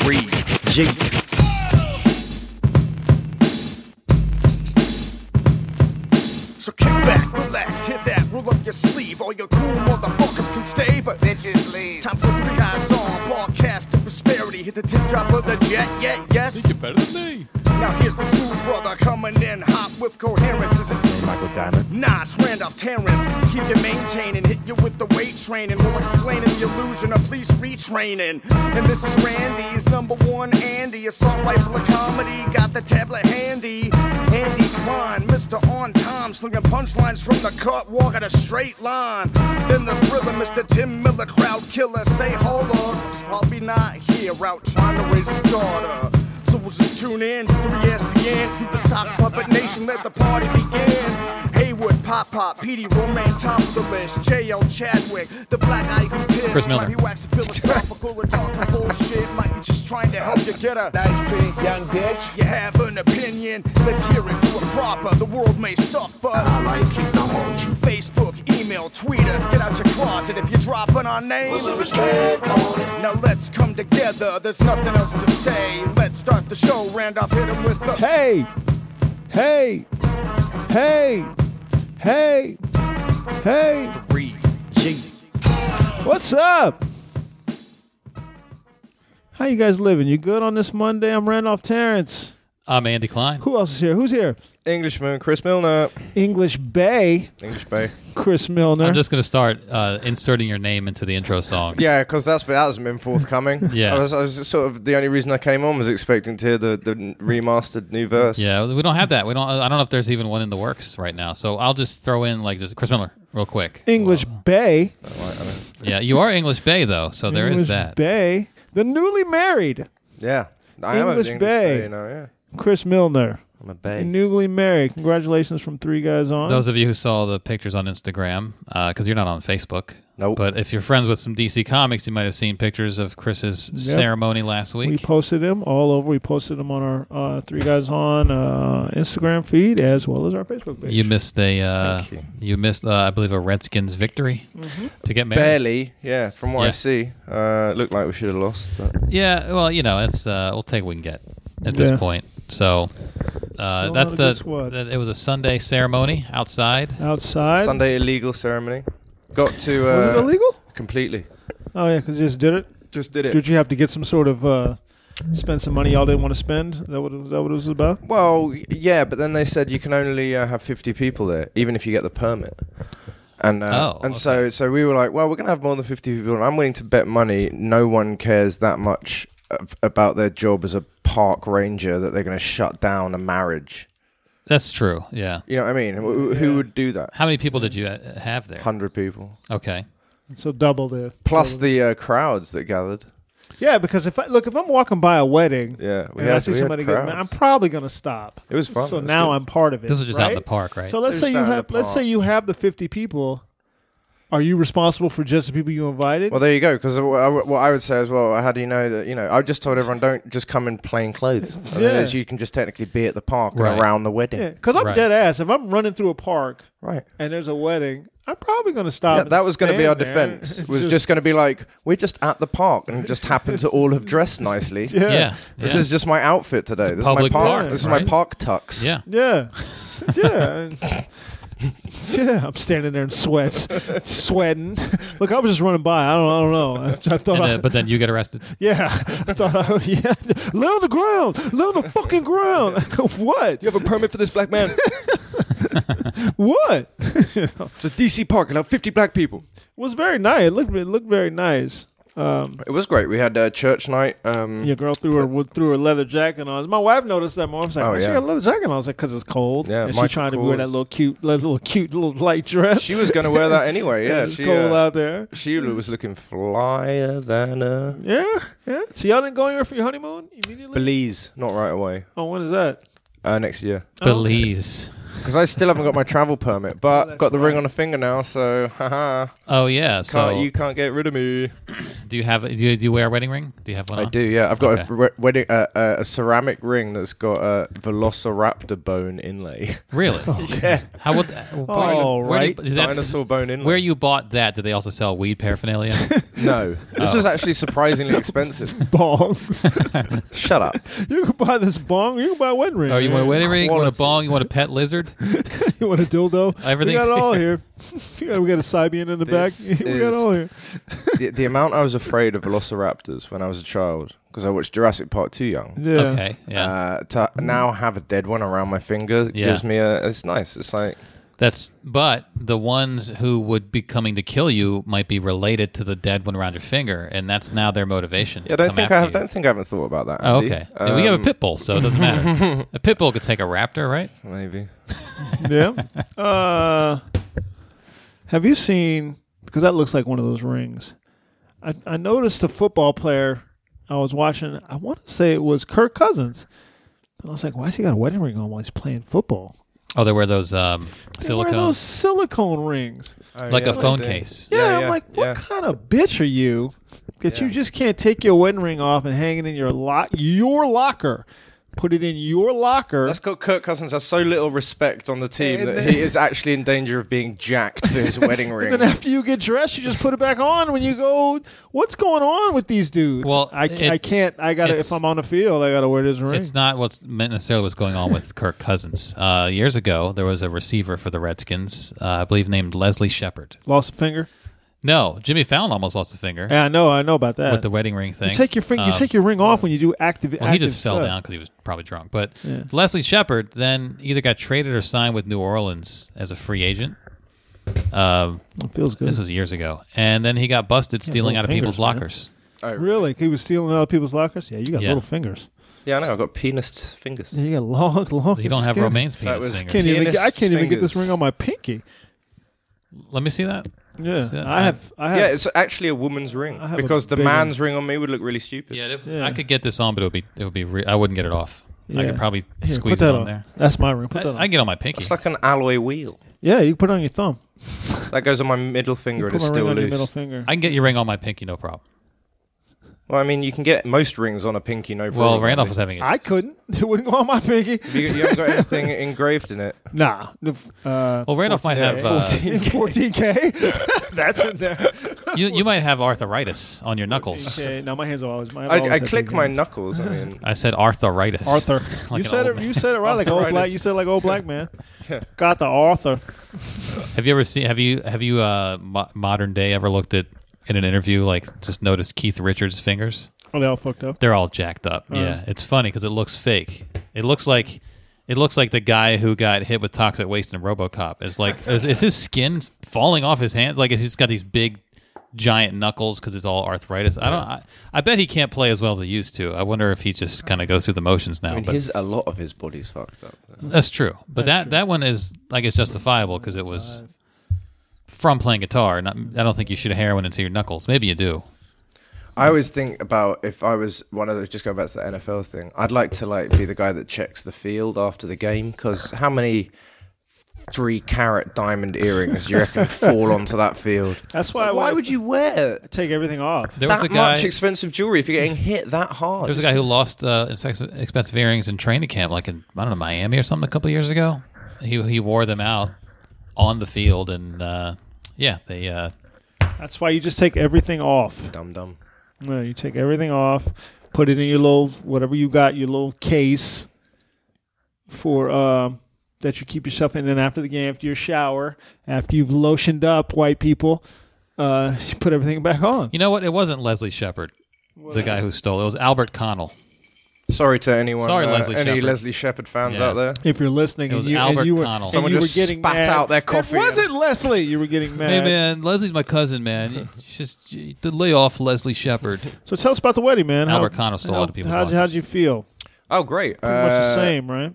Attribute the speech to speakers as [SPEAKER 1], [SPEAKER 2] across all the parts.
[SPEAKER 1] Free G.
[SPEAKER 2] So kick back, relax, hit that, roll up your sleeve. All your cool motherfuckers can stay, but
[SPEAKER 3] Bitches leave.
[SPEAKER 2] time for three eyes on. Broadcast the prosperity, hit the tip drop of the jet, yeah, yes.
[SPEAKER 4] Think you're better than me?
[SPEAKER 2] Now here's the smooth brother coming in hot with coherence. This is
[SPEAKER 1] Michael Diamond.
[SPEAKER 2] Nas, Randolph, Terrence. Keep you maintaining, hit you with the weight training. We'll explain the illusion of police retraining. And this is Randy's number one Andy. Assault rifle of comedy, got the tablet handy. Andy Klein, Mr. On Time, slinging punchlines from the cut, walk at a straight line. Then the thriller, Mr. Tim Miller, crowd killer. Say, hold up, he's probably not here, out trying to raise his daughter. So we'll just tune in to E 3SPN through the sock puppet nation. Let the party begin. Haywood, Pop Pop, Petey, Romaine, top of the list. JL Chadwick, the black eye who did.
[SPEAKER 4] Chris Miller.
[SPEAKER 2] Might be waxing philosophical or talking bullshit. Might be just trying to help you get a.
[SPEAKER 3] Nice pink young bitch.
[SPEAKER 2] You have an opinion, let's hear it do it proper. The world may suck, but
[SPEAKER 3] I like it, I want you.
[SPEAKER 2] Facebook, email, tweet us, get out your closet if you're dropping our names. Now let's come together, there's nothing else to say. Let's start the show, Randolph hit him with the
[SPEAKER 5] Hey, hey, hey, hey, hey,
[SPEAKER 1] Free G.
[SPEAKER 5] what's up? How you guys living? You good on this Monday? I'm Randolph Terrence.
[SPEAKER 4] I'm Andy Klein.
[SPEAKER 5] Who else is here? Who's here?
[SPEAKER 6] Englishman, Chris Milner.
[SPEAKER 5] English Bay,
[SPEAKER 6] English Bay.
[SPEAKER 5] Chris Milner.
[SPEAKER 4] I'm just going to start uh, inserting your name into the intro song.
[SPEAKER 6] Yeah, because that's that hasn't been forthcoming.
[SPEAKER 4] Yeah.
[SPEAKER 6] I was, I was sort of the only reason I came on was expecting to hear the, the remastered new verse.
[SPEAKER 4] Yeah, we don't have that. We don't. I don't know if there's even one in the works right now. So I'll just throw in like just Chris Miller real quick.
[SPEAKER 5] English Bay.
[SPEAKER 4] Yeah, you are English Bay though, so there
[SPEAKER 5] English
[SPEAKER 4] is that.
[SPEAKER 5] Bay. The newly married
[SPEAKER 6] yeah. I am
[SPEAKER 5] English
[SPEAKER 6] an English
[SPEAKER 5] Bay.
[SPEAKER 6] Bay. now, yeah.
[SPEAKER 5] Chris Milner.
[SPEAKER 6] I'm a Bay.
[SPEAKER 5] Newly married. Congratulations from three guys on.
[SPEAKER 4] Those of you who saw the pictures on Instagram, because you're not on Facebook.
[SPEAKER 6] Nope.
[SPEAKER 4] But if you're friends with some DC Comics, you might have seen pictures of Chris's ceremony last
[SPEAKER 5] We
[SPEAKER 4] week.
[SPEAKER 5] posted them all over. We posted them on our uh, Three Guys on uh, Instagram feed as well as our Facebook page.
[SPEAKER 4] you missed a, uh,
[SPEAKER 6] Thank
[SPEAKER 4] you.
[SPEAKER 6] you.
[SPEAKER 4] missed, uh, I believe, a Redskins victory
[SPEAKER 5] Mm-hmm.
[SPEAKER 4] to get married.
[SPEAKER 6] Barely, yeah, from what
[SPEAKER 4] Yeah.
[SPEAKER 6] I see. Uh, it looked like we should have lost, but
[SPEAKER 4] Yeah, well, you know, it's uh, we'll take what we can get at this
[SPEAKER 5] Yeah.
[SPEAKER 4] point. So uh,
[SPEAKER 5] Still
[SPEAKER 4] that's
[SPEAKER 5] not a
[SPEAKER 4] the
[SPEAKER 5] good squad.
[SPEAKER 4] that- it was a Sunday ceremony outside.
[SPEAKER 5] Outside.
[SPEAKER 6] Sunday illegal ceremony. Got to. Uh,
[SPEAKER 5] Was it illegal?
[SPEAKER 6] Completely.
[SPEAKER 5] Oh, yeah, because you just did it.
[SPEAKER 6] Just did it.
[SPEAKER 5] Did you have to get some sort of uh, spend some money y'all didn't want to spend? Is that what it, was that what it was about?
[SPEAKER 6] Well, y- yeah, but then they said you can only uh, have 50 people there, even if you get the permit. And uh,
[SPEAKER 4] Oh,
[SPEAKER 6] and
[SPEAKER 4] okay.
[SPEAKER 6] so so we were like, well, we're gonna have more than 50 people, and I'm willing to bet money no one cares that much ab- about their job as a park ranger that they're gonna shut down a marriage.
[SPEAKER 4] That's true. Yeah.
[SPEAKER 6] You know what I mean? Who, who would do that?
[SPEAKER 4] How many people did you uh, have there?
[SPEAKER 6] Hundred people
[SPEAKER 4] Okay.
[SPEAKER 5] So double the
[SPEAKER 6] plus the uh, crowds that gathered.
[SPEAKER 5] yeah. Because if I look, if I'm walking by a wedding,
[SPEAKER 6] Yeah, we
[SPEAKER 5] and
[SPEAKER 6] had-
[SPEAKER 5] I see
[SPEAKER 6] we had
[SPEAKER 5] somebody getting,
[SPEAKER 6] crowds.
[SPEAKER 5] I'm probably gonna stop.
[SPEAKER 6] It was fun.
[SPEAKER 5] So
[SPEAKER 6] It was
[SPEAKER 5] now
[SPEAKER 6] good.
[SPEAKER 5] I'm part of it.
[SPEAKER 4] This was just out in
[SPEAKER 5] right?
[SPEAKER 4] the park, right?
[SPEAKER 5] So let's say
[SPEAKER 6] They're
[SPEAKER 5] you
[SPEAKER 6] just out in
[SPEAKER 5] have
[SPEAKER 6] the
[SPEAKER 5] let's say
[SPEAKER 6] park.
[SPEAKER 5] you have the 50 people. Are you responsible for just the people you invited?
[SPEAKER 6] Well, there you go. Because what I would say as well, how do you know that? You know, I just told everyone don't just come in plain clothes. I mean,
[SPEAKER 5] Yeah.
[SPEAKER 6] as you can just technically be at the park and
[SPEAKER 4] Right.
[SPEAKER 6] around the wedding.
[SPEAKER 5] Yeah, because I'm
[SPEAKER 4] Right.
[SPEAKER 5] dead ass. If I'm running through a park
[SPEAKER 6] Right.
[SPEAKER 5] and there's a wedding, I'm probably going to stop.
[SPEAKER 6] Yeah,
[SPEAKER 5] and
[SPEAKER 6] that was going to be
[SPEAKER 5] stand
[SPEAKER 6] our
[SPEAKER 5] there.
[SPEAKER 6] defense. was just going to be like, we're just at the park and just happen to all have dressed nicely.
[SPEAKER 5] yeah,
[SPEAKER 4] Yeah.
[SPEAKER 5] yeah,
[SPEAKER 6] This
[SPEAKER 4] yeah.
[SPEAKER 6] is just my outfit today. This is my
[SPEAKER 4] public
[SPEAKER 6] park.
[SPEAKER 4] park,
[SPEAKER 6] this
[SPEAKER 4] right?
[SPEAKER 6] is my park tux.
[SPEAKER 4] yeah.
[SPEAKER 5] yeah. yeah. Yeah, I'm standing there in sweats, sweating. Look, I was just running by. I don't, I don't know. I, thought,
[SPEAKER 4] And,
[SPEAKER 5] I,
[SPEAKER 4] uh, but then you get arrested.
[SPEAKER 5] yeah, I thought, I, yeah, lay on the ground, lay on the fucking ground. what?
[SPEAKER 6] have a permit for this black man.
[SPEAKER 5] What? You know,
[SPEAKER 6] it's a DC park and have 50 black people.
[SPEAKER 5] it was very nice. It looked, it looked very nice. Um,
[SPEAKER 6] It was great. We had uh, church night. Um,
[SPEAKER 5] your girl threw her threw her leather jacket on. My wife noticed that more. I was like,
[SPEAKER 6] Oh,
[SPEAKER 5] oh, she
[SPEAKER 6] yeah.
[SPEAKER 5] got a leather jacket on. I was like, because it's cold.
[SPEAKER 6] Yeah,
[SPEAKER 5] and she
[SPEAKER 6] Michael
[SPEAKER 5] trying to wear that
[SPEAKER 6] Kors.
[SPEAKER 5] little cute, little cute little light dress.
[SPEAKER 6] She was going to wear that anyway. Yeah,
[SPEAKER 5] it's
[SPEAKER 6] she,
[SPEAKER 5] cold
[SPEAKER 6] uh,
[SPEAKER 5] out there.
[SPEAKER 6] she was looking flyer than a
[SPEAKER 5] Yeah, yeah. So y'all didn't go anywhere for your honeymoon immediately?
[SPEAKER 6] Belize. Not right away.
[SPEAKER 5] oh, when is that?
[SPEAKER 6] Uh, next year.
[SPEAKER 4] Belize.
[SPEAKER 6] Because I still haven't got my travel permit, but got the ring on a finger now, so haha.
[SPEAKER 4] Oh yeah. So
[SPEAKER 6] Can't, you can't get rid of me.
[SPEAKER 4] do you have do you, do you wear a wedding ring? Do you have one?
[SPEAKER 6] I
[SPEAKER 4] on?
[SPEAKER 6] do, yeah. I've got
[SPEAKER 4] Ah, Okay.
[SPEAKER 6] a, re- wedding, uh, uh, a ceramic ring that's got a velociraptor bone inlay.
[SPEAKER 4] Really? yeah. How would? that-
[SPEAKER 5] All
[SPEAKER 4] where do you-
[SPEAKER 5] right.
[SPEAKER 4] is that-
[SPEAKER 6] Dinosaur bone inlay.
[SPEAKER 4] Where you bought that? Did they also sell weed paraphernalia?
[SPEAKER 6] No. This
[SPEAKER 4] Oh.
[SPEAKER 6] was actually surprisingly expensive.
[SPEAKER 5] bongs.
[SPEAKER 6] Shut up.
[SPEAKER 5] you can buy this bong. You can buy a wedding ring.
[SPEAKER 4] oh, you want a wedding ring? You want a
[SPEAKER 6] Quality.
[SPEAKER 4] bong? You want a pet lizard?
[SPEAKER 5] You want a dildo?
[SPEAKER 4] Everything's
[SPEAKER 5] we got it all here. we got we got a Sibian in the
[SPEAKER 6] This
[SPEAKER 5] back. we got
[SPEAKER 6] is-
[SPEAKER 5] it all here.
[SPEAKER 6] the, the amount I was afraid of velociraptors when I was a child, because I watched Jurassic Park too young.
[SPEAKER 5] Yeah.
[SPEAKER 4] Okay. Yeah.
[SPEAKER 6] Uh, to now have a dead one around my finger
[SPEAKER 4] Yeah.
[SPEAKER 6] gives me a. It's nice. It's like
[SPEAKER 4] That's but the ones who would be coming to kill you might be related to the dead one around your finger, and that's now their motivation.
[SPEAKER 6] yeah.
[SPEAKER 4] to
[SPEAKER 6] I don't
[SPEAKER 4] come
[SPEAKER 6] think
[SPEAKER 4] after
[SPEAKER 6] I have,
[SPEAKER 4] you.
[SPEAKER 6] don't think I haven't thought about that.
[SPEAKER 4] Oh,
[SPEAKER 6] Andy.
[SPEAKER 4] okay. Yeah, we have a
[SPEAKER 6] Um,
[SPEAKER 4] pit bull, so it doesn't matter. a pit bull could take a raptor, right?
[SPEAKER 6] Maybe.
[SPEAKER 5] yeah. Uh, have you seen? Because that looks like one of those rings. I, I noticed a football player I was watching. I want to say it was Kirk Cousins. And I was like, why has he got a wedding ring on while he's playing football?
[SPEAKER 4] Oh, they wear those um,
[SPEAKER 5] They wear
[SPEAKER 4] silicone,
[SPEAKER 5] those silicone rings.
[SPEAKER 4] like
[SPEAKER 6] Oh, yeah,
[SPEAKER 4] a phone
[SPEAKER 6] they do.
[SPEAKER 4] case.
[SPEAKER 5] Yeah,
[SPEAKER 6] Yeah,
[SPEAKER 5] I'm
[SPEAKER 6] yeah,
[SPEAKER 5] like, what
[SPEAKER 6] yeah.
[SPEAKER 5] kind of bitch are you that you
[SPEAKER 6] Yeah.
[SPEAKER 5] just can't take your wedding ring off and hang it in your lock, your locker, put it in your locker?
[SPEAKER 6] That's got Kirk Cousins has so little respect on the team that he is actually in danger of being jacked for his wedding ring.
[SPEAKER 5] and then after you get dressed, you just put it back on when you go. What's going on with these dudes?
[SPEAKER 4] Well,
[SPEAKER 5] I,
[SPEAKER 4] it-
[SPEAKER 5] I can't. I got to
[SPEAKER 4] it's-
[SPEAKER 5] if I'm on the field, I got to wear this ring.
[SPEAKER 4] It's not what's meant necessarily what's going on with Kirk Cousins. Uh, years ago, there was a receiver for the Redskins, uh, I believe named Leslie Shepard.
[SPEAKER 5] Lost a finger.
[SPEAKER 4] No, Jimmy Fallon almost lost a finger
[SPEAKER 5] Yeah, I know. I know about that.
[SPEAKER 4] with the wedding ring thing.
[SPEAKER 5] you take your finger. you
[SPEAKER 4] Um,
[SPEAKER 5] take your ring off when you do active.
[SPEAKER 4] Well, he
[SPEAKER 5] active
[SPEAKER 4] just fell
[SPEAKER 5] stuff.
[SPEAKER 4] down because he was probably drunk. But Leslie Shepard then either got traded or signed with New Orleans as a free agent. Um,
[SPEAKER 5] It feels good.
[SPEAKER 4] this was years ago, and then he got busted stealing
[SPEAKER 5] little
[SPEAKER 4] out of people's
[SPEAKER 5] fingers, man.
[SPEAKER 4] lockers.
[SPEAKER 6] Oh,
[SPEAKER 5] really. He was stealing other people's lockers. Yeah, you got
[SPEAKER 4] Yeah.
[SPEAKER 5] little fingers.
[SPEAKER 6] Yeah, I know. I've got penis fingers.
[SPEAKER 5] Yeah, you got long, long.
[SPEAKER 4] You don't have
[SPEAKER 5] skin.
[SPEAKER 4] Romaine's
[SPEAKER 6] That
[SPEAKER 4] penis
[SPEAKER 6] was
[SPEAKER 4] fingers.
[SPEAKER 5] Can't even, I can't
[SPEAKER 6] Pianist's
[SPEAKER 5] even get this
[SPEAKER 6] fingers.
[SPEAKER 5] ring on my pinky.
[SPEAKER 4] Let me see that.
[SPEAKER 5] Yeah,
[SPEAKER 4] that?
[SPEAKER 5] I have. I have.
[SPEAKER 6] Yeah, it's actually a woman's ring
[SPEAKER 5] have a
[SPEAKER 6] because the
[SPEAKER 5] big one.
[SPEAKER 6] man's ring on me would look really stupid.
[SPEAKER 4] Yeah, if,
[SPEAKER 5] Yeah.
[SPEAKER 4] I could get this on, but it would be it would be. Re- I wouldn't get it off. I
[SPEAKER 5] Yeah.
[SPEAKER 4] could probably
[SPEAKER 5] Here,
[SPEAKER 4] squeeze
[SPEAKER 5] put that
[SPEAKER 4] it on,
[SPEAKER 5] on
[SPEAKER 4] there.
[SPEAKER 5] That's my ring. Put that on.
[SPEAKER 4] I, I get on my pinky.
[SPEAKER 6] It's like an alloy wheel.
[SPEAKER 5] yeah, you can put it on your thumb.
[SPEAKER 6] That goes on my middle finger and
[SPEAKER 5] Put
[SPEAKER 6] it's
[SPEAKER 5] my ring
[SPEAKER 6] still
[SPEAKER 5] on your
[SPEAKER 6] loose.
[SPEAKER 5] middle finger.
[SPEAKER 4] I can get your ring on my pinky, no problem.
[SPEAKER 6] Well, I mean, you can get most rings on a pinky, no problem.
[SPEAKER 4] Well, Randolph was having it.
[SPEAKER 5] I couldn't. It wouldn't go on my pinky.
[SPEAKER 6] You, you haven't got anything engraved in it.
[SPEAKER 5] Nah. The f- Uh,
[SPEAKER 4] Well, Randolph might have. Uh,
[SPEAKER 5] 14K. That's in there.
[SPEAKER 4] you you might have arthritis on your knuckles.
[SPEAKER 5] Okay, now my hands are always. My,
[SPEAKER 6] I,
[SPEAKER 5] always
[SPEAKER 6] I
[SPEAKER 5] have
[SPEAKER 6] click
[SPEAKER 5] big
[SPEAKER 6] my
[SPEAKER 5] hands.
[SPEAKER 6] knuckles. I mean,
[SPEAKER 4] I said arthritis.
[SPEAKER 5] Arthur.
[SPEAKER 4] Like an
[SPEAKER 5] you
[SPEAKER 4] old
[SPEAKER 5] said it.
[SPEAKER 4] man.
[SPEAKER 5] You said it right, like an old black.
[SPEAKER 6] Arthritis.
[SPEAKER 5] You said it like an old black man. Got the Arthur.
[SPEAKER 4] Have you ever seen? Have you have you uh, mo- modern day ever looked at in an interview like just noticed Keith Richards' fingers?
[SPEAKER 5] Oh, they all fucked up.
[SPEAKER 4] They're all jacked up.
[SPEAKER 6] Uh-huh.
[SPEAKER 4] yeah, it's funny because it looks fake. It looks like it looks like the guy who got hit with toxic waste in RoboCop. Is like is, is his skin falling off his hands? Like he's got these big giant knuckles because it's all arthritis. I don't. I, I bet he can't play as well as he used to. I wonder if he just kind of goes through the motions now.
[SPEAKER 6] I mean,
[SPEAKER 4] but
[SPEAKER 6] his a lot of his body's fucked up.
[SPEAKER 4] that's true. But that that one is I guess justifiable because it was from playing guitar. Not, I don't think you shoot a heroin into your knuckles. Maybe you do.
[SPEAKER 6] I always think about if I was one of those. Just go back to the NFL thing. I'd like to like be the guy that checks the field after the game because how many three carat diamond earrings do you reckon fall onto that field?
[SPEAKER 5] That's why I
[SPEAKER 6] Why
[SPEAKER 5] would-
[SPEAKER 6] would you wear
[SPEAKER 5] Take everything off.
[SPEAKER 4] There was
[SPEAKER 6] that
[SPEAKER 4] a guy.
[SPEAKER 6] much expensive jewelry if you're getting hit that hard?
[SPEAKER 4] there was a guy who lost uh, expensive, expensive earrings in training camp, like in I don't know Miami or something, a couple of years ago. He he wore them out on the field, and uh, yeah, they uh,
[SPEAKER 5] That's why you just take everything off.
[SPEAKER 6] dumb dumb.
[SPEAKER 5] No, you take everything off, put it in your little whatever you got, your little case for um, that you keep yourself in. And then after the game, after your shower, after you've lotioned up, white people, uh, you put everything back on.
[SPEAKER 4] you know what? It wasn't Leslie Shepard, the guy who stole it. It was Albert Connell.
[SPEAKER 6] Sorry to anyone.
[SPEAKER 4] Sorry,
[SPEAKER 6] uh,
[SPEAKER 4] Leslie
[SPEAKER 6] any
[SPEAKER 4] Shepherd.
[SPEAKER 6] Leslie Shepherd fans
[SPEAKER 4] Yeah.
[SPEAKER 6] out there?
[SPEAKER 5] If you're listening,
[SPEAKER 4] It was
[SPEAKER 5] and you,
[SPEAKER 4] Albert
[SPEAKER 5] and you were,
[SPEAKER 4] Connell.
[SPEAKER 5] and
[SPEAKER 6] Someone
[SPEAKER 5] you
[SPEAKER 6] just
[SPEAKER 5] were getting
[SPEAKER 6] spat
[SPEAKER 5] mad.
[SPEAKER 6] out their coffee
[SPEAKER 5] It
[SPEAKER 6] and-
[SPEAKER 5] wasn't Leslie. You were getting mad.
[SPEAKER 4] Leslie's my cousin, man. Just lay off Leslie Shepard.
[SPEAKER 5] So tell us about the wedding, man.
[SPEAKER 4] Albert Connell stole a lot of people's
[SPEAKER 5] How
[SPEAKER 4] lockers.
[SPEAKER 5] how'd you feel?
[SPEAKER 6] Oh, great.
[SPEAKER 5] Pretty much the
[SPEAKER 6] Uh,
[SPEAKER 5] same, right?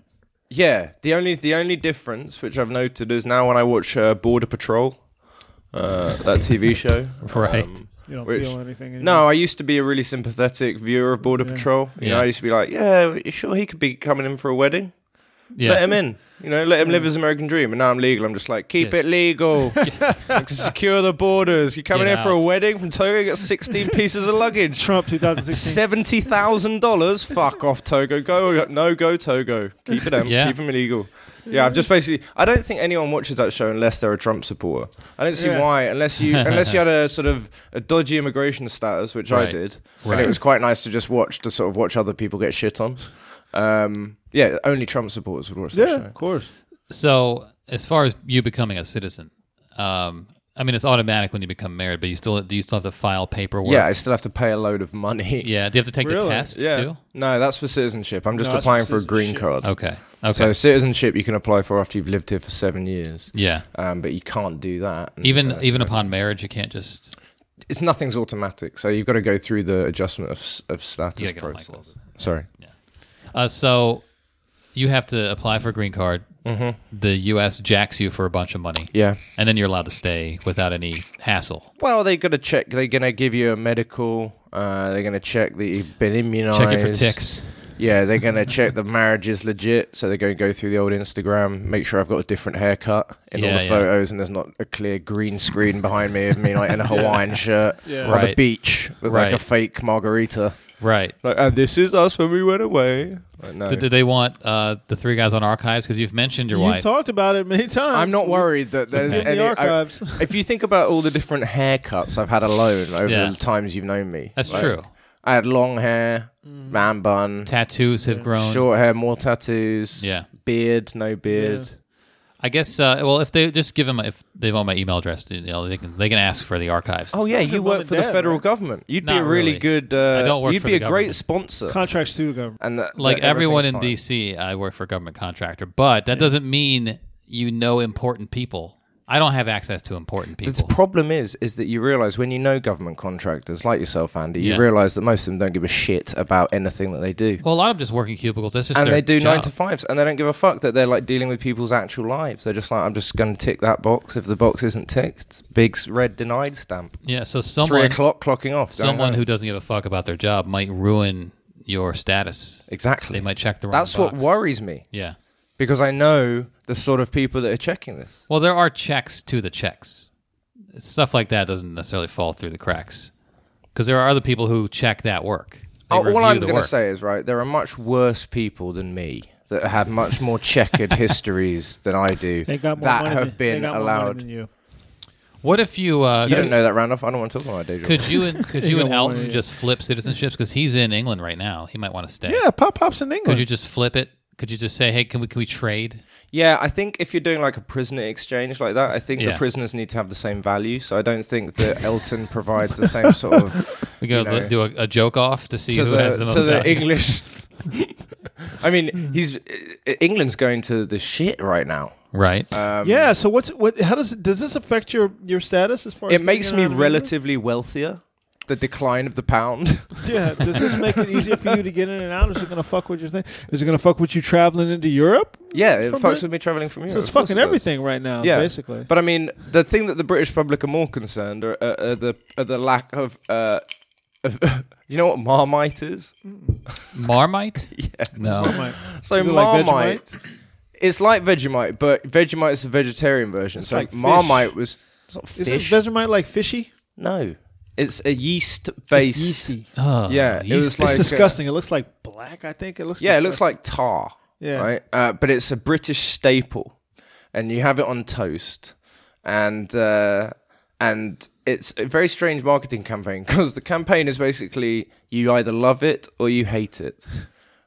[SPEAKER 6] Yeah, the only the only difference which I've noted is now when I watch uh, Border Patrol, uh, that TV show.
[SPEAKER 4] Right.
[SPEAKER 6] Um,
[SPEAKER 5] You don't
[SPEAKER 6] which-
[SPEAKER 5] feel anything.
[SPEAKER 4] Mm-hmm.
[SPEAKER 5] Anymore.
[SPEAKER 6] No, I used to be a really sympathetic viewer of Border Patrol. You know,
[SPEAKER 4] Yeah.
[SPEAKER 6] I used to be like, yeah, you sure he could be coming in for a wedding.
[SPEAKER 4] Yeah. Mm.
[SPEAKER 6] Let him in. You know, let him live his American dream. And now I'm legal. I'm just like, keep
[SPEAKER 4] Yeah.
[SPEAKER 6] it legal. Like, Secure the borders. You're coming
[SPEAKER 4] Get
[SPEAKER 6] here for a
[SPEAKER 4] out.
[SPEAKER 6] wedding from Togo. You got 16 pieces of luggage.
[SPEAKER 5] Trump 2016.
[SPEAKER 6] Seventy thousand dollars. Fuck off, Togo. Go no go Togo. Keep it em.
[SPEAKER 4] Yeah.
[SPEAKER 6] Keep him illegal. Yeah, I've just basically. I don't think anyone watches that show unless they're a Trump supporter. I don't see
[SPEAKER 5] Yeah.
[SPEAKER 6] why, unless you unless you had a sort of a dodgy immigration status, which I
[SPEAKER 4] Right.
[SPEAKER 6] did, and
[SPEAKER 4] Right.
[SPEAKER 6] it was quite nice to just watch to sort of watch other people get shit on. Um, yeah, only Trump supporters would watch that
[SPEAKER 5] yeah,
[SPEAKER 6] show.
[SPEAKER 5] of course.
[SPEAKER 4] So, as far as you becoming a citizen, um, I mean, it's automatic when you become married, but you still do you still have to file paperwork?
[SPEAKER 6] Yeah, I still have to pay a load of money.
[SPEAKER 4] Yeah. Do you have to take the
[SPEAKER 5] Really?
[SPEAKER 4] test
[SPEAKER 6] Yeah.
[SPEAKER 4] too?
[SPEAKER 6] No, that's for citizenship. I'm just
[SPEAKER 5] No, that's for
[SPEAKER 6] applying for a green
[SPEAKER 5] citizenship.
[SPEAKER 6] card.
[SPEAKER 4] Okay. Okay.
[SPEAKER 6] So citizenship you can apply for after you've lived here for seven years.
[SPEAKER 4] yeah.
[SPEAKER 6] um, but you can't do that. And,
[SPEAKER 4] Even
[SPEAKER 6] uh,
[SPEAKER 4] even upon marriage, you can't just.
[SPEAKER 6] it's nothing's automatic, so you've got to go through the adjustment of, s- of status
[SPEAKER 4] Yeah, get on mic a little
[SPEAKER 6] process. Sorry,
[SPEAKER 4] Uh, so, you have to apply for a green card. Mm-hmm. The U.S. jacks you for a bunch of money.
[SPEAKER 6] yeah.
[SPEAKER 4] And then you're allowed to stay without any hassle.
[SPEAKER 6] Well, they got to check. They're gonna give you a medical. Uh, they're gonna check that you've been immunized.
[SPEAKER 4] Check it for ticks.
[SPEAKER 6] Yeah, they're gonna check the marriage is legit. So they're gonna go through the old Instagram, make sure I've got a different haircut in all
[SPEAKER 4] Yeah,
[SPEAKER 6] the
[SPEAKER 4] yeah.
[SPEAKER 6] photos, and there's not a clear green screen behind me of me like in a Hawaiian shirt
[SPEAKER 5] Yeah.
[SPEAKER 6] on the
[SPEAKER 4] Right.
[SPEAKER 6] beach with like
[SPEAKER 4] Right.
[SPEAKER 6] a fake margarita.
[SPEAKER 4] Right.
[SPEAKER 6] Like, and this is us when we went away. Like, no.
[SPEAKER 4] Did, did they want uh, the three guys on archives? Because you've mentioned your
[SPEAKER 5] You've
[SPEAKER 4] wife.
[SPEAKER 5] talked about it many times.
[SPEAKER 6] I'm not worried that there's
[SPEAKER 5] In the
[SPEAKER 6] any. I-
[SPEAKER 5] archives.
[SPEAKER 6] if you think about all the different haircuts I've had alone over
[SPEAKER 4] Yeah.
[SPEAKER 6] the times you've known me,
[SPEAKER 4] That's
[SPEAKER 6] like,
[SPEAKER 4] true.
[SPEAKER 6] I had long hair,
[SPEAKER 5] Mm.
[SPEAKER 6] man bun,
[SPEAKER 4] Tattoos have grown.
[SPEAKER 6] short hair, more tattoos,
[SPEAKER 4] Yeah.
[SPEAKER 6] beard, no beard.
[SPEAKER 4] I guess. Uh, well, if they just give them, if they want my email address, you know, they can they can ask for the archives.
[SPEAKER 6] Oh yeah, you
[SPEAKER 5] mum
[SPEAKER 6] work
[SPEAKER 5] and
[SPEAKER 6] for the
[SPEAKER 5] dad,
[SPEAKER 6] federal
[SPEAKER 5] right?
[SPEAKER 6] government. You'd be
[SPEAKER 4] Not
[SPEAKER 6] a really,
[SPEAKER 4] really.
[SPEAKER 6] good. Uh,
[SPEAKER 4] I don't work
[SPEAKER 6] You'd
[SPEAKER 4] for
[SPEAKER 6] be
[SPEAKER 4] the
[SPEAKER 6] a great
[SPEAKER 4] government.
[SPEAKER 6] sponsor.
[SPEAKER 5] Contracts to the government.
[SPEAKER 6] and that-
[SPEAKER 4] like
[SPEAKER 6] that
[SPEAKER 4] everyone in
[SPEAKER 6] everything's
[SPEAKER 4] DC, I work for a government contractor, but that doesn't mean you know important people. I don't have access to important
[SPEAKER 6] fine.
[SPEAKER 4] people.
[SPEAKER 6] The problem is, is that you realise when you know government contractors like yourself, Andy, you
[SPEAKER 4] Yeah.
[SPEAKER 6] realise that most of them don't give a shit about anything that they do.
[SPEAKER 4] well, a lot of them just work in cubicles. That's just
[SPEAKER 6] and
[SPEAKER 4] their
[SPEAKER 6] they do
[SPEAKER 4] job.
[SPEAKER 6] nine to fives, and they don't give a fuck that they're like dealing with people's actual lives. They're just like, I'm just going to tick that box. If the box isn't ticked, big s- red denied stamp.
[SPEAKER 4] Yeah. So
[SPEAKER 6] Three
[SPEAKER 4] someone
[SPEAKER 6] o'clock, clocking off. going
[SPEAKER 4] someone
[SPEAKER 6] home.
[SPEAKER 4] who doesn't give a fuck about their job might ruin your status.
[SPEAKER 6] exactly
[SPEAKER 4] They might check the wrong.
[SPEAKER 6] That's what
[SPEAKER 4] box.
[SPEAKER 6] worries me
[SPEAKER 4] Yeah.
[SPEAKER 6] because I know the sort of people that are checking this.
[SPEAKER 4] Well, there are checks to the checks. Stuff like that doesn't necessarily fall through the cracks because there are other people who check that work. They
[SPEAKER 6] Oh, all
[SPEAKER 4] review
[SPEAKER 6] I'm
[SPEAKER 4] the
[SPEAKER 6] going to
[SPEAKER 4] work.
[SPEAKER 6] say is right. There are much worse people than me that have much more checkered histories than I do
[SPEAKER 5] They got more
[SPEAKER 6] that
[SPEAKER 5] money
[SPEAKER 6] have
[SPEAKER 5] than,
[SPEAKER 6] been
[SPEAKER 5] they got more money
[SPEAKER 6] allowed.
[SPEAKER 5] than
[SPEAKER 6] You
[SPEAKER 5] you.
[SPEAKER 4] What if you? Uh,
[SPEAKER 6] don't
[SPEAKER 4] could-
[SPEAKER 6] know that, Randolph. I don't want to talk about my day job.
[SPEAKER 4] Could you and could you
[SPEAKER 5] You
[SPEAKER 4] and
[SPEAKER 5] don't wanna-
[SPEAKER 4] Elton just flip citizenships because he's in England right now? He might want to stay.
[SPEAKER 5] Yeah, pop pops in England.
[SPEAKER 4] Could you just flip it? Could you just say, hey, can we can we trade?
[SPEAKER 6] Yeah, I think if you're doing like a prisoner exchange like that, I think the
[SPEAKER 4] Yeah.
[SPEAKER 6] prisoners need to have the same value. So I don't think that Elton provides the same sort of
[SPEAKER 4] We go
[SPEAKER 6] You know,
[SPEAKER 4] do a, a joke off to see
[SPEAKER 6] to
[SPEAKER 4] who
[SPEAKER 6] the,
[SPEAKER 4] has the most.
[SPEAKER 6] to the
[SPEAKER 4] value.
[SPEAKER 6] English. I mean, he's I- England's going to the shit right now.
[SPEAKER 4] right.
[SPEAKER 6] Um,
[SPEAKER 5] yeah. So what's what? How does does this affect your your status as far as
[SPEAKER 6] it makes
[SPEAKER 5] being
[SPEAKER 6] me
[SPEAKER 5] an entrepreneur?
[SPEAKER 6] relatively wealthier. The decline of the pound.
[SPEAKER 5] Yeah. Does this make it easier for you to get in and out? Is it gonna fuck with your thing? Is it gonna fuck with you traveling into Europe?
[SPEAKER 6] yeah, it
[SPEAKER 5] From
[SPEAKER 6] fucks
[SPEAKER 5] Brit-
[SPEAKER 6] with me traveling from Europe.
[SPEAKER 5] So it's
[SPEAKER 6] of course
[SPEAKER 5] fucking
[SPEAKER 6] it does.
[SPEAKER 5] everything right now,
[SPEAKER 6] Yeah.
[SPEAKER 5] basically.
[SPEAKER 6] But I mean, the thing that the British public are more concerned are, are, are the are the lack of. Uh, of you know what Marmite is?
[SPEAKER 4] Marmite. No.
[SPEAKER 5] Right.
[SPEAKER 6] So
[SPEAKER 5] Is it like
[SPEAKER 6] Marmite, it's like Vegemite, but Vegemite is the vegetarian version. so
[SPEAKER 5] like fish.
[SPEAKER 6] Marmite was it's not
[SPEAKER 5] Isn't
[SPEAKER 6] fish.
[SPEAKER 5] Vegemite like fishy?
[SPEAKER 6] no, it's a yeast based.
[SPEAKER 5] Yeasty.
[SPEAKER 4] Oh,
[SPEAKER 6] Yeah, it was
[SPEAKER 4] yeast-
[SPEAKER 6] like uh,
[SPEAKER 5] It's disgusting. It looks like black. I think it looks.
[SPEAKER 6] yeah, it looks
[SPEAKER 5] disgusting.
[SPEAKER 6] like tar.
[SPEAKER 5] Yeah.
[SPEAKER 6] Right. Uh, but it's a British staple, and you have it on toast, and uh, and it's a very strange marketing campaign because the campaign is basically you either love it or you hate it,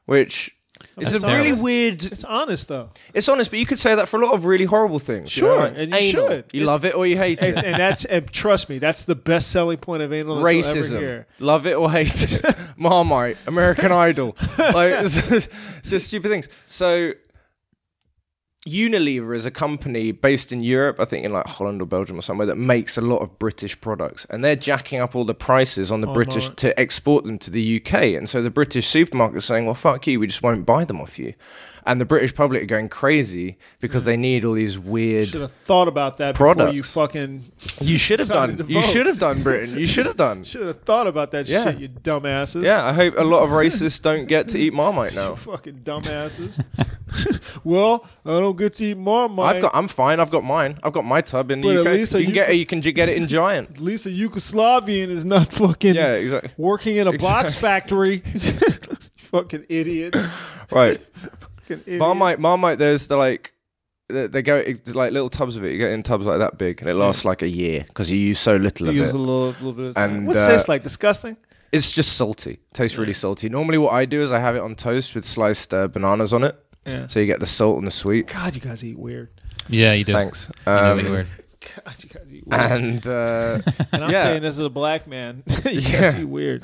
[SPEAKER 6] which. It's
[SPEAKER 4] That's
[SPEAKER 6] a really
[SPEAKER 4] terrible.
[SPEAKER 6] weird
[SPEAKER 5] It's honest though,
[SPEAKER 6] It's honest, but you could say that for a lot of really horrible things. you know,
[SPEAKER 5] Sure,
[SPEAKER 6] like
[SPEAKER 5] and you
[SPEAKER 6] anal.
[SPEAKER 5] should.
[SPEAKER 6] You
[SPEAKER 5] It's-
[SPEAKER 6] love it or you hate
[SPEAKER 5] and,
[SPEAKER 6] it.
[SPEAKER 5] and that's and trust me, that's the best selling point of anal that you'll ever
[SPEAKER 6] Racism,
[SPEAKER 5] hear.
[SPEAKER 6] love it or hate it. Marmite, American Idol, like it's, it's just stupid things. So, Unilever is a company based in Europe, I think in like Holland or Belgium or somewhere, that makes a lot of British products, and they're jacking up all the prices
[SPEAKER 5] Oh,
[SPEAKER 6] on the British
[SPEAKER 5] Marmite.
[SPEAKER 6] to export them to the UK. And so the British supermarkets are saying, "Well, fuck you, we just won't buy them off you." and the British public are going crazy because they need all these weird.
[SPEAKER 5] Should have thought about that before
[SPEAKER 6] Products.
[SPEAKER 5] you fucking.
[SPEAKER 6] You should have
[SPEAKER 5] Something
[SPEAKER 6] done.
[SPEAKER 5] to
[SPEAKER 6] You
[SPEAKER 5] vote.
[SPEAKER 6] should have done Britain. You should have done.
[SPEAKER 5] Should have thought about that
[SPEAKER 6] Yeah.
[SPEAKER 5] shit, you dumbasses.
[SPEAKER 6] Yeah, I hope a lot of racists don't get to eat Marmite
[SPEAKER 5] You
[SPEAKER 6] now.
[SPEAKER 5] fucking dumbasses. well, I don't get to eat Marmite.
[SPEAKER 6] I've got. I'm fine. I've got mine. I've got my tub in the
[SPEAKER 5] But at
[SPEAKER 6] UK.
[SPEAKER 5] least
[SPEAKER 6] you
[SPEAKER 5] I
[SPEAKER 6] can get.
[SPEAKER 5] use-
[SPEAKER 6] You can ju- get it in Giant.
[SPEAKER 5] Lisa Yugoslavian is not fucking
[SPEAKER 6] Yeah, exactly.
[SPEAKER 5] working in a box
[SPEAKER 6] Exactly.
[SPEAKER 5] factory. fucking idiot.
[SPEAKER 6] Right.
[SPEAKER 5] Fucking idiot.
[SPEAKER 6] Marmite. Marmite. There's the like. They they go it's like little tubs of it. You get in tubs like that big, and it lasts like a year because you use so little
[SPEAKER 5] You use
[SPEAKER 6] of it.
[SPEAKER 5] a little, little bit of time.
[SPEAKER 6] And,
[SPEAKER 5] What's
[SPEAKER 6] uh,
[SPEAKER 5] this like? Disgusting?
[SPEAKER 6] It's just salty. Tastes really salty. Normally, what I do is I have it on toast with sliced uh, bananas on it.
[SPEAKER 5] Yeah.
[SPEAKER 6] So you get the salt and the sweet.
[SPEAKER 5] God, you guys eat weird.
[SPEAKER 4] Yeah, you do.
[SPEAKER 6] Thanks.
[SPEAKER 4] You do eat
[SPEAKER 6] Um,
[SPEAKER 4] weird.
[SPEAKER 5] God, you guys eat weird.
[SPEAKER 6] and uh,
[SPEAKER 5] and I'm
[SPEAKER 6] yeah.
[SPEAKER 5] saying this is a black man. you guys
[SPEAKER 6] Yeah.
[SPEAKER 5] eat weird.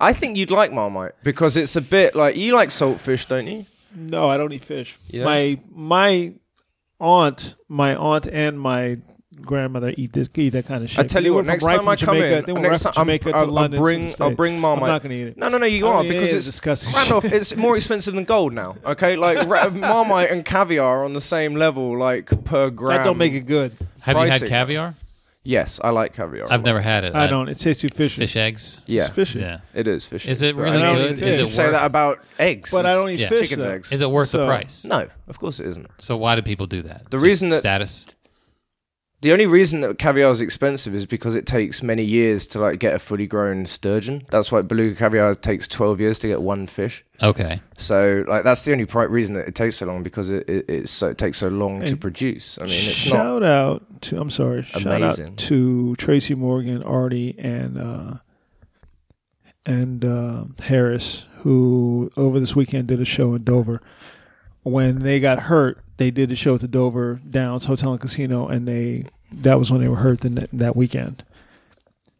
[SPEAKER 6] I think you'd like Marmite because it's a bit like you like saltfish, don't you?
[SPEAKER 5] No, I don't eat fish.
[SPEAKER 6] Yeah.
[SPEAKER 5] My my aunt, my aunt and my grandmother eat this eat that kind of shit.
[SPEAKER 6] I tell
[SPEAKER 5] They
[SPEAKER 6] you
[SPEAKER 5] went
[SPEAKER 6] what,
[SPEAKER 5] from
[SPEAKER 6] next
[SPEAKER 5] right
[SPEAKER 6] time
[SPEAKER 5] from
[SPEAKER 6] I come
[SPEAKER 5] Jamaica,
[SPEAKER 6] in,
[SPEAKER 5] they went
[SPEAKER 6] next
[SPEAKER 5] right
[SPEAKER 6] time
[SPEAKER 5] from
[SPEAKER 6] I'm-
[SPEAKER 5] Jamaica to
[SPEAKER 6] I'll, I'll
[SPEAKER 5] London to
[SPEAKER 6] bring,
[SPEAKER 5] the
[SPEAKER 6] I'll
[SPEAKER 5] States.
[SPEAKER 6] bring Marmite.
[SPEAKER 5] I'm not gonna eat it.
[SPEAKER 6] No, no, no, you
[SPEAKER 5] I
[SPEAKER 6] are
[SPEAKER 5] mean, it
[SPEAKER 6] because
[SPEAKER 5] is
[SPEAKER 6] it's
[SPEAKER 5] disgusting.
[SPEAKER 6] Randolph, it's more expensive than gold now. Okay, like ra- Marmite and caviar are on the same level, like per gram.
[SPEAKER 5] That don't make it good.
[SPEAKER 4] Have you had
[SPEAKER 6] Pricing.
[SPEAKER 4] caviar?
[SPEAKER 6] Yes, I like caviar. a
[SPEAKER 4] I've
[SPEAKER 6] lot.
[SPEAKER 4] never had it. Uh,
[SPEAKER 5] I don't. It tastes too fishy.
[SPEAKER 4] Fish eggs.
[SPEAKER 6] Yeah,
[SPEAKER 5] It's fishy.
[SPEAKER 4] Yeah.
[SPEAKER 6] it is fish.
[SPEAKER 4] Is it
[SPEAKER 6] but
[SPEAKER 4] really
[SPEAKER 6] I don't
[SPEAKER 5] good? Is
[SPEAKER 6] eat fish.
[SPEAKER 5] it
[SPEAKER 6] You could say
[SPEAKER 4] worth-
[SPEAKER 6] that about eggs.
[SPEAKER 5] But I don't eat
[SPEAKER 4] Yeah.
[SPEAKER 5] fish.
[SPEAKER 6] Chicken's
[SPEAKER 5] though.
[SPEAKER 6] eggs.
[SPEAKER 4] Is it worth
[SPEAKER 5] So-
[SPEAKER 4] the price?
[SPEAKER 6] No, of course it isn't.
[SPEAKER 4] So why do people do that?
[SPEAKER 6] The reason that-
[SPEAKER 4] status.
[SPEAKER 6] The only reason that caviar is expensive is because it takes many years to like get a fully grown sturgeon. That's why beluga caviar takes twelve years to get one fish.
[SPEAKER 4] Okay.
[SPEAKER 6] So like that's the only pri- reason that it takes so long because it it, it's so, it takes so long
[SPEAKER 5] Hey.
[SPEAKER 6] to produce. I mean, it's not.
[SPEAKER 5] shout out to I'm sorry. Shout
[SPEAKER 6] Amazing.
[SPEAKER 5] out to Tracy Morgan, Artie, and uh, and uh, Harris, who over this weekend did a show in Dover. When they got hurt, they did a show at the Dover Downs Hotel and Casino, and they that was when they were hurt the, ne- that weekend.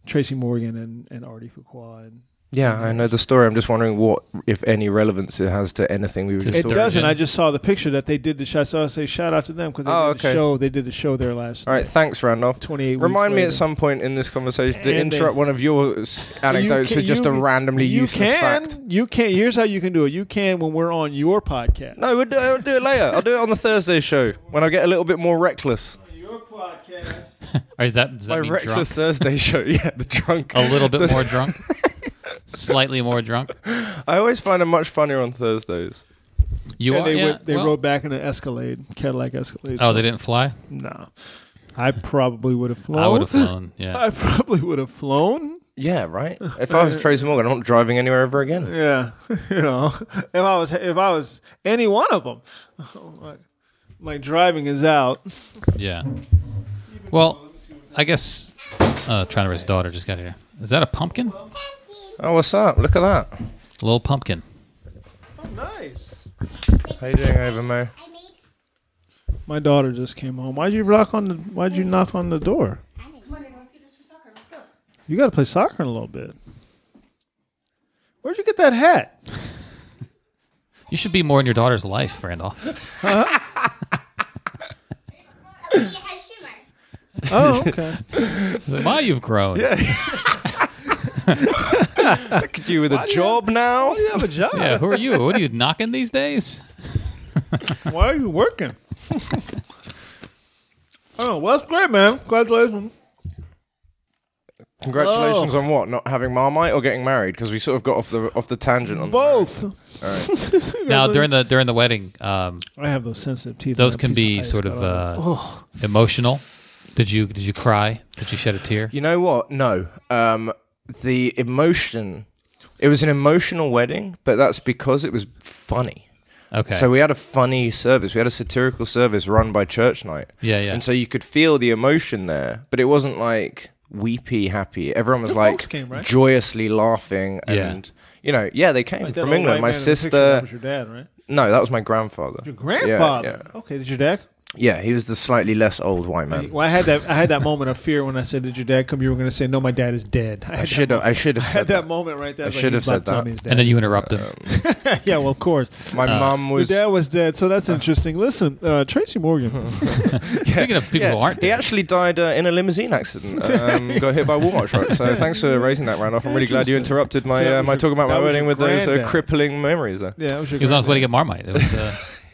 [SPEAKER 5] Tracy Morgan and, and Artie Fuqua. And,
[SPEAKER 6] Yeah, I know the story. I'm just wondering what, if any, relevance it has to anything we were
[SPEAKER 4] To
[SPEAKER 6] just
[SPEAKER 5] it
[SPEAKER 4] It
[SPEAKER 6] talking.
[SPEAKER 4] Sturgeon.
[SPEAKER 5] doesn't.
[SPEAKER 4] doesn't.
[SPEAKER 5] I just saw the picture that they did the show. So I say shout out to them because they
[SPEAKER 6] Oh,
[SPEAKER 5] did the
[SPEAKER 6] okay.
[SPEAKER 5] show. They did the show there last.
[SPEAKER 6] All right, thanks, Randolph.
[SPEAKER 5] 28
[SPEAKER 6] Remind
[SPEAKER 5] weeks
[SPEAKER 6] me
[SPEAKER 5] later.
[SPEAKER 6] at some point in this conversation to
[SPEAKER 5] And they-
[SPEAKER 6] interrupt one of your s- anecdotes
[SPEAKER 5] You
[SPEAKER 6] with just a
[SPEAKER 5] you-
[SPEAKER 6] randomly
[SPEAKER 5] you
[SPEAKER 6] useless
[SPEAKER 5] can,
[SPEAKER 6] fact.
[SPEAKER 5] You can. Here's how you can do it. You can when we're on your podcast.
[SPEAKER 6] No, we'll do, I'll do it later. I'll do it on the Thursday show when I get a little bit more reckless.
[SPEAKER 5] Your podcast.
[SPEAKER 4] Or is that does
[SPEAKER 6] My
[SPEAKER 4] that mean drunk?
[SPEAKER 6] reckless Thursday show. Yeah, the drunk.
[SPEAKER 4] A little bit more drunk. Slightly more drunk.
[SPEAKER 6] I always find it much funnier on Thursdays.
[SPEAKER 4] You are.
[SPEAKER 5] they
[SPEAKER 4] yeah,
[SPEAKER 5] went, they
[SPEAKER 4] well-
[SPEAKER 5] rode back in an Escalade, Cadillac Escalade.
[SPEAKER 4] Oh, they didn't fly.
[SPEAKER 5] No, I probably would have flown.
[SPEAKER 4] I would have flown. Yeah.
[SPEAKER 5] I probably would have flown.
[SPEAKER 6] Yeah, right. If I was Tracy Morgan, I'm not driving anywhere ever again.
[SPEAKER 5] Yeah, you know, if I was, if I was any one of them, my, my driving is out.
[SPEAKER 4] Yeah. Well, I guess uh, trying to raise a daughter just got here. Is that a pumpkin?
[SPEAKER 6] Oh, what's up? Look at that.
[SPEAKER 4] Little pumpkin.
[SPEAKER 5] Nice.
[SPEAKER 6] How you doing over, Mo?
[SPEAKER 7] I made.
[SPEAKER 5] My daughter just came home. Why'd you knock on the Why'd you knock on the door?
[SPEAKER 7] I didn't.
[SPEAKER 5] You got to play soccer in a little bit. Where'd you get that hat?
[SPEAKER 4] You should be more in your daughter's life, Randolph.
[SPEAKER 7] Oh, it has shimmer.
[SPEAKER 5] Oh, okay.
[SPEAKER 4] Why you've grown?
[SPEAKER 6] Look at you with a job now.
[SPEAKER 5] Oh, you have a job.
[SPEAKER 4] Yeah, Who are you? What are you knocking these days?
[SPEAKER 5] Why are you working? oh, well, that's great, man. Congratulations.
[SPEAKER 6] Congratulations on what? Not having Marmite or getting married? Because we sort of got off the off the tangent on
[SPEAKER 5] Both.
[SPEAKER 4] Now during the during the wedding, um,
[SPEAKER 5] I have those sensitive teeth.
[SPEAKER 4] those
[SPEAKER 5] and a
[SPEAKER 4] can
[SPEAKER 5] piece
[SPEAKER 4] be
[SPEAKER 5] ice
[SPEAKER 4] sort
[SPEAKER 5] cut
[SPEAKER 4] of
[SPEAKER 5] on
[SPEAKER 4] uh, emotional. Did you did you cry? Did you shed a tear?
[SPEAKER 6] You know what? No. Um, the emotion. It was an emotional wedding, but that's because it was funny.
[SPEAKER 4] Okay.
[SPEAKER 6] So we had a funny service. We had a satirical service run by Church Night.
[SPEAKER 4] Yeah, yeah.
[SPEAKER 6] And so you could feel the emotion there, but it wasn't like weepy happy. Everyone was like
[SPEAKER 5] folks came, right?
[SPEAKER 6] joyously laughing
[SPEAKER 4] Yeah.
[SPEAKER 6] and you know, yeah, they
[SPEAKER 4] uh,
[SPEAKER 6] came
[SPEAKER 5] Like that
[SPEAKER 6] from
[SPEAKER 5] old
[SPEAKER 6] England.
[SPEAKER 5] white man
[SPEAKER 6] My
[SPEAKER 5] in the picture, that
[SPEAKER 6] sister,
[SPEAKER 5] was your dad, right?
[SPEAKER 6] no, that was my grandfather.
[SPEAKER 5] Your grandfather.
[SPEAKER 6] Yeah, yeah.
[SPEAKER 5] Okay, did your dad?
[SPEAKER 6] Yeah, he was the slightly less old white man.
[SPEAKER 5] Well, I had that. I had that moment of fear when I said, "Did your dad come?" You were going to say, "No, my dad is dead." I
[SPEAKER 6] I
[SPEAKER 5] had,
[SPEAKER 6] should have. I should have
[SPEAKER 5] I
[SPEAKER 6] said
[SPEAKER 5] had that moment right there.
[SPEAKER 6] I
[SPEAKER 5] was like,
[SPEAKER 6] should have
[SPEAKER 5] he's about
[SPEAKER 6] said
[SPEAKER 5] to tell
[SPEAKER 6] that.
[SPEAKER 5] me he's dead.
[SPEAKER 4] and then you interrupt him.
[SPEAKER 6] uh,
[SPEAKER 5] yeah, well, of course.
[SPEAKER 6] My
[SPEAKER 4] Uh,
[SPEAKER 6] mum was.
[SPEAKER 5] your dad was dead, so that's interesting. Listen, uh, Tracy Morgan.
[SPEAKER 4] Speaking of people who aren't
[SPEAKER 6] He
[SPEAKER 4] dead,
[SPEAKER 6] actually died uh, in a limousine accident. Um, got hit by a watch, right? So thanks for raising that, Randolph. I'm really glad you interrupted
[SPEAKER 5] So that
[SPEAKER 6] my uh,
[SPEAKER 5] was
[SPEAKER 6] my
[SPEAKER 5] your-
[SPEAKER 6] talking about
[SPEAKER 5] that
[SPEAKER 6] my
[SPEAKER 5] was
[SPEAKER 6] wedding
[SPEAKER 5] your
[SPEAKER 6] with those uh,
[SPEAKER 5] granddad.
[SPEAKER 6] crippling memories there.
[SPEAKER 5] yeah, it was your
[SPEAKER 4] he was on his way to
[SPEAKER 5] granddad.
[SPEAKER 4] get Marmite. It was, uh,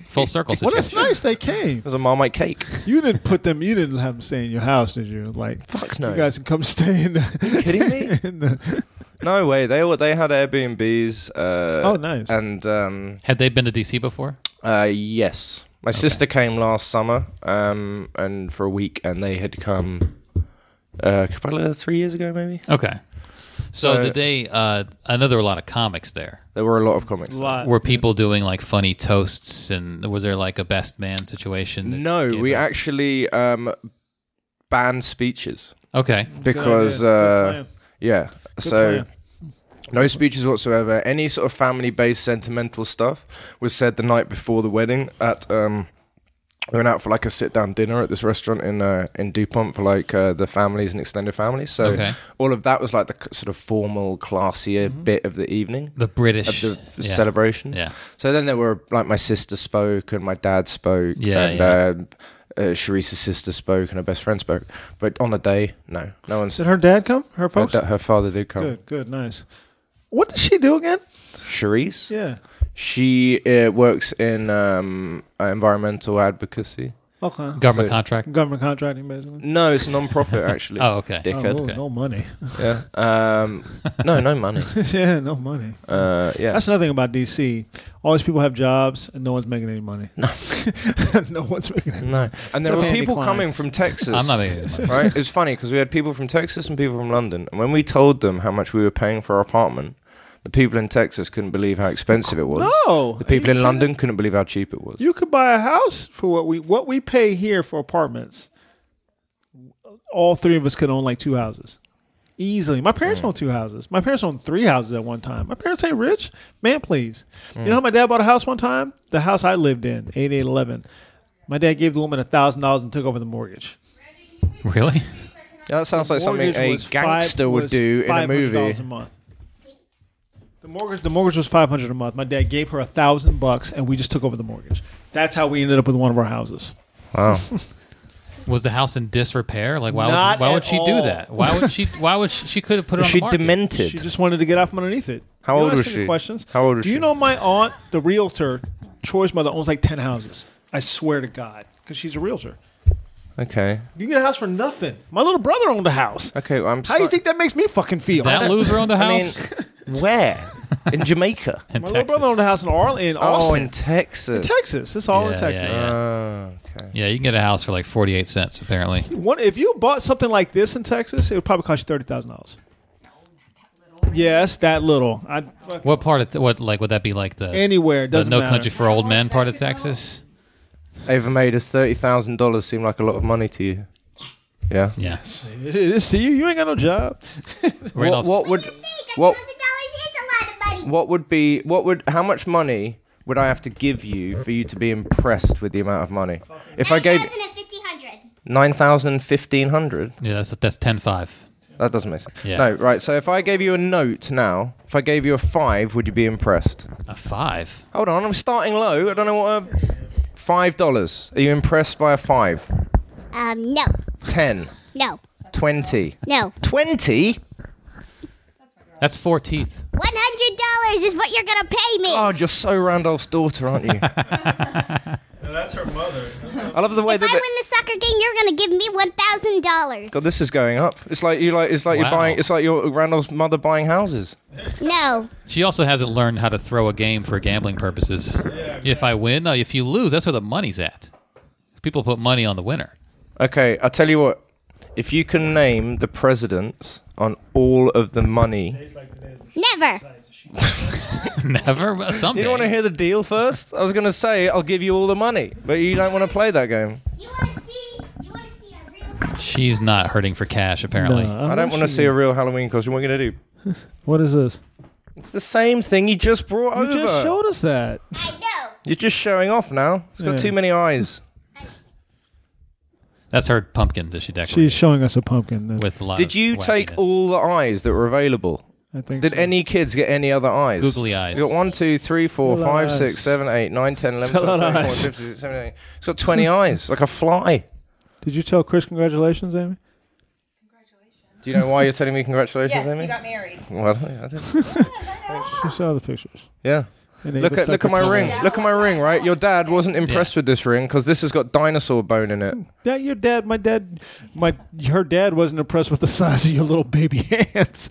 [SPEAKER 4] full circle
[SPEAKER 5] Well, that's
[SPEAKER 4] situation.
[SPEAKER 5] nice. They came.
[SPEAKER 6] There's a Marmite cake.
[SPEAKER 5] You didn't put them. You didn't have them stay in your house, did you? Like,
[SPEAKER 6] Fuck no.
[SPEAKER 5] You guys can come stay in. The,
[SPEAKER 6] kidding me?
[SPEAKER 5] in the,
[SPEAKER 6] No way. They were, they had Airbnbs. Uh,
[SPEAKER 5] Oh, nice.
[SPEAKER 6] And um,
[SPEAKER 4] Had they been to DC before?
[SPEAKER 6] uh, yes, my sister came last summer, um, and for a week, and they had come. Uh, probably three years ago, maybe
[SPEAKER 4] Okay. So
[SPEAKER 6] So-
[SPEAKER 4] did they? Uh, I know there were a lot of comics there.
[SPEAKER 6] there were a lot of comics. there.
[SPEAKER 5] lot.
[SPEAKER 4] Were people doing like funny toasts, and was there like a best man situation? that
[SPEAKER 6] No,
[SPEAKER 4] gave
[SPEAKER 6] we
[SPEAKER 4] it-
[SPEAKER 6] actually um, banned speeches
[SPEAKER 4] Okay.
[SPEAKER 6] because,
[SPEAKER 5] idea. Good
[SPEAKER 6] uh,
[SPEAKER 5] plan.
[SPEAKER 6] yeah. so,
[SPEAKER 5] plan.
[SPEAKER 6] no speeches whatsoever. Any sort of family-based sentimental stuff was said the night before the wedding. At um, we went out for like a sit-down dinner at this restaurant in uh, in Dupont for like uh, the families and extended families. So
[SPEAKER 4] Okay.
[SPEAKER 6] all of that was like the c- sort of formal, classier
[SPEAKER 5] Mm-hmm.
[SPEAKER 6] bit of the evening.
[SPEAKER 4] The British
[SPEAKER 6] of the
[SPEAKER 4] yeah.
[SPEAKER 6] celebration.
[SPEAKER 4] Yeah.
[SPEAKER 6] So then there were like my sister spoke and my dad spoke
[SPEAKER 4] Yeah,
[SPEAKER 6] and
[SPEAKER 4] yeah.
[SPEAKER 6] um, Uh, Sharice's sister spoke and her best friend spoke. But on the day, no, no one
[SPEAKER 5] Did
[SPEAKER 6] said.
[SPEAKER 5] her dad come? Her
[SPEAKER 6] Her,
[SPEAKER 5] folks.
[SPEAKER 6] da- her father did come.
[SPEAKER 5] Good. Good. Nice. What did she do again?
[SPEAKER 6] Sharice,
[SPEAKER 5] Yeah.
[SPEAKER 6] she uh, works in um, uh, environmental advocacy.
[SPEAKER 5] Okay.
[SPEAKER 4] government
[SPEAKER 6] so-
[SPEAKER 4] contract.
[SPEAKER 5] Government contracting, basically.
[SPEAKER 6] No, it's a non-profit actually.
[SPEAKER 4] Oh, okay.
[SPEAKER 6] dickhead.
[SPEAKER 5] Oh, no money.
[SPEAKER 6] Yeah. Um, no, no money.
[SPEAKER 5] yeah, no money.
[SPEAKER 6] Uh, yeah.
[SPEAKER 5] That's another thing about DC. All these people have jobs, and no one's making any money. No, no one's making any.
[SPEAKER 6] No, and there
[SPEAKER 5] Except
[SPEAKER 6] were
[SPEAKER 5] Andy
[SPEAKER 6] people
[SPEAKER 5] Klein.
[SPEAKER 6] coming from Texas.
[SPEAKER 4] I'm not making any money.
[SPEAKER 6] Right, it's funny because we had people from Texas and people from London, and when we told them how much we were paying for our apartment, the people in Texas couldn't believe how expensive it was.
[SPEAKER 5] No, are
[SPEAKER 6] the
[SPEAKER 5] you
[SPEAKER 6] people in
[SPEAKER 5] kidding?
[SPEAKER 6] London couldn't believe how cheap it was.
[SPEAKER 5] You could buy a house for what we what we pay here for apartments. All three of us could own like two houses, easily. My
[SPEAKER 6] Mm.
[SPEAKER 5] parents own two houses. My parents own three houses at one time. My parents ain't rich, man. Please,
[SPEAKER 6] Mm.
[SPEAKER 5] you know how my dad bought a house one time? The house I lived in, eight eight eleven. My dad gave the woman a thousand dollars and took over the mortgage.
[SPEAKER 4] Really?
[SPEAKER 6] Yeah, that sounds like something
[SPEAKER 5] mortgage
[SPEAKER 6] a
[SPEAKER 5] was
[SPEAKER 6] gangster
[SPEAKER 5] five-
[SPEAKER 6] would
[SPEAKER 5] was
[SPEAKER 6] do in a
[SPEAKER 5] $500
[SPEAKER 6] movie.
[SPEAKER 5] A month. The mortgage, the mortgage was five hundred a month. My dad gave her a thousand bucks, and we just took over the mortgage. That's how we ended up with one of our houses.
[SPEAKER 6] Wow.
[SPEAKER 4] Was the house in disrepair? Like why?
[SPEAKER 5] Not
[SPEAKER 4] would, why would
[SPEAKER 5] at
[SPEAKER 4] she
[SPEAKER 5] all.
[SPEAKER 4] do that? Why would she? Why would she? She could have put it
[SPEAKER 6] Was
[SPEAKER 4] on
[SPEAKER 6] she
[SPEAKER 4] the market.
[SPEAKER 5] She
[SPEAKER 6] demented?
[SPEAKER 5] just wanted to get out from underneath it.
[SPEAKER 6] How
[SPEAKER 5] You know,
[SPEAKER 6] old
[SPEAKER 5] I
[SPEAKER 6] was
[SPEAKER 5] asked you
[SPEAKER 6] she?
[SPEAKER 5] Questions.
[SPEAKER 6] How old was
[SPEAKER 5] Do you
[SPEAKER 6] she?
[SPEAKER 5] know my aunt, the realtor, Troy's mother, owns like ten houses. I swear to God, because she's a realtor.
[SPEAKER 6] okay.
[SPEAKER 5] You can get a house for nothing. My little brother owned a house.
[SPEAKER 6] Okay. well, I'm.
[SPEAKER 5] How do you
[SPEAKER 6] sli-
[SPEAKER 5] think that makes me fucking feel?
[SPEAKER 4] that loser owned the
[SPEAKER 6] I
[SPEAKER 4] house
[SPEAKER 6] mean, where? In Jamaica.
[SPEAKER 4] in
[SPEAKER 5] my little
[SPEAKER 4] Texas.
[SPEAKER 5] brother owned a house in, Arl- in
[SPEAKER 6] Oh,
[SPEAKER 5] Austin,
[SPEAKER 6] in Texas.
[SPEAKER 5] Texas. It's all in
[SPEAKER 4] Yeah,
[SPEAKER 5] Texas.
[SPEAKER 4] yeah, yeah.
[SPEAKER 6] Oh, okay.
[SPEAKER 4] Yeah, you can get a house for like forty-eight cents apparently.
[SPEAKER 5] One, if you bought something like this in Texas, it would probably cost you thirty thousand dollars. Yes, that little. I
[SPEAKER 4] What part of t- what like would that be like the
[SPEAKER 5] anywhere it
[SPEAKER 4] the
[SPEAKER 5] doesn't
[SPEAKER 4] No
[SPEAKER 5] matter.
[SPEAKER 4] Country for Old Men part of Texas?
[SPEAKER 6] Ava made us thirty thousand dollars seem like a lot of money to you. Yeah.
[SPEAKER 4] Yeah.
[SPEAKER 5] It is to you. You ain't got no job.
[SPEAKER 4] Randolph-
[SPEAKER 6] What, what would
[SPEAKER 7] What?
[SPEAKER 6] what
[SPEAKER 7] is a lot of money.
[SPEAKER 6] what would be what would how much money would I have to give you for you to be impressed with the amount of money? If I gave
[SPEAKER 7] 9,500.
[SPEAKER 6] nine thousand fifteen hundred,
[SPEAKER 4] Yeah, that's that's ten five.
[SPEAKER 6] that doesn't make sense.
[SPEAKER 4] Yeah.
[SPEAKER 6] No, right. So if I gave you a note now, if I gave you a five, would you be impressed?
[SPEAKER 4] A five.
[SPEAKER 6] Hold on, I'm starting low. I don't know what a five dollars. Are you impressed by a five?
[SPEAKER 7] Um, no.
[SPEAKER 6] Ten.
[SPEAKER 7] No.
[SPEAKER 6] Twenty.
[SPEAKER 7] No.
[SPEAKER 6] Twenty?
[SPEAKER 4] That's four teeth.
[SPEAKER 7] $100 is what you're going to pay me.
[SPEAKER 6] God, Oh, you're so Randolph's daughter, aren't you?
[SPEAKER 5] That's her mother.
[SPEAKER 6] I love the way
[SPEAKER 7] if I
[SPEAKER 6] that
[SPEAKER 7] win
[SPEAKER 6] the-
[SPEAKER 7] the soccer game, you're going to give me $1,000.
[SPEAKER 6] God, this is going up. It's like you like. It's like you're
[SPEAKER 4] Wow.
[SPEAKER 6] buying. It's like your Randolph's mother buying houses.
[SPEAKER 7] No.
[SPEAKER 4] She also hasn't learned how to throw a game for gambling purposes. If I win, no, if you lose, that's where the money's at. People put money on the winner.
[SPEAKER 6] Okay, I'll tell you what. If you can name the presidents on all of the money,
[SPEAKER 7] Never.
[SPEAKER 4] Never. but Someday.
[SPEAKER 6] you don't want to hear the deal first. I was gonna say I'll give you all the money, but you don't want to play that game.
[SPEAKER 7] You want to see? You want to see a real
[SPEAKER 4] She's not hurting for cash apparently.
[SPEAKER 5] Uh,
[SPEAKER 6] I don't want to see a real Halloween costume. What are we gonna do?
[SPEAKER 5] What is this?
[SPEAKER 6] It's the same thing you just brought
[SPEAKER 5] You
[SPEAKER 6] over.
[SPEAKER 5] just showed us that.
[SPEAKER 7] I know.
[SPEAKER 6] You're just showing off now. It's got
[SPEAKER 5] Yeah.
[SPEAKER 6] too many eyes.
[SPEAKER 4] That's her pumpkin that she decorated
[SPEAKER 5] She's showing us a pumpkin.
[SPEAKER 4] with a lot.
[SPEAKER 6] Did
[SPEAKER 4] of
[SPEAKER 6] you take
[SPEAKER 4] wackiness.
[SPEAKER 6] all the eyes that were available?
[SPEAKER 5] I think.
[SPEAKER 6] Did any kids get any other eyes?
[SPEAKER 4] Googly eyes.
[SPEAKER 6] You got one, two, three, four,
[SPEAKER 5] Got a lot
[SPEAKER 6] five,
[SPEAKER 5] of
[SPEAKER 6] six,
[SPEAKER 5] eyes.
[SPEAKER 6] seven, eight, nine, ten, eleven,
[SPEAKER 5] Got a lot of
[SPEAKER 6] twelve, thirteen, fourteen,
[SPEAKER 5] eyes.
[SPEAKER 6] fifteen, sixteen, seventeen, eighteen. It's got 20 eyes, like a fly.
[SPEAKER 5] Did you tell Chris congratulations, Amy?
[SPEAKER 6] Do you know why you're telling me congratulations,
[SPEAKER 8] Yes,
[SPEAKER 6] Amy?
[SPEAKER 8] you got married.
[SPEAKER 6] well, yeah, I did.
[SPEAKER 5] You saw the pictures.
[SPEAKER 6] yeah.
[SPEAKER 5] And they
[SPEAKER 6] Look
[SPEAKER 5] just
[SPEAKER 6] at look
[SPEAKER 5] stuck
[SPEAKER 6] at my
[SPEAKER 5] it to
[SPEAKER 6] ring.
[SPEAKER 5] the-
[SPEAKER 6] Look at my ring, right? Your dad wasn't impressed with this ring because this has got dinosaur bone in it.
[SPEAKER 5] Yeah, your dad, my dad, my her dad wasn't impressed with the size of your little baby hands.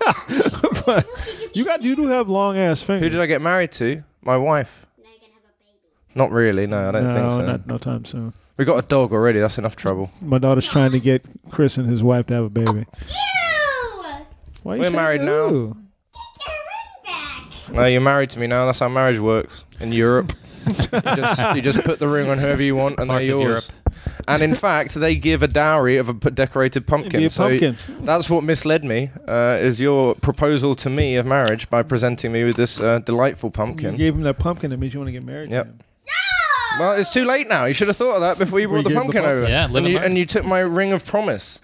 [SPEAKER 5] but you got you do have long ass fingers.
[SPEAKER 6] Who did I get married to? My wife.
[SPEAKER 7] Now you're gonna have a baby.
[SPEAKER 6] Not really. No, I don't
[SPEAKER 5] no,
[SPEAKER 6] think so.
[SPEAKER 5] not no time soon.
[SPEAKER 6] We got a dog already. That's enough trouble.
[SPEAKER 5] My daughter's trying to get Chris and his wife to have a baby.
[SPEAKER 7] Ew!
[SPEAKER 5] Why you
[SPEAKER 6] We're
[SPEAKER 5] saying
[SPEAKER 6] married now.
[SPEAKER 5] ew?
[SPEAKER 7] Get your ring back!
[SPEAKER 6] No, you're married to me now. That's how marriage works in Europe. you, just, you just put the ring on whoever you want, and
[SPEAKER 4] Parts
[SPEAKER 6] they're
[SPEAKER 4] of
[SPEAKER 6] yours. And in fact, they give a dowry of a p- decorated pumpkin.
[SPEAKER 5] Be a
[SPEAKER 6] so
[SPEAKER 5] pumpkin.
[SPEAKER 6] that's what misled me. Uh, is your proposal to me of marriage by presenting me with this uh, delightful
[SPEAKER 5] You
[SPEAKER 6] pumpkin?
[SPEAKER 5] gave him that pumpkin that means you want to get married. to
[SPEAKER 6] Yep.
[SPEAKER 5] him.
[SPEAKER 7] Oh,
[SPEAKER 6] Well, it's too late now. You should have thought of that before you brought
[SPEAKER 5] you
[SPEAKER 6] the
[SPEAKER 5] gave the
[SPEAKER 6] pumpkin
[SPEAKER 5] pumpkin.
[SPEAKER 6] over.
[SPEAKER 4] Yeah, live
[SPEAKER 6] and
[SPEAKER 4] and
[SPEAKER 6] you,
[SPEAKER 4] learn.
[SPEAKER 6] and you took my ring of promise.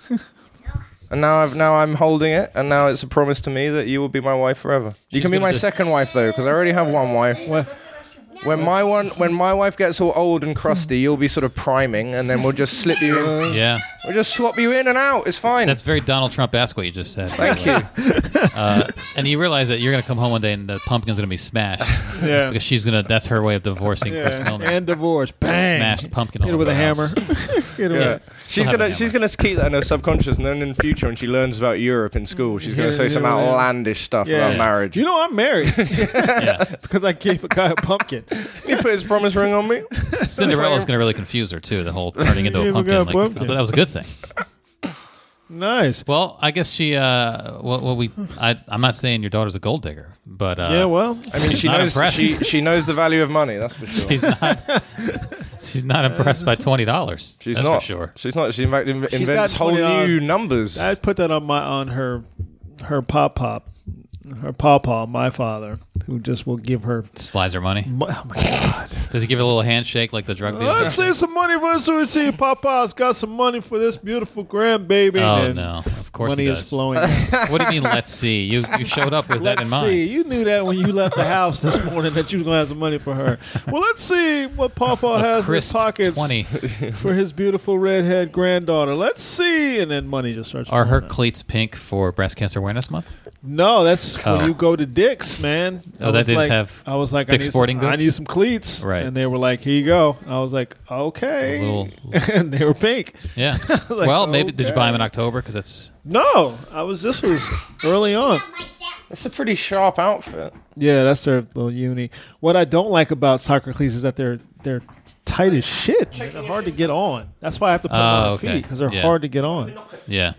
[SPEAKER 6] And now, I've, now I'm holding it, and now it's a promise to me that you will be my wife forever. you
[SPEAKER 4] She's
[SPEAKER 6] can be
[SPEAKER 4] gonna
[SPEAKER 6] my
[SPEAKER 4] just-
[SPEAKER 6] second wife though, because I already have one wife. When my one, when my wife gets all old and crusty, you'll be sort of priming, and then we'll just slip you in.
[SPEAKER 4] Yeah,
[SPEAKER 6] We'll just swap you in and out. It's fine.
[SPEAKER 4] that's very Donald Trump. Ask what you just said.
[SPEAKER 6] Thank you.
[SPEAKER 4] And you realize that you're gonna come home one day and the pumpkin's gonna be smashed
[SPEAKER 5] Yeah.
[SPEAKER 4] because she's gonna. That's her way of divorcing Chris
[SPEAKER 5] Yeah.
[SPEAKER 4] Milner.
[SPEAKER 5] And divorce. Bang.
[SPEAKER 4] Smashed pumpkin.
[SPEAKER 5] Hit it
[SPEAKER 4] all
[SPEAKER 5] with
[SPEAKER 4] over
[SPEAKER 5] a
[SPEAKER 4] the
[SPEAKER 5] hammer.
[SPEAKER 4] house.
[SPEAKER 5] Hit it with
[SPEAKER 6] Yeah.
[SPEAKER 5] a-
[SPEAKER 6] She's
[SPEAKER 4] I'll have
[SPEAKER 6] gonna
[SPEAKER 4] a
[SPEAKER 6] she's
[SPEAKER 4] hammer.
[SPEAKER 6] gonna keep that in her subconscious, and then in future when she learns about Europe in school, she's
[SPEAKER 5] Yeah,
[SPEAKER 6] gonna say some
[SPEAKER 5] yeah, yeah.
[SPEAKER 6] outlandish stuff about marriage.
[SPEAKER 5] You know I'm married
[SPEAKER 4] Yeah.
[SPEAKER 5] because I gave a guy a pumpkin.
[SPEAKER 6] He put his promise ring on me.
[SPEAKER 4] Cinderella's going to really confuse her too. The whole turning into
[SPEAKER 5] Yeah,
[SPEAKER 4] a
[SPEAKER 5] we got
[SPEAKER 4] pumpkin.
[SPEAKER 5] a
[SPEAKER 4] Like,
[SPEAKER 5] pumpkin.
[SPEAKER 4] I thought that was a good thing.
[SPEAKER 5] Nice.
[SPEAKER 4] Well, I guess she. Uh, well, well, we. I, I'm not saying your daughter's a gold digger, but uh,
[SPEAKER 5] Yeah. Well.
[SPEAKER 6] I mean,
[SPEAKER 4] She's
[SPEAKER 6] she
[SPEAKER 4] not
[SPEAKER 6] knows
[SPEAKER 4] impressed.
[SPEAKER 6] she, she knows the value of money. That's for sure.
[SPEAKER 4] she's not. she's not impressed by twenty dollars.
[SPEAKER 6] She's
[SPEAKER 4] that's
[SPEAKER 6] not
[SPEAKER 4] for sure.
[SPEAKER 6] She's not. She in fact inv-
[SPEAKER 5] She's
[SPEAKER 6] invents
[SPEAKER 5] got
[SPEAKER 6] whole
[SPEAKER 5] $20.
[SPEAKER 6] new numbers.
[SPEAKER 5] I put that on my on her her pop pop her papa my father who just will give her
[SPEAKER 4] Slides her money.
[SPEAKER 5] mo- oh my god
[SPEAKER 4] Does he give her a little handshake like the drug dealer?
[SPEAKER 5] let's save some money for suicide papa's got some money for this beautiful grandbaby
[SPEAKER 4] Oh
[SPEAKER 5] and
[SPEAKER 4] no! Of course
[SPEAKER 5] money
[SPEAKER 4] he
[SPEAKER 5] is
[SPEAKER 4] does.
[SPEAKER 5] flowing
[SPEAKER 4] What do you mean? Let's see. You you showed up with that
[SPEAKER 5] let's
[SPEAKER 4] in
[SPEAKER 5] see
[SPEAKER 4] mind.
[SPEAKER 5] you knew that when you left the house this morning that you was gonna have some money for her well let's see what papa has in his
[SPEAKER 4] Crisp
[SPEAKER 5] pockets
[SPEAKER 4] twenty.
[SPEAKER 5] for his beautiful redhead granddaughter let's see and then money just starts
[SPEAKER 4] Are her
[SPEAKER 5] flowing out.
[SPEAKER 4] cleats pink for Breast Cancer Awareness Month?
[SPEAKER 5] No, that's
[SPEAKER 4] Oh.
[SPEAKER 5] when you go to Dick's, man.
[SPEAKER 4] Oh,
[SPEAKER 5] I
[SPEAKER 4] that
[SPEAKER 5] was
[SPEAKER 4] they just
[SPEAKER 5] like-
[SPEAKER 4] have
[SPEAKER 5] I was like, I
[SPEAKER 4] Dick's
[SPEAKER 5] need
[SPEAKER 4] Sporting
[SPEAKER 5] some, I
[SPEAKER 4] Goods?
[SPEAKER 5] need some cleats,
[SPEAKER 4] Right.
[SPEAKER 5] And they were like, here you go. I was like, okay.
[SPEAKER 4] A little-
[SPEAKER 5] and they were pink.
[SPEAKER 4] Yeah. well, maybe did you buy them in October? Because that's
[SPEAKER 5] No, I was. This was early on.
[SPEAKER 7] Not like that.
[SPEAKER 6] It's a pretty sharp outfit.
[SPEAKER 5] Yeah, that's their little uni. What I don't like about soccer cleats is that they're they're tight as shit. man. They're hard to get on. That's why I have to put them
[SPEAKER 4] Oh,
[SPEAKER 5] on my
[SPEAKER 4] okay.
[SPEAKER 5] feet because they're
[SPEAKER 4] Yeah.
[SPEAKER 5] hard to get on.
[SPEAKER 4] yeah.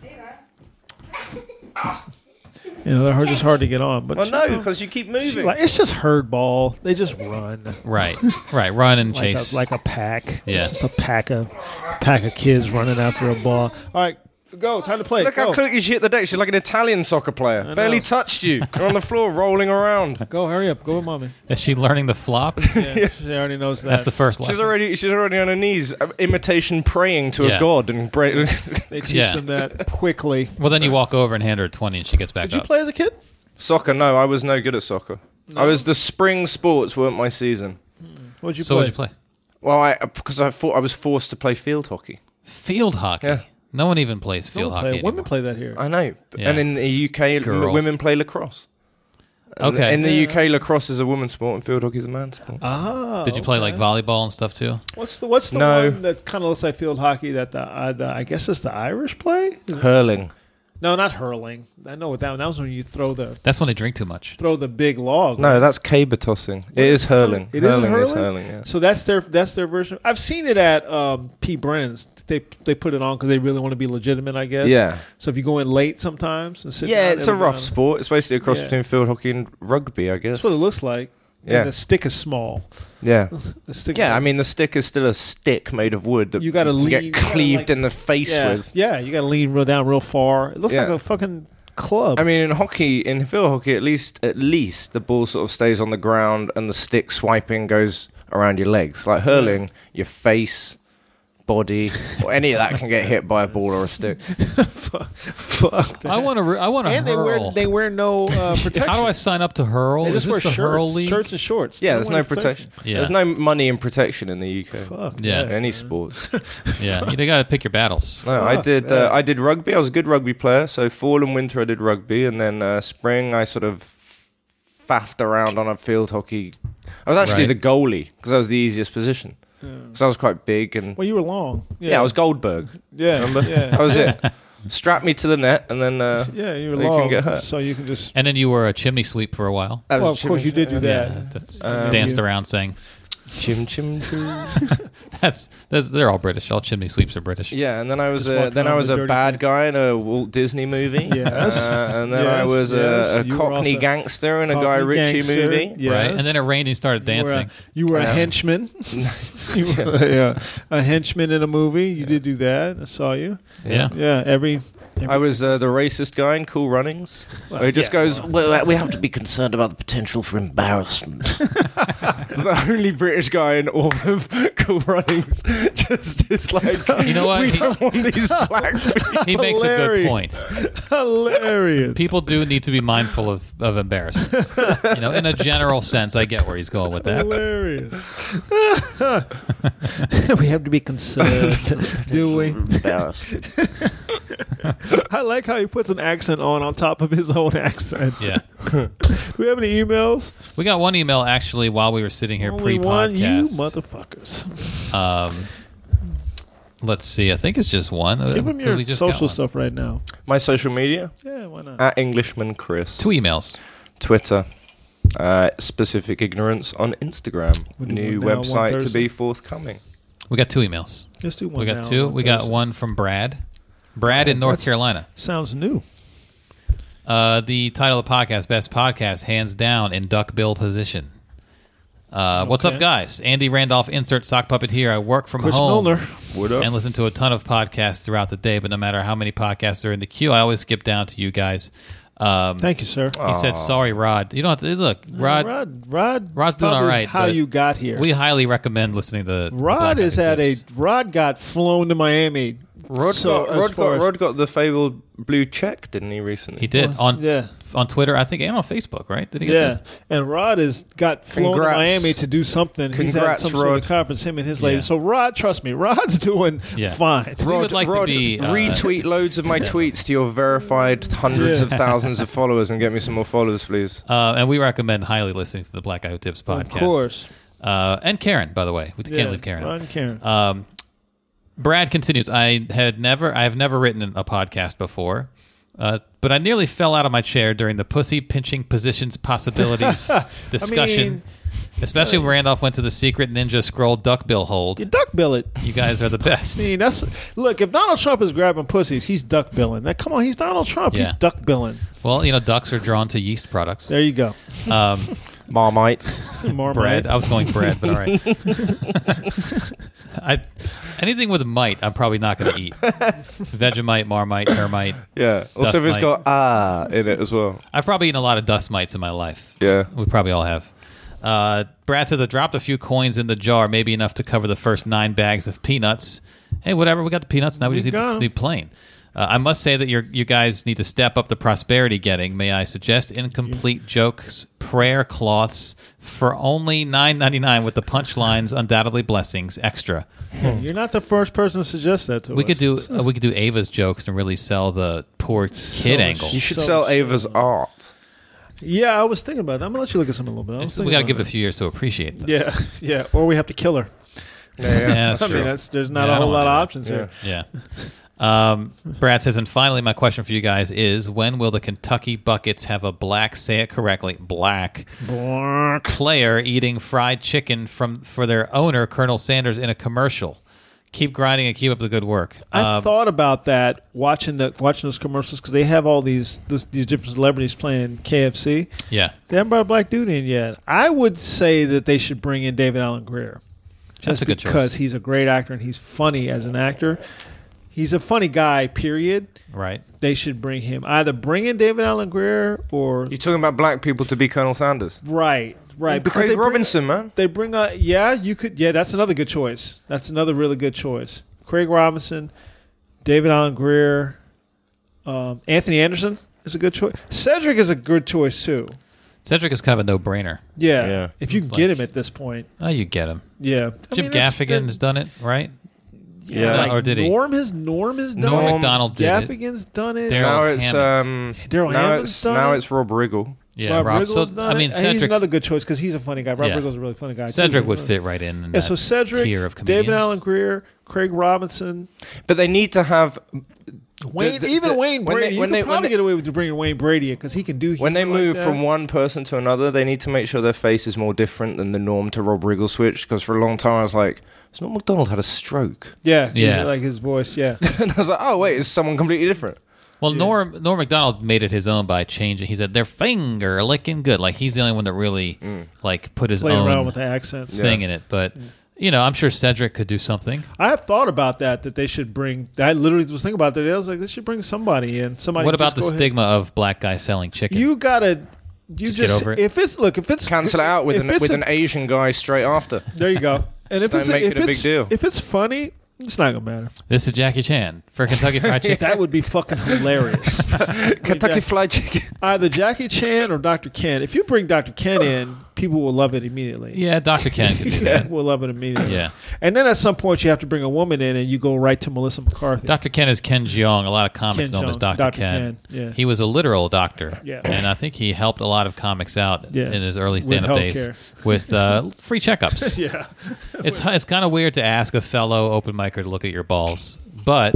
[SPEAKER 5] You know, they're hard, just hard to get on. But
[SPEAKER 6] Well,
[SPEAKER 5] you
[SPEAKER 6] no,
[SPEAKER 5] know,
[SPEAKER 6] because you keep moving.
[SPEAKER 5] like, it's just herd ball. They just run.
[SPEAKER 4] Right. Right. Run and
[SPEAKER 5] like
[SPEAKER 4] chase.
[SPEAKER 5] a, like a pack.
[SPEAKER 4] Yeah.
[SPEAKER 5] It's just a pack of pack of kids running after a ball. All right, go. Time to play.
[SPEAKER 6] Look
[SPEAKER 5] go.
[SPEAKER 6] how quickly she hit the deck. She's like an Italian soccer player. Barely touched you. You're on the floor rolling around.
[SPEAKER 5] go. Hurry up. Go with mommy.
[SPEAKER 4] Is she learning the flop?
[SPEAKER 5] Yeah, she already knows that.
[SPEAKER 4] That's the first lesson.
[SPEAKER 6] She's already she's already on her knees, uh, imitation praying to
[SPEAKER 4] Yeah.
[SPEAKER 6] a god and bra-
[SPEAKER 5] They teach
[SPEAKER 4] yeah.
[SPEAKER 5] them that quickly.
[SPEAKER 4] well, then you walk over and hand her a twenty, and she gets back
[SPEAKER 5] Did you
[SPEAKER 4] up.
[SPEAKER 5] play as a kid?
[SPEAKER 6] soccer. No, I was no good at soccer. I was the spring sports weren't my season.
[SPEAKER 5] What'd you
[SPEAKER 4] so
[SPEAKER 5] play?
[SPEAKER 4] what'd you play?
[SPEAKER 6] Well, I because I thought I was forced to play field hockey.
[SPEAKER 4] Field hockey.
[SPEAKER 6] Yeah.
[SPEAKER 4] No one even plays field
[SPEAKER 5] Women
[SPEAKER 4] hockey.
[SPEAKER 5] play-
[SPEAKER 4] anymore.
[SPEAKER 5] Women play that here.
[SPEAKER 6] I know, b-
[SPEAKER 4] Yeah.
[SPEAKER 6] and in the UK,
[SPEAKER 4] Girl.
[SPEAKER 6] women play lacrosse. And
[SPEAKER 4] Okay. Uh,
[SPEAKER 6] In the UK, lacrosse is a women's sport and field hockey is a man's sport.
[SPEAKER 5] Ah,
[SPEAKER 4] Did you play like volleyball and stuff too?
[SPEAKER 5] what's the what's the
[SPEAKER 6] No.
[SPEAKER 5] one that kind of looks like field hockey that the, uh, the I guess it's the Irish play?
[SPEAKER 6] Hurling.
[SPEAKER 5] No, not hurling. I know what that one. That was when you throw the
[SPEAKER 4] That's when they drink too much.
[SPEAKER 5] throw the big log.
[SPEAKER 6] No, that's caber tossing. It is hurling.
[SPEAKER 5] It is
[SPEAKER 6] hurling
[SPEAKER 5] hurling.
[SPEAKER 6] is hurling. Yeah.
[SPEAKER 5] So that's their that's their version. I've seen it at um, P. Brennan's. They they put it on because they really want to be legitimate, I guess.
[SPEAKER 6] Yeah.
[SPEAKER 5] So if you go in late sometimes and sit.
[SPEAKER 6] Yeah,
[SPEAKER 5] down,
[SPEAKER 6] it's a
[SPEAKER 5] it'll be
[SPEAKER 6] rough
[SPEAKER 5] on.
[SPEAKER 6] sport. It's basically a cross
[SPEAKER 5] Yeah.
[SPEAKER 6] between field hockey and rugby, I guess.
[SPEAKER 5] That's what it looks like.
[SPEAKER 6] Yeah.
[SPEAKER 5] And the stick is small.
[SPEAKER 6] Yeah,
[SPEAKER 5] The stick.
[SPEAKER 6] yeah. I mean, the stick is still a stick made of wood that
[SPEAKER 5] You gotta
[SPEAKER 6] can
[SPEAKER 5] lean- you
[SPEAKER 6] get
[SPEAKER 5] gotta,
[SPEAKER 6] cleaved
[SPEAKER 5] like-
[SPEAKER 6] in the face
[SPEAKER 5] yeah,
[SPEAKER 6] with.
[SPEAKER 5] yeah. You got to lean real down, real far. It looks
[SPEAKER 6] Yeah.
[SPEAKER 5] like a fucking club.
[SPEAKER 6] I mean, in hockey, in field hockey, at least at least the ball sort of stays on the ground and the stick swiping goes around your legs. Like hurling, your face, body, or any of that can get hit by a ball or a stick.
[SPEAKER 5] fuck. That.
[SPEAKER 4] I want to. I want to
[SPEAKER 5] and they
[SPEAKER 4] hurl.
[SPEAKER 5] wear they wear no uh, protection.
[SPEAKER 4] How do I sign up to hurl?
[SPEAKER 5] They
[SPEAKER 4] Is
[SPEAKER 5] just
[SPEAKER 4] this
[SPEAKER 5] wear
[SPEAKER 4] the hurl
[SPEAKER 5] shirts,
[SPEAKER 4] league?
[SPEAKER 5] shirts and shorts.
[SPEAKER 6] Yeah,
[SPEAKER 5] They
[SPEAKER 6] there's
[SPEAKER 5] don't wear
[SPEAKER 6] no protection.
[SPEAKER 4] Yeah.
[SPEAKER 6] There's no money in protection in the UK.
[SPEAKER 5] Fuck.
[SPEAKER 4] Yeah.
[SPEAKER 5] yeah.
[SPEAKER 6] Any sports.
[SPEAKER 4] Yeah, they got to pick your battles.
[SPEAKER 6] No, I
[SPEAKER 5] Fuck,
[SPEAKER 6] did. Uh, I did rugby. I was a good rugby player. So fall and winter, I did rugby, and then uh, spring, I sort of faffed around on a field hockey. I was actually
[SPEAKER 4] Right.
[SPEAKER 6] the goalie because that was the easiest position. Because I was quite big and
[SPEAKER 5] Well, you were long. Yeah,
[SPEAKER 6] yeah. I was Goldberg.
[SPEAKER 5] Yeah, yeah,
[SPEAKER 6] That was it. Strap me to the net and then uh,
[SPEAKER 5] yeah. You were
[SPEAKER 6] You can
[SPEAKER 5] long,
[SPEAKER 6] get hurt.
[SPEAKER 5] so you can just.
[SPEAKER 4] And then you were a chimney sweep for a while.
[SPEAKER 6] that was
[SPEAKER 5] Well, of
[SPEAKER 6] chim-
[SPEAKER 5] course, you did do that.
[SPEAKER 4] Yeah, that's danced
[SPEAKER 5] you-
[SPEAKER 4] around saying
[SPEAKER 6] Chim chim chim.
[SPEAKER 4] that's, that's they're all British. All chimney sweeps are British.
[SPEAKER 6] Yeah, and then I was
[SPEAKER 5] Just
[SPEAKER 6] a,
[SPEAKER 5] walk
[SPEAKER 6] then I
[SPEAKER 5] around
[SPEAKER 6] was
[SPEAKER 5] with
[SPEAKER 6] a
[SPEAKER 5] dirty
[SPEAKER 6] bad guy in a Walt Disney movie.
[SPEAKER 5] Yes.
[SPEAKER 6] Uh, and then I
[SPEAKER 5] Yes,
[SPEAKER 6] was
[SPEAKER 5] yes.
[SPEAKER 6] a, a
[SPEAKER 5] You were
[SPEAKER 6] Cockney
[SPEAKER 5] also-
[SPEAKER 6] gangster in a Guy
[SPEAKER 5] Cockney
[SPEAKER 6] Ritchie
[SPEAKER 5] gangster.
[SPEAKER 6] movie.
[SPEAKER 5] Yes.
[SPEAKER 4] Right, and then it rained and he started
[SPEAKER 5] You were a-
[SPEAKER 4] dancing.
[SPEAKER 5] You were a
[SPEAKER 6] Yeah.
[SPEAKER 5] henchman. you were yeah, a henchman in a movie. You did do that. I saw you.
[SPEAKER 4] yeah.
[SPEAKER 5] Yeah, every
[SPEAKER 6] I was uh, the racist guy in Cool Runnings. where he just goes,
[SPEAKER 8] Well, uh, we have to be concerned about the potential for embarrassment.
[SPEAKER 6] It's the only British guy in all of Cool Runnings. Just is like,
[SPEAKER 4] You know what?
[SPEAKER 6] we
[SPEAKER 4] He-
[SPEAKER 6] don't want these black people.
[SPEAKER 4] He makes a good
[SPEAKER 5] Hilarious.
[SPEAKER 4] point.
[SPEAKER 5] hilarious.
[SPEAKER 4] People do need to be mindful of, of embarrassment. you know, in a general sense, I get where he's going with that.
[SPEAKER 5] Hilarious. we have to be concerned, do we?
[SPEAKER 8] embarrassment.
[SPEAKER 5] I like how he puts an accent on on top of his own accent.
[SPEAKER 4] Yeah.
[SPEAKER 5] Do we have any emails?
[SPEAKER 4] We got one email actually while we were sitting here
[SPEAKER 5] Only
[SPEAKER 4] pre
[SPEAKER 5] one, you
[SPEAKER 4] podcast.
[SPEAKER 5] motherfuckers.
[SPEAKER 4] Um, let's see. I think it's just one. Uh,
[SPEAKER 5] Give him your social stuff right now.
[SPEAKER 6] My social media
[SPEAKER 5] Yeah, why not?
[SPEAKER 6] at Englishman Chris.
[SPEAKER 4] Two emails.
[SPEAKER 6] Twitter. Uh, specific ignorance on Instagram.
[SPEAKER 5] We do one
[SPEAKER 6] New
[SPEAKER 5] now, one
[SPEAKER 6] website to
[SPEAKER 5] Thursday.
[SPEAKER 6] be forthcoming.
[SPEAKER 4] We got two emails.
[SPEAKER 5] Let's do one.
[SPEAKER 4] We got
[SPEAKER 5] now,
[SPEAKER 4] two.
[SPEAKER 5] on
[SPEAKER 4] We got
[SPEAKER 5] Thursday.
[SPEAKER 4] one from Brad. Brad in North
[SPEAKER 5] That's-
[SPEAKER 4] Carolina.
[SPEAKER 5] Sounds new.
[SPEAKER 4] Uh, the title of the podcast, Best Podcast, hands down in duck bill position. Uh, What's up,
[SPEAKER 5] Okay.
[SPEAKER 4] guys? Andy Randolph, insert sock puppet here. I work from
[SPEAKER 5] Chris
[SPEAKER 4] home
[SPEAKER 5] Milner.
[SPEAKER 6] What up?
[SPEAKER 4] and listen to a ton of podcasts throughout the day, but no matter how many podcasts are in the queue, I always skip down to you guys. Um,
[SPEAKER 5] Thank you, sir.
[SPEAKER 4] he said, sorry, Rod. You don't have to look, Rod.
[SPEAKER 5] Rod, Rod,
[SPEAKER 4] Rod's doing
[SPEAKER 5] probably
[SPEAKER 4] all right,
[SPEAKER 5] How
[SPEAKER 4] but
[SPEAKER 5] you got here?
[SPEAKER 4] We highly recommend listening to. the Black Eyed
[SPEAKER 5] Rod is at a
[SPEAKER 4] Kids.
[SPEAKER 5] Rod got flown to Miami.
[SPEAKER 6] Rod,
[SPEAKER 5] So,
[SPEAKER 6] got,
[SPEAKER 5] as
[SPEAKER 6] Rod,
[SPEAKER 5] far
[SPEAKER 6] got,
[SPEAKER 5] as-
[SPEAKER 6] Rod got the fabled blue check, didn't he, recently?
[SPEAKER 4] He did on
[SPEAKER 5] Yeah.
[SPEAKER 4] on Twitter, I think, and on Facebook, right? Did he? get
[SPEAKER 5] Yeah,
[SPEAKER 4] that?
[SPEAKER 5] and Rod has got flown
[SPEAKER 6] Congrats.
[SPEAKER 5] to Miami to do something. He's at
[SPEAKER 6] Congrats,
[SPEAKER 5] some sort
[SPEAKER 6] Rod.
[SPEAKER 5] of conference. Him and his lady.
[SPEAKER 4] Yeah.
[SPEAKER 5] So Rod, trust me, Rod's doing
[SPEAKER 4] Yeah.
[SPEAKER 5] fine.
[SPEAKER 4] We would like
[SPEAKER 6] Rod,
[SPEAKER 4] to be uh,
[SPEAKER 6] retweet loads of my tweets to your verified hundreds
[SPEAKER 5] Yeah.
[SPEAKER 6] of thousands of followers and get me some more followers, please.
[SPEAKER 4] Uh, and we recommend highly listening to the Black Eye Who Tips podcast.
[SPEAKER 5] Of course,
[SPEAKER 4] Uh, and Karen, by the way. We
[SPEAKER 5] Yeah,
[SPEAKER 4] can't leave Karen.
[SPEAKER 5] Rod
[SPEAKER 4] out.
[SPEAKER 5] and Karen.
[SPEAKER 4] Um, Brad continues. I had never, I have never written a podcast before, uh, but I nearly fell out of my chair during the pussy pinching positions possibilities discussion.
[SPEAKER 5] mean-
[SPEAKER 4] Especially when Randolph went to the secret ninja scroll duckbill hold.
[SPEAKER 5] you duck billet.
[SPEAKER 4] You guys are the best.
[SPEAKER 5] I mean, that's look. If Donald Trump is grabbing pussies, he's duck billing. Now, come on, he's Donald Trump.
[SPEAKER 4] Yeah.
[SPEAKER 5] He's duck billing.
[SPEAKER 4] Well, you know, ducks are drawn to yeast products.
[SPEAKER 5] There you go.
[SPEAKER 4] Um,
[SPEAKER 6] Marmite.
[SPEAKER 5] Marmite.
[SPEAKER 4] bread. I was going bread, but all right. I anything with mite, I'm probably not going to eat. Vegemite, Marmite, termite.
[SPEAKER 6] Yeah. Also, if it's
[SPEAKER 4] Dustmite.
[SPEAKER 6] got ah in it as well.
[SPEAKER 4] I've probably eaten a lot of dust mites in my life.
[SPEAKER 6] Yeah.
[SPEAKER 4] we probably all have. Uh, Brad says I dropped a few coins in the jar, maybe enough to cover the first nine bags of peanuts. Hey, whatever, we got the peanuts now. We just need
[SPEAKER 5] got
[SPEAKER 4] the,
[SPEAKER 5] 'em.
[SPEAKER 4] the plain. Uh, I must say that you you guys need to step up the prosperity getting. May I suggest incomplete jokes, prayer cloths for only nine ninety nine with the punchlines, undoubtedly blessings extra.
[SPEAKER 5] You're not the first person to suggest that to
[SPEAKER 4] We
[SPEAKER 5] us.
[SPEAKER 4] could do uh, we could do Ava's jokes and really sell the poor kid
[SPEAKER 5] the
[SPEAKER 4] angle.
[SPEAKER 6] You should
[SPEAKER 5] So-
[SPEAKER 6] sell Ava's art.
[SPEAKER 5] Yeah, I was thinking about that. I'm gonna let you look at something a little bit. I was
[SPEAKER 4] It's- we
[SPEAKER 5] thinking
[SPEAKER 4] got to
[SPEAKER 5] about
[SPEAKER 4] give it a few years to appreciate. Them.
[SPEAKER 5] Yeah, yeah. Or we have to kill her.
[SPEAKER 4] Yeah, that's
[SPEAKER 5] I
[SPEAKER 4] true.
[SPEAKER 5] mean, that's there's not
[SPEAKER 4] Yeah, I
[SPEAKER 5] a whole
[SPEAKER 4] don't
[SPEAKER 5] lot of
[SPEAKER 4] wanna do
[SPEAKER 5] options here.
[SPEAKER 4] Yeah. Um, Brad says, and finally, my question for you guys is: When will the Kentucky Buckets have a black, say it correctly, black player eating fried chicken from for their owner, Colonel Sanders, in a commercial? Keep grinding and keep up the good work.
[SPEAKER 5] I
[SPEAKER 4] Um,
[SPEAKER 5] thought about that watching the watching those commercials because they have all these this, these different celebrities playing KFC.
[SPEAKER 4] yeah,
[SPEAKER 5] They haven't brought a black dude in yet. I would say that they should bring in David Allen Greer.
[SPEAKER 4] That's
[SPEAKER 5] Just
[SPEAKER 4] a good choice.
[SPEAKER 5] because he's a great actor and he's funny as an actor. He's a funny guy. Period.
[SPEAKER 4] right.
[SPEAKER 5] They should bring him either bring in David Allen Greer or
[SPEAKER 6] You're talking about black people to be Colonel Sanders.
[SPEAKER 5] right, right. Because
[SPEAKER 6] Craig
[SPEAKER 5] they bring-
[SPEAKER 6] Robinson, man.
[SPEAKER 5] They bring a yeah. You could yeah. That's another good choice. That's another really good choice. Craig Robinson, David Allen Greer, um, Anthony Anderson is a good choice. Cedric is a good choice too.
[SPEAKER 4] Cedric is kind of a no-brainer.
[SPEAKER 5] Yeah,
[SPEAKER 6] Yeah.
[SPEAKER 5] if you can get him at this point,
[SPEAKER 4] Oh, you get him.
[SPEAKER 5] yeah. I
[SPEAKER 4] Jim
[SPEAKER 5] mean, it's-
[SPEAKER 4] Gaffigan has done it, right?
[SPEAKER 5] yeah.
[SPEAKER 4] Yeah, or did he?
[SPEAKER 5] Norm has Norm has done
[SPEAKER 4] Norm
[SPEAKER 5] it.
[SPEAKER 4] McDonald did it.
[SPEAKER 5] Gaffigan's done it.
[SPEAKER 4] Daryl
[SPEAKER 6] Now it's
[SPEAKER 4] Hammond.
[SPEAKER 6] um
[SPEAKER 5] Daryl
[SPEAKER 6] now
[SPEAKER 5] Hammond's
[SPEAKER 6] it's
[SPEAKER 5] done
[SPEAKER 6] now
[SPEAKER 5] it.
[SPEAKER 6] it's Rob Riggle.
[SPEAKER 4] Yeah, Rob. So
[SPEAKER 5] Riggles's
[SPEAKER 4] I
[SPEAKER 5] not
[SPEAKER 4] mean,
[SPEAKER 5] it. he's
[SPEAKER 4] Cedric.
[SPEAKER 5] another good choice because he's a funny guy. Rob
[SPEAKER 4] Yeah.
[SPEAKER 5] Riggle's a really funny guy. too.
[SPEAKER 4] Cedric
[SPEAKER 5] He's
[SPEAKER 4] would
[SPEAKER 5] one of-
[SPEAKER 4] fit right in. in
[SPEAKER 5] Yeah,
[SPEAKER 4] that
[SPEAKER 5] so Cedric,
[SPEAKER 4] tier of comedians.
[SPEAKER 5] David Allen Greer, Craig Robinson,
[SPEAKER 6] But they need to have
[SPEAKER 5] Wayne,
[SPEAKER 6] the-
[SPEAKER 5] even
[SPEAKER 6] the-
[SPEAKER 5] Wayne
[SPEAKER 6] when
[SPEAKER 5] Brady.
[SPEAKER 6] they-
[SPEAKER 5] you
[SPEAKER 6] when
[SPEAKER 5] can
[SPEAKER 6] they- when
[SPEAKER 5] probably
[SPEAKER 6] they-
[SPEAKER 5] get away with bringing Wayne Brady in because he can do.
[SPEAKER 6] when they
[SPEAKER 5] humor like
[SPEAKER 6] move
[SPEAKER 5] that.
[SPEAKER 6] from one person to another, they need to make sure their face is more different than the norm to Rob Riggleswitch. Because for a long time, I was like, "It's not McDonald had a stroke,"
[SPEAKER 5] yeah,
[SPEAKER 4] Yeah.
[SPEAKER 5] like his voice, yeah,
[SPEAKER 6] and I was like, "Oh wait, it's someone completely different."
[SPEAKER 4] Well, Norm Norm Macdonald made it his own by changing. He said they're finger licking good. Like he's the only one that really like put his
[SPEAKER 5] playing around
[SPEAKER 4] own
[SPEAKER 5] with the accents.
[SPEAKER 4] thing in it. But you know, I'm sure Cedric could do something.
[SPEAKER 5] I have thought about that. That they should bring. I literally was thinking about that. I was like, they should bring somebody in. Somebody.
[SPEAKER 4] what
[SPEAKER 5] just
[SPEAKER 4] about the
[SPEAKER 5] go ahead-
[SPEAKER 4] stigma of black guy selling chicken?
[SPEAKER 5] You gotta. You
[SPEAKER 4] Just
[SPEAKER 5] just,
[SPEAKER 4] get over it.
[SPEAKER 5] if it's look if it's
[SPEAKER 6] Cancel it out with
[SPEAKER 5] if
[SPEAKER 6] an,
[SPEAKER 5] it's
[SPEAKER 6] with
[SPEAKER 5] a-
[SPEAKER 6] an Asian guy straight after.
[SPEAKER 5] There you go. And if
[SPEAKER 6] Don't
[SPEAKER 5] it's
[SPEAKER 6] make
[SPEAKER 5] if
[SPEAKER 6] it a big
[SPEAKER 5] it's-
[SPEAKER 6] deal.
[SPEAKER 5] If it's funny, it's not gonna matter.
[SPEAKER 4] this is Jackie Chan for Kentucky Fried Chicken.
[SPEAKER 5] That would be fucking hilarious.
[SPEAKER 6] Kentucky
[SPEAKER 5] Jack-
[SPEAKER 6] Fried Chicken.
[SPEAKER 5] Either Jackie Chan or Dr. Ken. If you bring Dr. Ken in, people will love it immediately.
[SPEAKER 4] yeah, Doctor Ken could do that.
[SPEAKER 5] People will love it immediately.
[SPEAKER 4] Yeah.
[SPEAKER 5] And then at some point you have to bring a woman in and you go right to Melissa McCarthy.
[SPEAKER 4] Dr. Ken is Ken Jeong. A lot of comics
[SPEAKER 5] Ken
[SPEAKER 4] know him as
[SPEAKER 5] Jeong,
[SPEAKER 4] Dr.
[SPEAKER 5] Dr.
[SPEAKER 4] Ken.
[SPEAKER 5] Ken, yeah.
[SPEAKER 4] He was a literal doctor.
[SPEAKER 5] Yeah.
[SPEAKER 4] And I think he helped a lot of comics out
[SPEAKER 5] Yeah.
[SPEAKER 4] in his early
[SPEAKER 5] With
[SPEAKER 4] stand up days
[SPEAKER 5] healthcare.
[SPEAKER 4] with uh, free checkups.
[SPEAKER 5] yeah.
[SPEAKER 4] It's it's kind of weird to ask a fellow open micer to look at your balls, but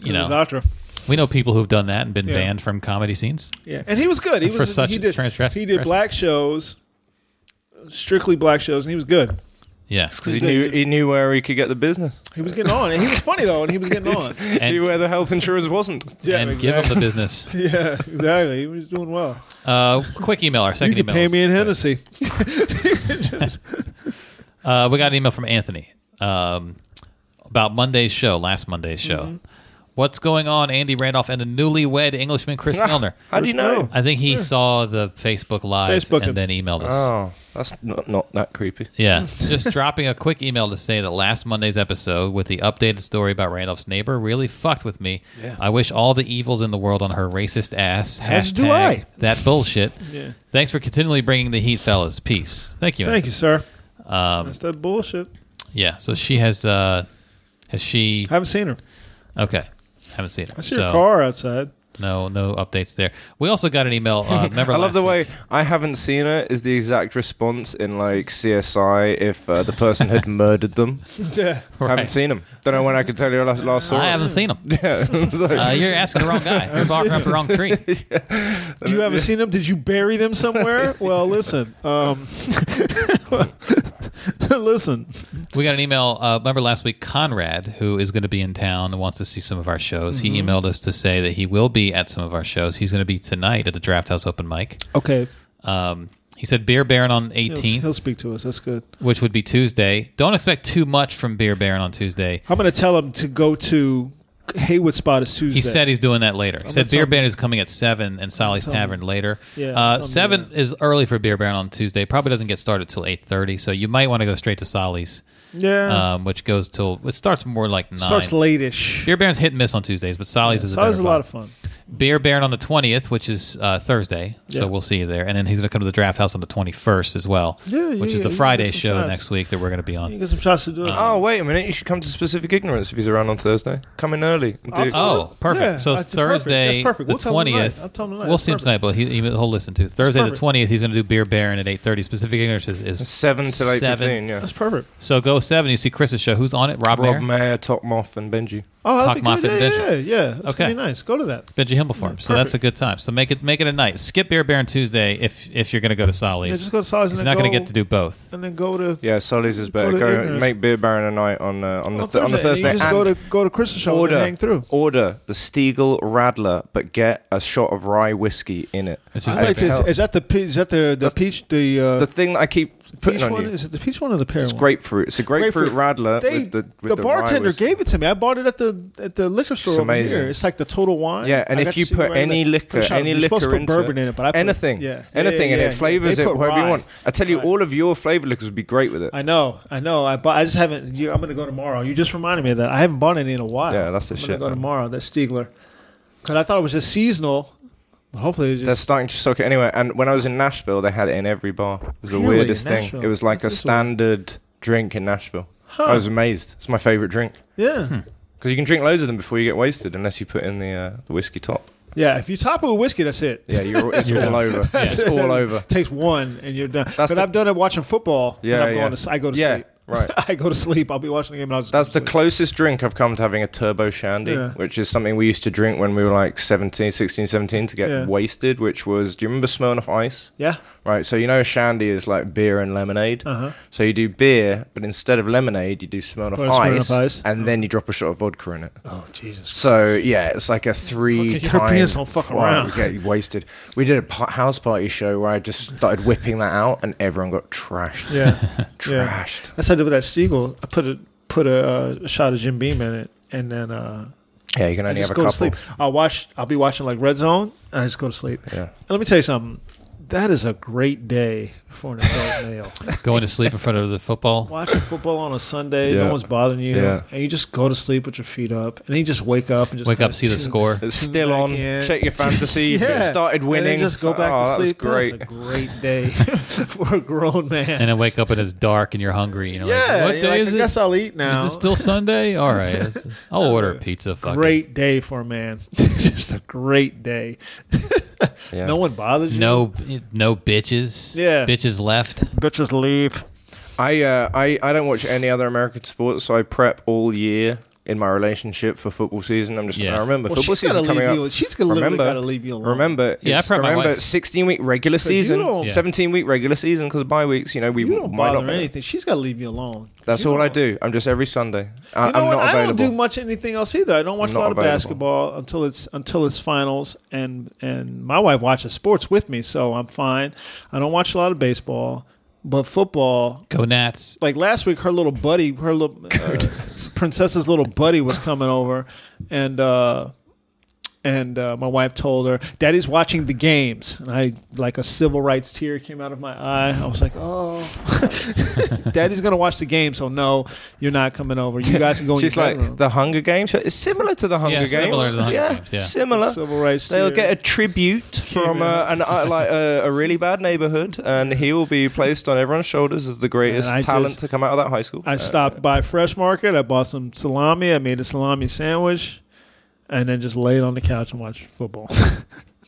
[SPEAKER 4] you know,
[SPEAKER 5] Doctor.
[SPEAKER 4] we know people who've done that and been
[SPEAKER 5] Yeah.
[SPEAKER 4] banned from comedy scenes.
[SPEAKER 5] Yeah. And he was good. He
[SPEAKER 4] For
[SPEAKER 5] was
[SPEAKER 4] such
[SPEAKER 5] he did
[SPEAKER 4] transgress-
[SPEAKER 5] he did black shows, strictly black shows, and he was good.
[SPEAKER 4] Yeah.
[SPEAKER 6] Because he knew he knew where he could get the business.
[SPEAKER 5] He was getting on, and he was funny though, and he was getting on.
[SPEAKER 6] he
[SPEAKER 4] And-
[SPEAKER 6] knew where the health insurance wasn't.
[SPEAKER 5] Yeah,
[SPEAKER 4] and give them the business.
[SPEAKER 5] Yeah, exactly. He was doing well.
[SPEAKER 4] Uh, quick email, our second
[SPEAKER 5] You
[SPEAKER 4] email.
[SPEAKER 5] could pay
[SPEAKER 4] is-
[SPEAKER 5] me in Hennessy.
[SPEAKER 4] Uh, we got an email from Anthony um, about Monday's show, last Monday's show.
[SPEAKER 5] Mm-hmm.
[SPEAKER 4] What's going on, Andy Randolph and the newlywed Englishman Chris Milner?
[SPEAKER 6] How do you know?
[SPEAKER 4] I think he saw the Facebook live
[SPEAKER 5] Facebook him.
[SPEAKER 4] and then emailed us.
[SPEAKER 6] Oh, that's not, not that creepy.
[SPEAKER 4] Yeah, just dropping a quick email to say that last Monday's episode with the updated story about Randolph's neighbor really fucked with me. I wish all the evils in the world on her racist ass.
[SPEAKER 5] As
[SPEAKER 4] Hashtag
[SPEAKER 5] do I.
[SPEAKER 4] that bullshit.
[SPEAKER 5] Yeah.
[SPEAKER 4] Thanks for continually bringing the heat, fellas. Peace. Thank you.
[SPEAKER 5] Thank you, sir.
[SPEAKER 4] Um,
[SPEAKER 5] That's that bullshit.
[SPEAKER 4] Yeah. So she has. Uh, has she?
[SPEAKER 5] I haven't seen her.
[SPEAKER 4] Okay. Haven't seen her.
[SPEAKER 5] I see
[SPEAKER 4] so
[SPEAKER 5] her car outside.
[SPEAKER 4] no, no updates there. We also got an email. Uh, remember
[SPEAKER 6] I love
[SPEAKER 4] last
[SPEAKER 6] the
[SPEAKER 4] week?
[SPEAKER 6] way I haven't seen it is the exact response in like CSI if uh, the person had murdered them.
[SPEAKER 5] Yeah.
[SPEAKER 6] I
[SPEAKER 4] Right.
[SPEAKER 6] haven't seen them. Don't know when I could tell you I last, last saw
[SPEAKER 4] I
[SPEAKER 6] it.
[SPEAKER 4] haven't seen him.
[SPEAKER 6] It's like-
[SPEAKER 4] Uh, you're asking the wrong guy. You're barking up the wrong tree.
[SPEAKER 5] You haven't seen them? Did you bury them somewhere? well, listen. Um, listen.
[SPEAKER 4] We got an email. Uh, remember last week, Conrad, who is going to be in town and wants to see some of our shows. He
[SPEAKER 5] Mm-hmm.
[SPEAKER 4] emailed us to say that he will be at some of our shows. He's going to be tonight at the Draft House Open Mic.
[SPEAKER 5] Okay.
[SPEAKER 4] Um, he said Beer Baron on
[SPEAKER 5] He'll,
[SPEAKER 4] 18th,
[SPEAKER 5] he'll speak to us. That's good.
[SPEAKER 4] which would be Tuesday. Don't expect too much from Beer Baron on Tuesday.
[SPEAKER 5] I'm going to tell him to go to Haywood Spot is Tuesday.
[SPEAKER 4] He said he's doing that later. He said
[SPEAKER 5] gonna
[SPEAKER 4] Beer
[SPEAKER 5] tell
[SPEAKER 4] Baron is coming at seven and Sally's
[SPEAKER 5] tell him.
[SPEAKER 4] Tavern later.
[SPEAKER 5] Yeah,
[SPEAKER 4] uh,
[SPEAKER 5] I'm telling him
[SPEAKER 4] seven
[SPEAKER 5] that.
[SPEAKER 4] is early for Beer Baron on Tuesday. Probably doesn't get started till eight thirty. So you might want to go straight to Sally's,
[SPEAKER 5] Yeah.
[SPEAKER 4] um, which goes till it starts more like nine.
[SPEAKER 5] Starts late-ish.
[SPEAKER 4] Beer Baron's hit and miss on Tuesdays, but Solly's is a
[SPEAKER 5] So that was
[SPEAKER 4] better
[SPEAKER 5] a lot of
[SPEAKER 4] vibe.
[SPEAKER 5] fun.
[SPEAKER 4] Beer Baron on the twentieth, which is uh, Thursday, so
[SPEAKER 5] Yeah.
[SPEAKER 4] we'll see you there. And then he's going to come to the Draft House on the twenty first as well,
[SPEAKER 5] Yeah, you
[SPEAKER 4] which is the
[SPEAKER 5] get- you get
[SPEAKER 4] Friday
[SPEAKER 5] some
[SPEAKER 4] show
[SPEAKER 5] shots.
[SPEAKER 4] next week that we're going to be
[SPEAKER 5] You
[SPEAKER 4] on.
[SPEAKER 5] get some shots to do it.
[SPEAKER 4] Um,
[SPEAKER 6] Oh wait a minute! You should come to Specific Ignorance if he's around on Thursday. Come in early. and do-
[SPEAKER 4] Oh, perfect!
[SPEAKER 5] Yeah,
[SPEAKER 4] so it's
[SPEAKER 5] that's perfect. That's
[SPEAKER 4] Thursday,
[SPEAKER 5] perfect. We'll
[SPEAKER 4] the
[SPEAKER 5] tell him tonight.
[SPEAKER 4] twentieth.
[SPEAKER 5] I'll tell him tonight.
[SPEAKER 4] We'll
[SPEAKER 5] That's
[SPEAKER 4] see him tonight, but he, he- he'll listen to Thursday the
[SPEAKER 5] perfect.
[SPEAKER 4] twentieth. He's going to do Beer Baron at eight thirty. Specific Ignorance is, is
[SPEAKER 6] seven till eight
[SPEAKER 4] seven.
[SPEAKER 6] fifteen. Yeah.
[SPEAKER 5] That's perfect.
[SPEAKER 4] So go seven. You see Chris's show. Who's on it? Rob,
[SPEAKER 6] Rob
[SPEAKER 4] Mayer,
[SPEAKER 6] Mayer, Top Moth, and Benji.
[SPEAKER 5] Oh, that'd
[SPEAKER 4] Talk
[SPEAKER 5] be
[SPEAKER 4] Moffat
[SPEAKER 5] good. Yeah,
[SPEAKER 4] Vision.
[SPEAKER 5] yeah, yeah. That's
[SPEAKER 4] Okay.
[SPEAKER 5] going to be nice. Go to that.
[SPEAKER 4] Benji Himmelfarm. So that's a good time. So make it make it a night. Skip Beer Baron Tuesday if if you're going to go to Solly's.
[SPEAKER 5] Yeah, just go to Solly's and
[SPEAKER 4] He's
[SPEAKER 5] then
[SPEAKER 4] not going to
[SPEAKER 5] go-
[SPEAKER 4] get to do both.
[SPEAKER 5] And then go to...
[SPEAKER 6] Yeah, Solly's is better.
[SPEAKER 5] to
[SPEAKER 6] Go
[SPEAKER 5] Ignorance.
[SPEAKER 6] make Beer Baron a night on uh, on the
[SPEAKER 5] On
[SPEAKER 6] th- on the
[SPEAKER 5] Thursday,
[SPEAKER 6] Thursday.
[SPEAKER 5] you just
[SPEAKER 6] and
[SPEAKER 5] go to go to Chris's show
[SPEAKER 6] order
[SPEAKER 5] and hang through.
[SPEAKER 6] order the Stiegel Radler, but get a shot of rye whiskey in it.
[SPEAKER 4] This is
[SPEAKER 5] I like this.
[SPEAKER 6] hell.
[SPEAKER 5] Is that the pe- is that the the peach the uh,
[SPEAKER 6] The thing that I keep putting
[SPEAKER 5] peach
[SPEAKER 6] on
[SPEAKER 5] one?
[SPEAKER 6] you.
[SPEAKER 5] Is it the peach one or the pear
[SPEAKER 6] It's
[SPEAKER 5] one?
[SPEAKER 6] grapefruit. It's a grapefruit, radler.
[SPEAKER 5] They,
[SPEAKER 6] with the,
[SPEAKER 5] the,
[SPEAKER 6] with rye
[SPEAKER 5] bartender
[SPEAKER 6] whiskey.
[SPEAKER 5] gave it to me. I bought it at the at the liquor store over
[SPEAKER 6] amazing.
[SPEAKER 5] here. It's like the total wine.
[SPEAKER 6] Yeah, and
[SPEAKER 5] I got
[SPEAKER 6] if
[SPEAKER 5] to
[SPEAKER 6] you
[SPEAKER 5] see
[SPEAKER 6] put
[SPEAKER 5] where I
[SPEAKER 6] any
[SPEAKER 5] put-
[SPEAKER 6] liquor,
[SPEAKER 5] put shot-
[SPEAKER 6] any
[SPEAKER 5] you're
[SPEAKER 6] liquor
[SPEAKER 5] supposed to put
[SPEAKER 6] into
[SPEAKER 5] bourbon
[SPEAKER 6] it,
[SPEAKER 5] in it, but I put,
[SPEAKER 6] anything,
[SPEAKER 5] yeah,
[SPEAKER 6] anything,
[SPEAKER 5] yeah,
[SPEAKER 6] and
[SPEAKER 5] yeah,
[SPEAKER 6] it
[SPEAKER 5] yeah.
[SPEAKER 6] flavors
[SPEAKER 5] They
[SPEAKER 6] it
[SPEAKER 5] put
[SPEAKER 6] however you
[SPEAKER 5] rye.
[SPEAKER 6] want. I tell you, all of your flavor liquors would be great with it.
[SPEAKER 5] I know, I know. I bought, I just haven't. You, I'm gonna go tomorrow. You just reminded me of that. I haven't bought any in a while.
[SPEAKER 6] Yeah, that's the
[SPEAKER 5] I'm
[SPEAKER 6] shit,
[SPEAKER 5] I'm gonna go
[SPEAKER 6] man.
[SPEAKER 5] tomorrow. That Stiegler, because I thought it was just seasonal. But hopefully, it's
[SPEAKER 6] They're
[SPEAKER 5] just
[SPEAKER 6] starting to suck it anyway. And when I was in Nashville, they had it in every bar. It was the
[SPEAKER 5] Really?
[SPEAKER 6] weirdest
[SPEAKER 5] In
[SPEAKER 6] thing.
[SPEAKER 5] Nashville?
[SPEAKER 6] It was like
[SPEAKER 5] That's
[SPEAKER 6] a
[SPEAKER 5] just weird.
[SPEAKER 6] standard drink in Nashville. I was amazed. It's my favorite drink
[SPEAKER 5] yeah.
[SPEAKER 6] Hmm. because you can drink loads of them before you get wasted, unless you put in the uh, the whiskey top.
[SPEAKER 5] Yeah, if you top it with whiskey, that's it.
[SPEAKER 6] Yeah, you're, it's all over. It's all over.
[SPEAKER 5] Takes one and you're done.
[SPEAKER 6] That's
[SPEAKER 5] but
[SPEAKER 6] the-
[SPEAKER 5] I've done it watching football. and
[SPEAKER 6] Yeah,
[SPEAKER 5] I'm
[SPEAKER 6] yeah.
[SPEAKER 5] Going to, I go to
[SPEAKER 6] Yeah,
[SPEAKER 5] sleep.
[SPEAKER 6] right.
[SPEAKER 5] I go to sleep. I'll be watching the game. And I'll just,
[SPEAKER 6] That's the closest drink I've come to having a turbo shandy,
[SPEAKER 5] Yeah.
[SPEAKER 6] which is something we used to drink when we were like 17, 16, 17 to get
[SPEAKER 5] Yeah.
[SPEAKER 6] wasted, which was, do you remember Smirnoff Ice?
[SPEAKER 5] yeah.
[SPEAKER 6] Right, so you know a shandy is like beer and lemonade.
[SPEAKER 5] Uh-huh.
[SPEAKER 6] So you do beer, but instead of lemonade, you do Smirnoff,
[SPEAKER 5] Or Smirnoff
[SPEAKER 6] ice,
[SPEAKER 5] Ice.
[SPEAKER 6] and then you drop a shot of vodka in it.
[SPEAKER 5] Oh Jesus.
[SPEAKER 6] So yeah, it's like a three
[SPEAKER 5] Fucking
[SPEAKER 6] time.
[SPEAKER 5] Europeans don't fuck
[SPEAKER 6] Wow,
[SPEAKER 5] around.
[SPEAKER 6] We get wasted. We did a pa- house party show where I just started whipping that out, and everyone got trashed.
[SPEAKER 5] Yeah.
[SPEAKER 6] Trashed.
[SPEAKER 5] I said it with that Stiegel. I put a put a, uh, shot of Jim Beam in it, and then uh,
[SPEAKER 6] Yeah, you can
[SPEAKER 5] I
[SPEAKER 6] only have
[SPEAKER 5] just
[SPEAKER 6] a
[SPEAKER 5] go
[SPEAKER 6] couple.
[SPEAKER 5] to sleep. I'll watch. I'll be watching like Red Zone, and I just go to sleep.
[SPEAKER 6] Yeah.
[SPEAKER 5] And let me tell you something. That is a great day for an adult male.
[SPEAKER 4] Going to sleep in front of the football.
[SPEAKER 5] Watching football on a Sunday,
[SPEAKER 6] Yeah.
[SPEAKER 5] no one's bothering you,
[SPEAKER 6] Yeah.
[SPEAKER 5] and you just go to sleep with your feet up, and then you just wake up and just
[SPEAKER 4] Wake
[SPEAKER 5] kinda
[SPEAKER 4] up, see the
[SPEAKER 5] tune-
[SPEAKER 4] score.
[SPEAKER 6] It's still on.
[SPEAKER 5] Yeah.
[SPEAKER 6] Check your fantasy. It started
[SPEAKER 5] And then
[SPEAKER 6] winning.
[SPEAKER 5] just go back
[SPEAKER 6] oh,
[SPEAKER 5] to sleep.
[SPEAKER 6] That was great.
[SPEAKER 5] That's a great day for a grown man.
[SPEAKER 4] And then wake up and it's dark and you're hungry. You know,
[SPEAKER 5] yeah,
[SPEAKER 4] like, what
[SPEAKER 5] you're
[SPEAKER 4] day
[SPEAKER 5] like,
[SPEAKER 4] is
[SPEAKER 5] I
[SPEAKER 4] it?
[SPEAKER 5] guess I'll eat
[SPEAKER 4] Is
[SPEAKER 5] now.
[SPEAKER 4] it still Sunday? All right, it's- I'll order a pizza. Fuck it.
[SPEAKER 5] great day for a man? just a great day.
[SPEAKER 6] Yeah.
[SPEAKER 5] No one bothers you.
[SPEAKER 4] No, no bitches.
[SPEAKER 5] Yeah.
[SPEAKER 4] bitches left.
[SPEAKER 5] bitches leave.
[SPEAKER 6] I, uh, I I don't watch any other American sports, so I prep all year in my relationship for football season. I'm just
[SPEAKER 4] Yeah.
[SPEAKER 6] I remember
[SPEAKER 5] Well,
[SPEAKER 6] football
[SPEAKER 5] she's gotta
[SPEAKER 6] season coming
[SPEAKER 5] leave
[SPEAKER 6] up.
[SPEAKER 5] you- she's gonna literally gotta leave you alone.
[SPEAKER 6] Remember,
[SPEAKER 4] Yeah, I
[SPEAKER 6] it's-
[SPEAKER 4] prep my
[SPEAKER 6] remember,
[SPEAKER 4] wife.
[SPEAKER 6] 16 week regular
[SPEAKER 5] you
[SPEAKER 6] season,
[SPEAKER 5] don't- Yeah.
[SPEAKER 6] 17 week regular season because bye weeks, you know, we
[SPEAKER 5] You don't
[SPEAKER 6] might
[SPEAKER 5] bother
[SPEAKER 6] not.
[SPEAKER 5] anything. She's got to leave you alone.
[SPEAKER 6] That's
[SPEAKER 5] You
[SPEAKER 6] all I
[SPEAKER 5] don't-
[SPEAKER 6] do. I'm just every Sunday. I,
[SPEAKER 5] You know
[SPEAKER 6] I'm
[SPEAKER 5] what?
[SPEAKER 6] not
[SPEAKER 5] I don't
[SPEAKER 6] available.
[SPEAKER 5] do much anything else either. I don't watch
[SPEAKER 6] I'm
[SPEAKER 5] a
[SPEAKER 6] not
[SPEAKER 5] lot of
[SPEAKER 6] available.
[SPEAKER 5] basketball until it's until it's finals, and and my wife watches sports with me, so I'm fine. I don't watch a lot of baseball, but football.
[SPEAKER 4] Go Nats.
[SPEAKER 5] Like last week, her little buddy, her little uh, princess's little buddy, was coming over, and uh, and uh, my wife told her, "Daddy's watching the games," and I like a civil rights tear came out of my eye. I was like, "Oh, Daddy's gonna watch the game, so no, you're not coming over. You guys can go." in
[SPEAKER 6] She's
[SPEAKER 5] your
[SPEAKER 6] like
[SPEAKER 5] bedroom."
[SPEAKER 6] the Hunger Games. It's similar to the Hunger Games.
[SPEAKER 4] similar to the Hunger
[SPEAKER 6] yeah,
[SPEAKER 4] Games, yeah.
[SPEAKER 6] similar.
[SPEAKER 5] Civil rights
[SPEAKER 6] They'll
[SPEAKER 5] theory.
[SPEAKER 6] get a tribute from uh, an uh, like uh, a really bad neighborhood, and he will be placed on everyone's shoulders as the greatest
[SPEAKER 5] And I
[SPEAKER 6] talent
[SPEAKER 5] just-
[SPEAKER 6] to come out of that high school.
[SPEAKER 5] I
[SPEAKER 6] Uh,
[SPEAKER 5] stopped by Fresh Market. I bought some salami. I made a salami sandwich, and then just laid on the couch and watched football.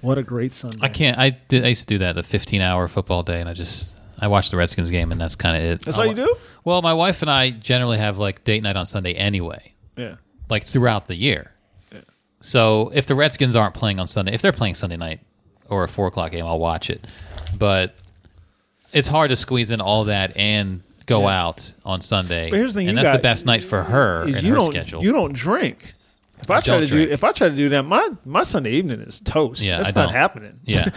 [SPEAKER 5] what a great Sunday!
[SPEAKER 4] I can't. I did. I used to do that the 15 hour football day, and I just I watched the Redskins game, and that's kind of it.
[SPEAKER 5] That's
[SPEAKER 4] I'll-
[SPEAKER 5] all you do?
[SPEAKER 4] Well, my wife and I generally have like date night on Sunday anyway,
[SPEAKER 5] Yeah,
[SPEAKER 4] like throughout the year. So if the Redskins aren't playing on Sunday, if they're playing Sunday night or a four o'clock game, I'll watch it. But it's hard to squeeze in all that and go out on Sunday.
[SPEAKER 5] But here's the thing,
[SPEAKER 4] and
[SPEAKER 5] you
[SPEAKER 4] that's the
[SPEAKER 5] got-
[SPEAKER 4] best night for her
[SPEAKER 5] Is
[SPEAKER 4] and
[SPEAKER 5] you
[SPEAKER 4] her
[SPEAKER 5] don't
[SPEAKER 4] schedule.
[SPEAKER 5] you don't drink. If I, try
[SPEAKER 4] don't
[SPEAKER 5] to
[SPEAKER 4] drink.
[SPEAKER 5] do if I try to do that, my my Sunday evening is toast.
[SPEAKER 4] Yeah,
[SPEAKER 5] that's
[SPEAKER 4] I
[SPEAKER 5] not
[SPEAKER 4] don't.
[SPEAKER 5] happening.
[SPEAKER 4] yeah,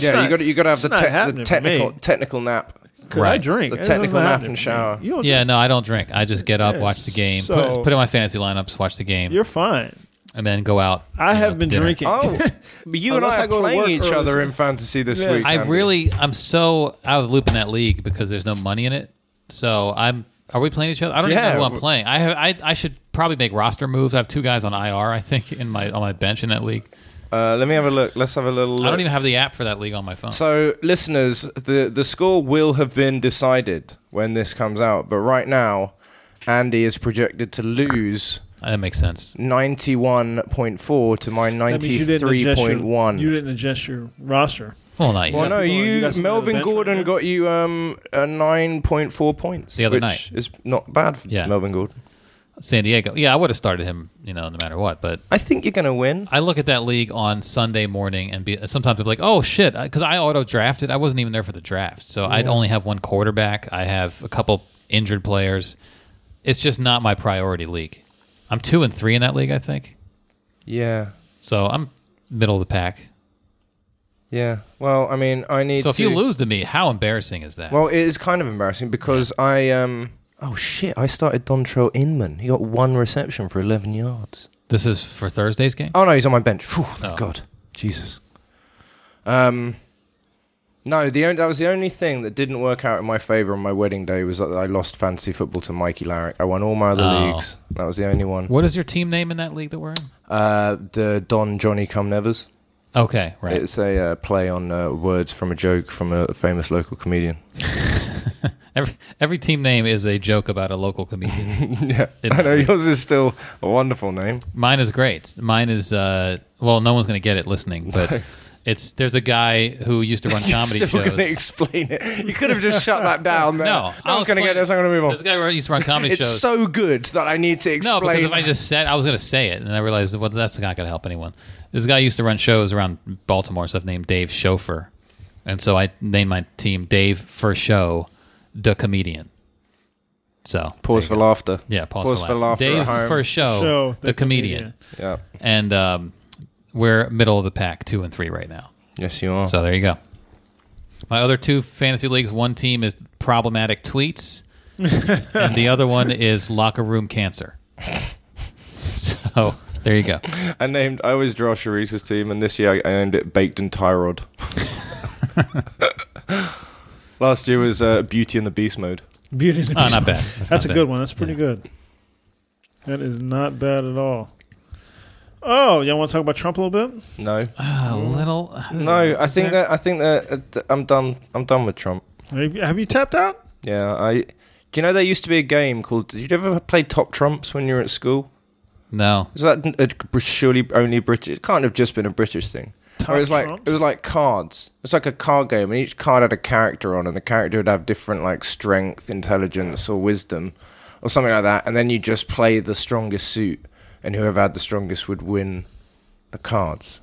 [SPEAKER 6] yeah, you got to you got to have the,
[SPEAKER 5] not
[SPEAKER 6] te- the
[SPEAKER 5] happening for me.
[SPEAKER 6] technical technical nap.
[SPEAKER 5] 'Cause I
[SPEAKER 4] Right.
[SPEAKER 5] drink
[SPEAKER 6] The
[SPEAKER 5] That's
[SPEAKER 6] technical
[SPEAKER 5] not
[SPEAKER 6] nap
[SPEAKER 5] happening
[SPEAKER 6] and
[SPEAKER 5] for me.
[SPEAKER 6] shower.
[SPEAKER 5] You don't
[SPEAKER 4] yeah.
[SPEAKER 5] drink.
[SPEAKER 4] No, I don't drink. I just get up, watch the game,
[SPEAKER 5] so-
[SPEAKER 4] put, put in my fantasy lineups, watch the game,
[SPEAKER 5] you're fine.
[SPEAKER 4] and then go out. you
[SPEAKER 5] I
[SPEAKER 4] know,
[SPEAKER 5] have
[SPEAKER 4] to
[SPEAKER 5] been
[SPEAKER 4] dinner.
[SPEAKER 5] drinking.
[SPEAKER 6] Oh, but you and
[SPEAKER 5] Unless
[SPEAKER 6] I
[SPEAKER 5] I
[SPEAKER 6] are
[SPEAKER 5] go to work
[SPEAKER 6] playing each
[SPEAKER 5] early,
[SPEAKER 6] other
[SPEAKER 5] so-
[SPEAKER 6] in fantasy this
[SPEAKER 5] Yeah.
[SPEAKER 6] week.
[SPEAKER 4] I
[SPEAKER 6] Andy.
[SPEAKER 4] really, I'm so out of the loop in that league because there's no money in it. So I'm. Are we playing each other? I don't
[SPEAKER 6] Yeah.
[SPEAKER 4] even know who I'm playing. I have. I, I should probably make roster moves. I have two guys on IR. I think in my on my bench in that league.
[SPEAKER 6] Uh, let me have a look. Let's have a little. Look.
[SPEAKER 4] I don't even have the app for that league on my phone.
[SPEAKER 6] So, listeners, the the score will have been decided when this comes out, but right now, Andy is projected to lose
[SPEAKER 4] that makes sense.
[SPEAKER 6] ninety one point four to
[SPEAKER 5] That
[SPEAKER 6] my
[SPEAKER 5] means
[SPEAKER 6] ninety
[SPEAKER 5] you didn't
[SPEAKER 6] three
[SPEAKER 5] adjust your-
[SPEAKER 6] point one.
[SPEAKER 5] You didn't adjust your roster.
[SPEAKER 4] Well, not
[SPEAKER 6] Well,
[SPEAKER 4] yet.
[SPEAKER 6] no,
[SPEAKER 5] Hold on,
[SPEAKER 6] you,
[SPEAKER 5] you got something on the
[SPEAKER 6] Melvin
[SPEAKER 5] bench right
[SPEAKER 6] Gordon
[SPEAKER 5] now?
[SPEAKER 6] got you um a nine point four points
[SPEAKER 4] The other
[SPEAKER 6] which
[SPEAKER 4] night.
[SPEAKER 6] is not bad for
[SPEAKER 4] Yeah.
[SPEAKER 6] Melvin Gordon.
[SPEAKER 4] San Diego. Yeah, I would have started him. You know, no matter what. But
[SPEAKER 6] I think you're gonna win.
[SPEAKER 4] I look at that league on Sunday morning and be sometimes I'm like, oh shit, because I auto drafted. I wasn't even there for the draft, so I'd only have one quarterback. I have a couple injured players. It's just not my priority league. I'm two and three in that league, I think.
[SPEAKER 6] Yeah,
[SPEAKER 4] So I'm middle of the pack.
[SPEAKER 6] yeah. Well, I mean, I need.
[SPEAKER 4] So if
[SPEAKER 6] to,
[SPEAKER 4] you lose to me, how embarrassing is that?
[SPEAKER 6] well, it is kind of embarrassing because I um. Oh shit! I started Dontrell Inman. He got one reception for eleven yards.
[SPEAKER 4] this is for Thursday's game.
[SPEAKER 6] Oh no, he's on my bench. Phew, thank
[SPEAKER 4] Oh.
[SPEAKER 6] God, Jesus. Um, no, the only, that was the only thing that didn't work out in my favor on my wedding day was that I lost fantasy football to Mikey Larrick. I won all my other
[SPEAKER 4] Oh.
[SPEAKER 6] leagues. That was the only one.
[SPEAKER 4] What is your team name in that league that we're in?
[SPEAKER 6] Uh, the Don Johnny Come Nevers.
[SPEAKER 4] Okay, right.
[SPEAKER 6] It's a uh, play on uh, words from a joke from a famous local comedian.
[SPEAKER 4] Every every team name is a joke about a local comedian.
[SPEAKER 6] yeah,
[SPEAKER 4] It-
[SPEAKER 6] I know yours is still a wonderful name.
[SPEAKER 4] Mine is great. Mine is uh, well, no one's gonna get it listening, but it's there's a guy who used to run comedy
[SPEAKER 6] Still
[SPEAKER 4] shows.
[SPEAKER 6] gonna explain it. You could have just shut that down. There.
[SPEAKER 4] no,
[SPEAKER 6] I
[SPEAKER 4] I'll
[SPEAKER 6] was gonna
[SPEAKER 4] explain
[SPEAKER 6] get
[SPEAKER 4] it.
[SPEAKER 6] this. I'm gonna move on.
[SPEAKER 4] There's a guy who used to run comedy
[SPEAKER 6] It's
[SPEAKER 4] shows.
[SPEAKER 6] so good that I need to
[SPEAKER 4] No,
[SPEAKER 6] explain.
[SPEAKER 4] because if I just said I was going to say it, and I realized well, that's not going to help anyone. This guy used to run shows around Baltimore, stuff named Dave Chauffeur, and so I named my team Dave for Show, the comedian. So
[SPEAKER 6] pause for laughter.
[SPEAKER 4] yeah, pause,
[SPEAKER 6] pause for laughter.
[SPEAKER 4] Dave
[SPEAKER 6] at home.
[SPEAKER 4] for Show,
[SPEAKER 5] Show,
[SPEAKER 4] the,
[SPEAKER 5] the
[SPEAKER 4] comedian,
[SPEAKER 6] Yeah.
[SPEAKER 4] and um, we're middle of the pack, two and three right now.
[SPEAKER 6] Yes, you are.
[SPEAKER 4] So there you go. My other two fantasy leagues, one team is problematic tweets, and the other one is locker room cancer. So there you go.
[SPEAKER 6] I named. I always draw Sharice's team, and this year I I named it Baked and Tyrod. Last year was uh, Beauty and the Beast mode.
[SPEAKER 5] Beauty. and the
[SPEAKER 4] Oh,
[SPEAKER 5] Beast.
[SPEAKER 4] not bad.
[SPEAKER 5] That's a
[SPEAKER 4] not
[SPEAKER 5] good
[SPEAKER 4] bad.
[SPEAKER 5] one. That's pretty good. That is not bad at all. Oh, y'all want to talk about Trump a little bit?
[SPEAKER 6] No,
[SPEAKER 4] Ah, A little. uh,
[SPEAKER 6] no. I think that I think that uh, th- I'm done. I'm done with Trump.
[SPEAKER 5] Have you, have you tapped out?
[SPEAKER 6] Yeah. I. Do you know there used to be a game called? Did you ever play Top Trumps when you were at school?
[SPEAKER 4] No.
[SPEAKER 6] Is that n- a, br- surely only British? It can't have just been a British thing. Or it was like
[SPEAKER 5] Trumps?
[SPEAKER 6] it was like cards. It's like a card game, and each card had a character on, and the character would have different like strength, intelligence, or wisdom, or something like that. And then you just play the strongest suit, and whoever had the strongest would win the cards.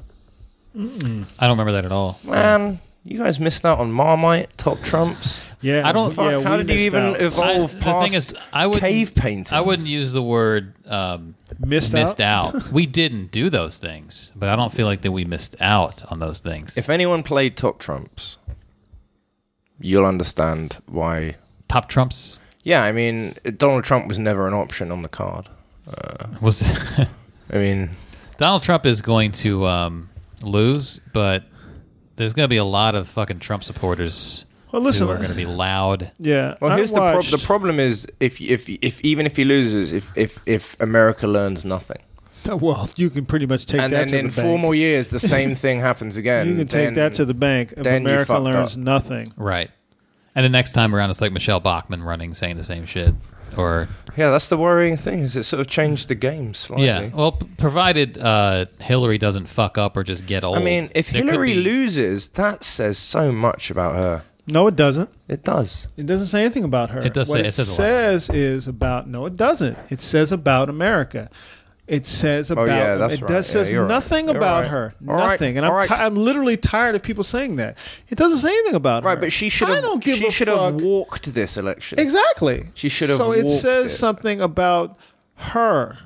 [SPEAKER 4] I don't remember that at all.
[SPEAKER 6] Man, you guys missed out on Marmite, Top Trumps.
[SPEAKER 5] Yeah.
[SPEAKER 4] I don't-
[SPEAKER 6] Fuck,
[SPEAKER 5] Yeah,
[SPEAKER 6] how
[SPEAKER 5] we
[SPEAKER 6] did you
[SPEAKER 5] missed
[SPEAKER 6] even
[SPEAKER 5] out.
[SPEAKER 6] evolve
[SPEAKER 4] I-
[SPEAKER 6] past
[SPEAKER 4] wouldn't-
[SPEAKER 6] cave paintings?
[SPEAKER 4] I wouldn't use the word um,
[SPEAKER 5] missed,
[SPEAKER 4] missed
[SPEAKER 5] out?
[SPEAKER 4] out. We didn't do those things, but I don't feel like that we missed out on those things.
[SPEAKER 6] If anyone played Top Trumps, you'll understand why
[SPEAKER 4] Top Trumps
[SPEAKER 6] Yeah, I mean, Donald Trump was never an option on the card.
[SPEAKER 4] was
[SPEAKER 6] I mean,
[SPEAKER 4] Donald Trump is going to um, lose, but there's going to be a lot of fucking Trump supporters
[SPEAKER 5] Well, listen.
[SPEAKER 4] who are going to be loud.
[SPEAKER 5] Yeah.
[SPEAKER 6] well,
[SPEAKER 5] I
[SPEAKER 6] here's the prob-
[SPEAKER 5] watched-
[SPEAKER 6] the problem is if if if even if he loses, if if if America learns nothing,
[SPEAKER 5] Well, you can pretty much take
[SPEAKER 6] and
[SPEAKER 5] that
[SPEAKER 6] then
[SPEAKER 5] to
[SPEAKER 6] in
[SPEAKER 5] the
[SPEAKER 6] four
[SPEAKER 5] bank.
[SPEAKER 6] more years the same thing happens again,
[SPEAKER 5] you can take
[SPEAKER 6] then-
[SPEAKER 5] that to the bank. If
[SPEAKER 6] then you
[SPEAKER 5] America
[SPEAKER 6] fucked
[SPEAKER 5] learns
[SPEAKER 6] up.
[SPEAKER 5] nothing.
[SPEAKER 4] Right. And the next time around, it's like Michelle Bachmann running, saying the same shit. Or,
[SPEAKER 6] yeah, that's the worrying thing is it sort of changed the game slightly.
[SPEAKER 4] yeah. Well, p- provided uh, Hillary doesn't fuck up or just get old.
[SPEAKER 6] I mean, if
[SPEAKER 4] there could
[SPEAKER 6] Hillary
[SPEAKER 4] be-
[SPEAKER 6] loses, that says so much about her.
[SPEAKER 5] No, it doesn't.
[SPEAKER 6] It does.
[SPEAKER 5] It doesn't say anything about her.
[SPEAKER 4] It does
[SPEAKER 5] what
[SPEAKER 4] say- it says a lot.
[SPEAKER 5] says is about no, it doesn't. It says about America. It says about
[SPEAKER 6] Oh, yeah, that's
[SPEAKER 5] it
[SPEAKER 6] right.
[SPEAKER 5] does
[SPEAKER 6] Yeah,
[SPEAKER 5] says
[SPEAKER 6] you're right.
[SPEAKER 5] nothing
[SPEAKER 6] You're
[SPEAKER 5] about
[SPEAKER 6] right.
[SPEAKER 5] her.
[SPEAKER 6] All right.
[SPEAKER 5] Nothing. And
[SPEAKER 6] All
[SPEAKER 5] I'm,
[SPEAKER 6] right.
[SPEAKER 5] ti- I'm literally tired of people saying that. It doesn't say anything about her.
[SPEAKER 6] Right, but she should
[SPEAKER 5] I
[SPEAKER 6] have.
[SPEAKER 5] don't give
[SPEAKER 6] she
[SPEAKER 5] a
[SPEAKER 6] should
[SPEAKER 5] fuck.
[SPEAKER 6] have walked this election.
[SPEAKER 5] Exactly.
[SPEAKER 6] She should have
[SPEAKER 5] So it
[SPEAKER 6] walked
[SPEAKER 5] says
[SPEAKER 6] it.
[SPEAKER 5] something about her.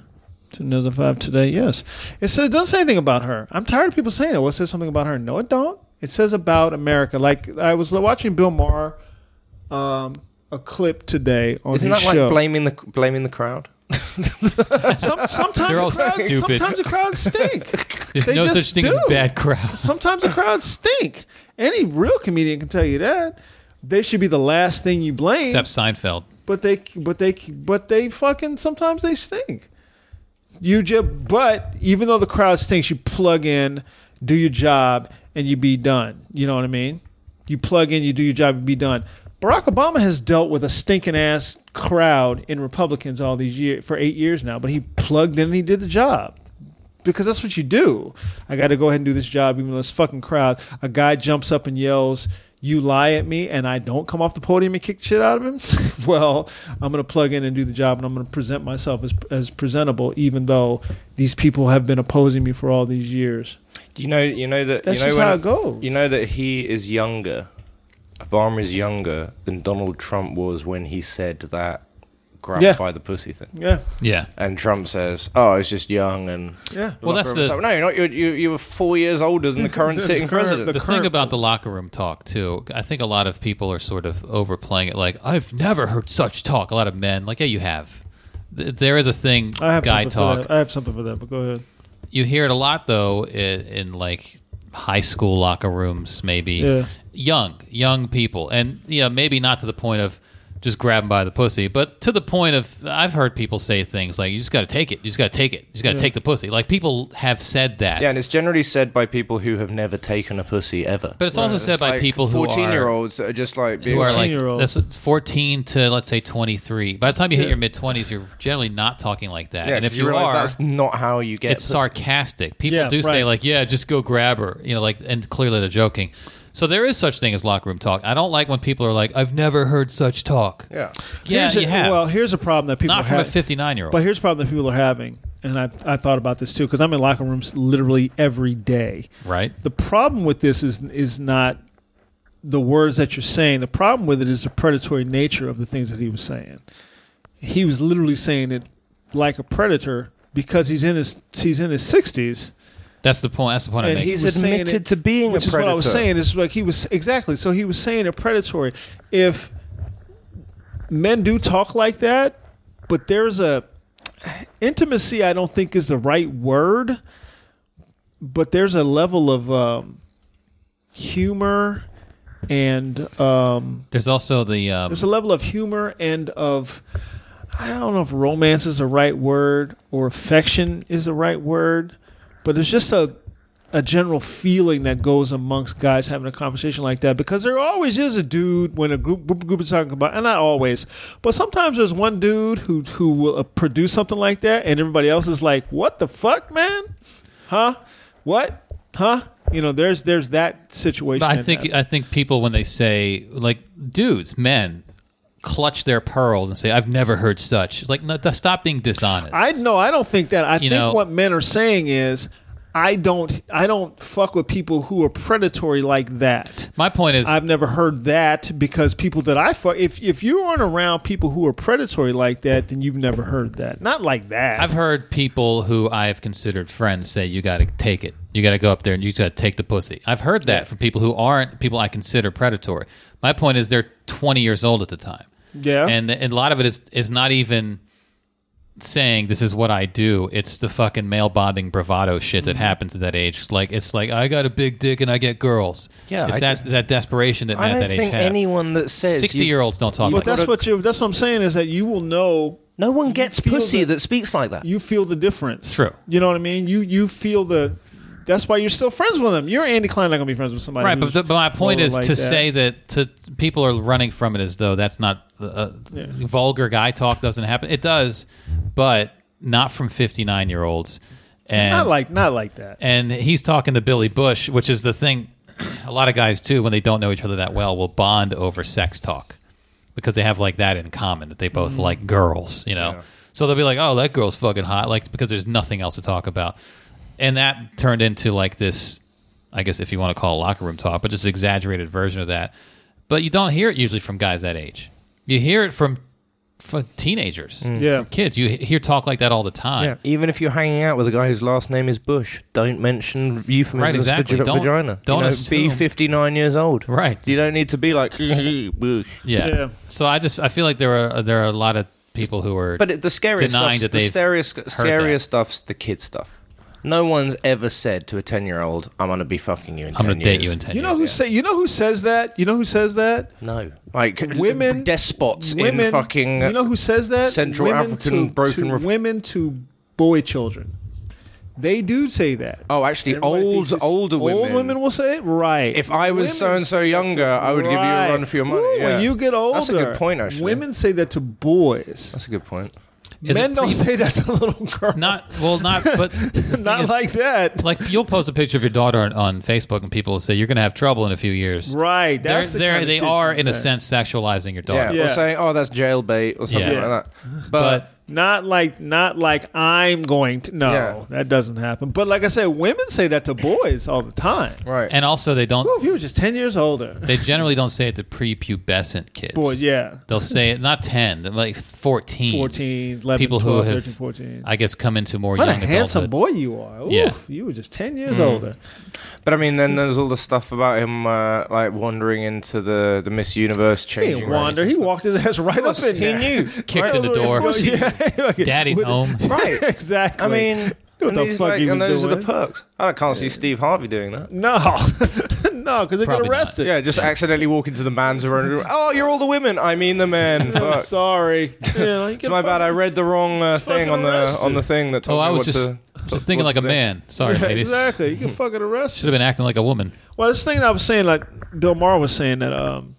[SPEAKER 5] To another five today, yes. It says it doesn't say anything about her. I'm tired of people saying it. Well, it says something about her. No, it don't. It says about America. Like I was watching Bill Maher um, a clip today on
[SPEAKER 6] Isn't
[SPEAKER 5] his
[SPEAKER 6] that like
[SPEAKER 5] show.
[SPEAKER 6] blaming the blaming the crowd?
[SPEAKER 5] Some, sometimes
[SPEAKER 4] They're all
[SPEAKER 5] the crowds,
[SPEAKER 4] stupid.
[SPEAKER 5] Sometimes the crowds stink.
[SPEAKER 4] There's
[SPEAKER 5] They
[SPEAKER 4] no
[SPEAKER 5] just
[SPEAKER 4] such thing as
[SPEAKER 5] do.
[SPEAKER 4] a bad crowd.
[SPEAKER 5] sometimes the crowds stink. Any real comedian can tell you that. They should be the last thing you blame.
[SPEAKER 4] Except Seinfeld.
[SPEAKER 5] but they but they but they fucking sometimes they stink. You just but even though the crowd stinks, you plug in, do your job, and you be done. You know what I mean? You plug in, you do your job, and be done. Barack Obama has dealt with a stinking ass crowd in Republicans all these years for eight years now, but he plugged in and he did the job because that's what you do. I got to go ahead and do this job, even though this fucking crowd. A guy jumps up and yells, "You lie at me," and I don't come off the podium and kick the shit out of him. well, I'm gonna plug in and do the job, and I'm gonna present myself as as presentable, even though these people have been opposing me for all these years.
[SPEAKER 6] You know, you know that.
[SPEAKER 5] That's
[SPEAKER 6] you know
[SPEAKER 5] just
[SPEAKER 6] when-
[SPEAKER 5] how it goes.
[SPEAKER 6] You know that he is younger. Obama is younger than Donald Trump was when he said that grab
[SPEAKER 5] Yeah.
[SPEAKER 6] by the pussy thing.
[SPEAKER 5] Yeah,
[SPEAKER 4] Yeah.
[SPEAKER 6] And Trump says, "Oh, I was just young." And
[SPEAKER 5] yeah.
[SPEAKER 4] Well, that's
[SPEAKER 6] It's
[SPEAKER 4] the.
[SPEAKER 6] like, no, you're not. You, you you were four years older than the current sitting president.
[SPEAKER 4] the thing about the locker room talk too i think a lot of people are sort of overplaying it like i've never heard such talk a lot of men like yeah you have Th- there is a thing
[SPEAKER 5] I have
[SPEAKER 4] guy
[SPEAKER 5] something For
[SPEAKER 4] talk
[SPEAKER 5] that. I have something for that, but go ahead.
[SPEAKER 4] you hear it a lot though in, in like high school locker rooms maybe
[SPEAKER 5] Yeah.
[SPEAKER 4] young young people and yeah maybe not to the point of just grab him by the pussy. But to the point of, I've heard people say things like, "You just got to take it. You just got to take it. You just got to take the pussy." Like people have said that.
[SPEAKER 6] Yeah, and it's generally said by people who have never taken a pussy ever.
[SPEAKER 4] but it's also said by people who are
[SPEAKER 6] year olds that are just like being
[SPEAKER 4] who are like
[SPEAKER 5] 14-year-old.
[SPEAKER 4] that's 14 to let's say 23. By the time you hit your mid 20s, you're generally not talking like that.
[SPEAKER 6] yeah,
[SPEAKER 4] and if
[SPEAKER 6] you,
[SPEAKER 4] you,
[SPEAKER 6] realize
[SPEAKER 4] are,
[SPEAKER 6] that's not how you get
[SPEAKER 4] it's
[SPEAKER 6] pussy.
[SPEAKER 4] sarcastic. People
[SPEAKER 5] Yeah,
[SPEAKER 4] do say
[SPEAKER 5] right.
[SPEAKER 4] like, "Yeah, just go grab her," you know, like, and clearly they're joking. So there is such thing as locker room talk. I don't like when people are like, "I've never heard such talk."
[SPEAKER 6] Yeah.
[SPEAKER 4] yeah,
[SPEAKER 5] Here's a-
[SPEAKER 4] you have.
[SPEAKER 5] Well, here's a problem that people
[SPEAKER 4] not from a
[SPEAKER 5] have.
[SPEAKER 4] 59 year old.
[SPEAKER 5] But here's the problem that people are having, and I, I thought about this too, because I'm in locker rooms literally every day.
[SPEAKER 4] right?
[SPEAKER 5] The problem with this is is not the words that you're saying. The problem with it is the predatory nature of the things that he was saying. He was literally saying it like a predator because he's in his he's in his sixties.
[SPEAKER 4] That's the point. That's the point I
[SPEAKER 5] And
[SPEAKER 4] make.
[SPEAKER 5] he's admitted
[SPEAKER 6] to being a
[SPEAKER 5] which is what I was
[SPEAKER 6] predator.
[SPEAKER 5] saying. Is like he was exactly. So he was saying it predatory. If men do talk like that, but there's a intimacy. I don't think is the right word, but there's a level of um, humor and um,
[SPEAKER 4] There's also the um,
[SPEAKER 5] there's a level of humor and of I don't know if romance is the right word or affection is the right word, but it's just a a general feeling that goes amongst guys having a conversation like that because there always is a dude when a group group, group is talking about and not always but sometimes there's one dude who who will uh, produce something like that and everybody else is like what the fuck man huh what huh you know there's there's that situation
[SPEAKER 4] But I
[SPEAKER 5] in
[SPEAKER 4] think
[SPEAKER 5] that.
[SPEAKER 4] I think people when they say like dudes, men clutch their pearls and say, "I've never heard such." It's like, no, th- stop being dishonest.
[SPEAKER 5] I no, I don't think that. I think
[SPEAKER 4] know-
[SPEAKER 5] what men are saying is, I don't, I don't fuck with people who are predatory like that.
[SPEAKER 4] My point is,
[SPEAKER 5] I've never heard that because people that I fuck, if if you aren't around people who are predatory like that, then you've never heard that. Not like that.
[SPEAKER 4] I've heard people who I've considered friends say, "You got to take it. You got to go up there and you got to take the pussy." I've heard that from people who aren't people I consider predatory. My point is, they're 20 years old at the time.
[SPEAKER 5] Yeah.
[SPEAKER 4] and, and a lot of it is is not even saying this is what I do. It's the fucking male bonding bravado shit that happens at that age. Like it's like I got a big dick and I get girls.
[SPEAKER 6] Yeah,
[SPEAKER 4] it's
[SPEAKER 6] I
[SPEAKER 4] that
[SPEAKER 6] just-
[SPEAKER 4] that desperation that men
[SPEAKER 6] I
[SPEAKER 4] at
[SPEAKER 6] don't
[SPEAKER 4] that age
[SPEAKER 6] think
[SPEAKER 4] have.
[SPEAKER 6] anyone that says you-
[SPEAKER 4] Sixty year olds don't talk
[SPEAKER 5] but
[SPEAKER 4] like
[SPEAKER 5] that's
[SPEAKER 4] that.
[SPEAKER 5] what you. That's what I'm saying is that you will know.
[SPEAKER 6] No one gets
[SPEAKER 5] feel
[SPEAKER 6] pussy
[SPEAKER 5] that-
[SPEAKER 6] that, speaks like that.
[SPEAKER 5] You feel the difference.
[SPEAKER 4] True.
[SPEAKER 5] You know what I mean. You you feel the. That's why you're still friends with them. You're Andy Klein not gonna be friends with somebody.
[SPEAKER 4] Right, but,
[SPEAKER 5] who's
[SPEAKER 4] but my point
[SPEAKER 5] older
[SPEAKER 4] is
[SPEAKER 5] like
[SPEAKER 4] to
[SPEAKER 5] that.
[SPEAKER 4] say that to people are running from it as though that's not uh, vulgar guy talk doesn't happen. It does, but not from fifty nine year olds. And
[SPEAKER 5] not like not like that.
[SPEAKER 4] and he's talking to Billy Bush, which is the thing. A lot of guys too, when they don't know each other that well, will bond over sex talk because they have like that in common that they
[SPEAKER 5] Mm.
[SPEAKER 4] both like girls, you know. So they'll be like, "Oh, that girl's fucking hot," like because there's nothing else to talk about, and that turned into like this, I guess if you want to call it locker room talk, but just exaggerated version of that. But you don't hear it usually from guys that age. You hear it from, from teenagers,
[SPEAKER 5] Mm. Yeah.
[SPEAKER 4] kids. You hear talk like that all the time.
[SPEAKER 6] Even if you're hanging out with a guy whose last name is Bush, don't mention euphemisms
[SPEAKER 4] Right, exactly.
[SPEAKER 6] for gi-
[SPEAKER 4] Don't-
[SPEAKER 6] vagina.
[SPEAKER 4] don't
[SPEAKER 6] you know, be
[SPEAKER 4] assume.
[SPEAKER 6] 59 years old.
[SPEAKER 4] Right.
[SPEAKER 6] You don't need to be like Bush.
[SPEAKER 4] Yeah.
[SPEAKER 5] Yeah.
[SPEAKER 4] So I just I feel like there are there are a lot of people who are
[SPEAKER 6] But it, the scariest
[SPEAKER 4] denying that
[SPEAKER 6] stuff, the
[SPEAKER 4] they've
[SPEAKER 6] scariest,
[SPEAKER 4] heard
[SPEAKER 6] scariest
[SPEAKER 4] that.
[SPEAKER 6] stuff's the kid stuff. No one's ever said to a 10 year old, I'm going to be fucking you in
[SPEAKER 4] I'm
[SPEAKER 6] 10
[SPEAKER 4] going to date
[SPEAKER 6] years."
[SPEAKER 4] you in ten.
[SPEAKER 5] You know
[SPEAKER 4] years.
[SPEAKER 5] who say? You know who says that? You know who says that?
[SPEAKER 6] No. Like,
[SPEAKER 5] Women-
[SPEAKER 6] despots in fucking. uh,
[SPEAKER 5] you know who says that
[SPEAKER 6] Central
[SPEAKER 5] Women
[SPEAKER 6] African
[SPEAKER 5] to,
[SPEAKER 6] broken
[SPEAKER 5] to
[SPEAKER 6] ref-
[SPEAKER 5] women to boy children they do say that
[SPEAKER 6] Oh, actually,
[SPEAKER 5] Everybody
[SPEAKER 6] old-
[SPEAKER 5] thinks it's-
[SPEAKER 6] older
[SPEAKER 5] old
[SPEAKER 6] women.
[SPEAKER 5] women will say it right
[SPEAKER 6] If I was
[SPEAKER 5] Women
[SPEAKER 6] so and so
[SPEAKER 5] say that
[SPEAKER 6] younger,
[SPEAKER 5] to-
[SPEAKER 6] I would give you a
[SPEAKER 5] right.
[SPEAKER 6] run for your money.
[SPEAKER 5] Ooh,
[SPEAKER 6] Yeah.
[SPEAKER 5] when you get older
[SPEAKER 6] That's a good point, actually.
[SPEAKER 5] women say that to boys
[SPEAKER 6] That's a good point.
[SPEAKER 4] Is
[SPEAKER 5] men
[SPEAKER 4] it
[SPEAKER 5] don't
[SPEAKER 4] pre-
[SPEAKER 5] say that to little girls
[SPEAKER 4] not well not but the thing
[SPEAKER 5] not
[SPEAKER 4] is,
[SPEAKER 5] like that
[SPEAKER 4] like you'll post a picture of your daughter on, on Facebook and people will say you're going to have trouble in a few years.
[SPEAKER 5] right
[SPEAKER 4] They're,
[SPEAKER 5] that's the
[SPEAKER 4] they're,
[SPEAKER 5] kind of
[SPEAKER 4] they
[SPEAKER 5] shit
[SPEAKER 4] are
[SPEAKER 5] you
[SPEAKER 4] in a
[SPEAKER 5] say.
[SPEAKER 4] sense sexualizing your
[SPEAKER 6] Yeah.
[SPEAKER 4] daughter.
[SPEAKER 5] Yeah.
[SPEAKER 6] Or saying, oh, that's jailbait or something
[SPEAKER 4] Yeah.
[SPEAKER 6] like that.
[SPEAKER 4] But
[SPEAKER 5] not like not like i'm going to no
[SPEAKER 6] Yeah.
[SPEAKER 5] that doesn't happen but like i said women say that to boys all the time
[SPEAKER 6] right.
[SPEAKER 4] and also they don't
[SPEAKER 5] Ooh, if you were just 10 years older
[SPEAKER 4] they generally don't say it to prepubescent kids.
[SPEAKER 5] boy yeah
[SPEAKER 4] They'll say it not 10, like 14.
[SPEAKER 5] 14, 11,
[SPEAKER 4] people
[SPEAKER 5] 12,
[SPEAKER 4] who have
[SPEAKER 5] 13, 14.
[SPEAKER 4] I guess come into more
[SPEAKER 5] What a
[SPEAKER 4] young
[SPEAKER 5] handsome
[SPEAKER 4] adulthood.
[SPEAKER 5] boy you are. Oof,
[SPEAKER 4] Yeah.
[SPEAKER 5] You were just 10
[SPEAKER 6] Hmm.
[SPEAKER 5] years older.
[SPEAKER 6] But I mean, then there's all the stuff about him uh, like wandering into the, the Miss Universe
[SPEAKER 5] He
[SPEAKER 6] changing.
[SPEAKER 5] didn't wander. He walked his ass right up in
[SPEAKER 6] he
[SPEAKER 5] there.
[SPEAKER 6] knew.
[SPEAKER 4] Kicked in the door.
[SPEAKER 5] Yeah.
[SPEAKER 4] Daddy's home.
[SPEAKER 6] Right.
[SPEAKER 5] exactly.
[SPEAKER 6] I mean,
[SPEAKER 5] knew what
[SPEAKER 6] And,
[SPEAKER 5] the
[SPEAKER 6] he's
[SPEAKER 5] fuck
[SPEAKER 6] like,
[SPEAKER 5] he was
[SPEAKER 6] and those
[SPEAKER 5] doing.
[SPEAKER 6] are the perks. I can't see Steve Harvey doing that.
[SPEAKER 5] no, no, because they get
[SPEAKER 4] Probably not.
[SPEAKER 5] arrested.
[SPEAKER 6] Yeah, just accidentally walk into the man's room. Oh, you're all the women. I mean the men.
[SPEAKER 5] I'm
[SPEAKER 6] Fuck.
[SPEAKER 5] sorry. Yeah, like,
[SPEAKER 6] It's my bad. I read the wrong uh, thing on the
[SPEAKER 5] arrested.
[SPEAKER 6] on the thing that
[SPEAKER 4] Oh,
[SPEAKER 6] told me
[SPEAKER 4] I was
[SPEAKER 6] what
[SPEAKER 4] just
[SPEAKER 6] to-
[SPEAKER 4] just thinking
[SPEAKER 6] what
[SPEAKER 4] like
[SPEAKER 6] to
[SPEAKER 4] a
[SPEAKER 6] do.
[SPEAKER 4] man. Sorry,
[SPEAKER 5] Yeah,
[SPEAKER 4] ladies.
[SPEAKER 5] exactly. You can fucking arrest.
[SPEAKER 4] Should have been acting like a woman.
[SPEAKER 5] Well, this thing that I was saying, like Bill Maher was saying that um,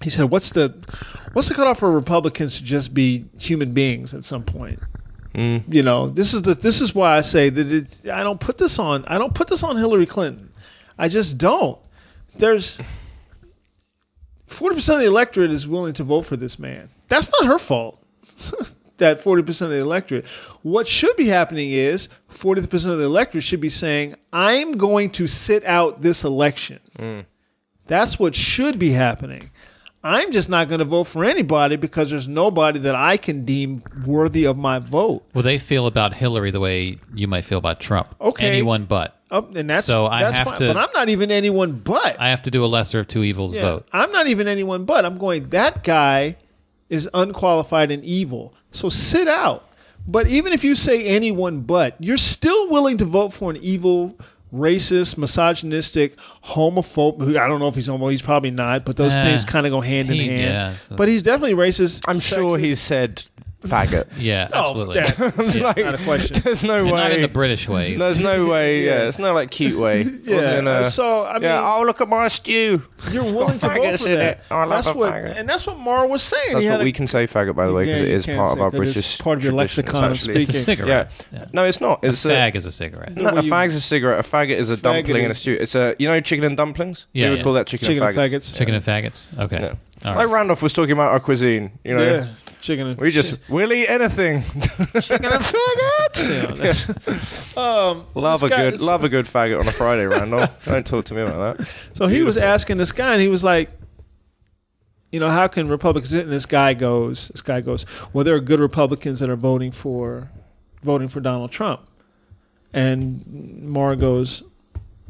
[SPEAKER 5] he said, "What's the what's the cutoff for Republicans to just be human beings at some point?" You know, this is the this is why I say that it's I don't put this on I don't put this on Hillary Clinton. I just don't. There's forty percent of the electorate is willing to vote for this man. That's not her fault. that 40% of the electorate. What should be happening is 40% of the electorate should be saying, I'm going to sit out this election.
[SPEAKER 4] Mm.
[SPEAKER 5] That's what should be happening. I'm just not going to vote for anybody because there's nobody that I can deem worthy of my vote.
[SPEAKER 4] Well, they feel about Hillary the way you might feel about Trump.
[SPEAKER 5] Okay.
[SPEAKER 4] Anyone but.
[SPEAKER 5] Oh, and that's
[SPEAKER 4] So I
[SPEAKER 5] that's
[SPEAKER 4] have
[SPEAKER 5] fine.
[SPEAKER 4] to-
[SPEAKER 5] But I'm not even anyone but.
[SPEAKER 4] I have to do a lesser of two evils
[SPEAKER 5] Yeah.
[SPEAKER 4] vote.
[SPEAKER 5] I'm not even anyone but. I'm going, that guy is unqualified and evil. So sit out. But even if you say anyone but, you're still willing to vote for an evil, racist, misogynistic, homophobe. I don't know if he's homo. He's probably not, but those
[SPEAKER 4] Eh,
[SPEAKER 5] things kind of go hand in
[SPEAKER 4] he-
[SPEAKER 5] hand.
[SPEAKER 4] yeah.
[SPEAKER 5] But he's definitely racist.
[SPEAKER 6] I'm sure
[SPEAKER 5] sexist.
[SPEAKER 6] he's said faggot.
[SPEAKER 4] Yeah,
[SPEAKER 5] Oh,
[SPEAKER 4] absolutely.
[SPEAKER 5] that-
[SPEAKER 6] Like,
[SPEAKER 5] Not a question.
[SPEAKER 6] There's no way.
[SPEAKER 4] Not in the British way.
[SPEAKER 6] There's no way. Yeah, it's no like cute way.
[SPEAKER 5] Yeah. uh,
[SPEAKER 6] Wasn't in a-
[SPEAKER 5] so I mean,
[SPEAKER 6] yeah. Oh, look at my stew.
[SPEAKER 5] you're willing to vote
[SPEAKER 6] faggots
[SPEAKER 5] for
[SPEAKER 6] in
[SPEAKER 5] that.
[SPEAKER 6] it. Oh, I love
[SPEAKER 5] that's
[SPEAKER 6] a
[SPEAKER 5] what,
[SPEAKER 6] faggot.
[SPEAKER 5] and that's what Mara was saying. He
[SPEAKER 6] That's
[SPEAKER 5] had
[SPEAKER 6] what
[SPEAKER 5] a-
[SPEAKER 6] we can say faggot, by the way, because
[SPEAKER 5] Yeah,
[SPEAKER 6] it
[SPEAKER 5] you
[SPEAKER 6] is
[SPEAKER 5] can
[SPEAKER 6] part
[SPEAKER 5] say
[SPEAKER 6] of our
[SPEAKER 5] that. It's
[SPEAKER 6] British
[SPEAKER 5] part of your
[SPEAKER 6] tradition. It's
[SPEAKER 5] lexicon of
[SPEAKER 6] actually-
[SPEAKER 4] It's a
[SPEAKER 5] speaking.
[SPEAKER 6] Yeah.
[SPEAKER 4] cigarette. Yeah.
[SPEAKER 6] No, it's not. It's a,
[SPEAKER 4] Fag is a cigarette.
[SPEAKER 6] No, a
[SPEAKER 5] you-
[SPEAKER 6] fag's a cigarette. A faggot is a dumpling
[SPEAKER 5] is-
[SPEAKER 6] and a stew. It's a you know chicken and dumplings.
[SPEAKER 4] Yeah,
[SPEAKER 6] we would
[SPEAKER 4] yeah.
[SPEAKER 6] call that chicken,
[SPEAKER 5] chicken and
[SPEAKER 6] and faggots.
[SPEAKER 5] faggots.
[SPEAKER 4] Chicken and faggots. Okay. All
[SPEAKER 6] Like
[SPEAKER 4] right.
[SPEAKER 6] Randolph was talking about our cuisine. You know,
[SPEAKER 5] Yeah, chicken and
[SPEAKER 6] we just we'll eat anything.
[SPEAKER 5] Yeah, that's-
[SPEAKER 6] love a
[SPEAKER 5] This guy-
[SPEAKER 6] good love a good faggot on a Friday, Randolph. Don't talk to me like that.
[SPEAKER 5] So he was asking this guy, and he was like, you know, how can Republicans? And this guy goes, this guy goes, well, there are good Republicans that are voting for, voting for Donald Trump. And Mara goes,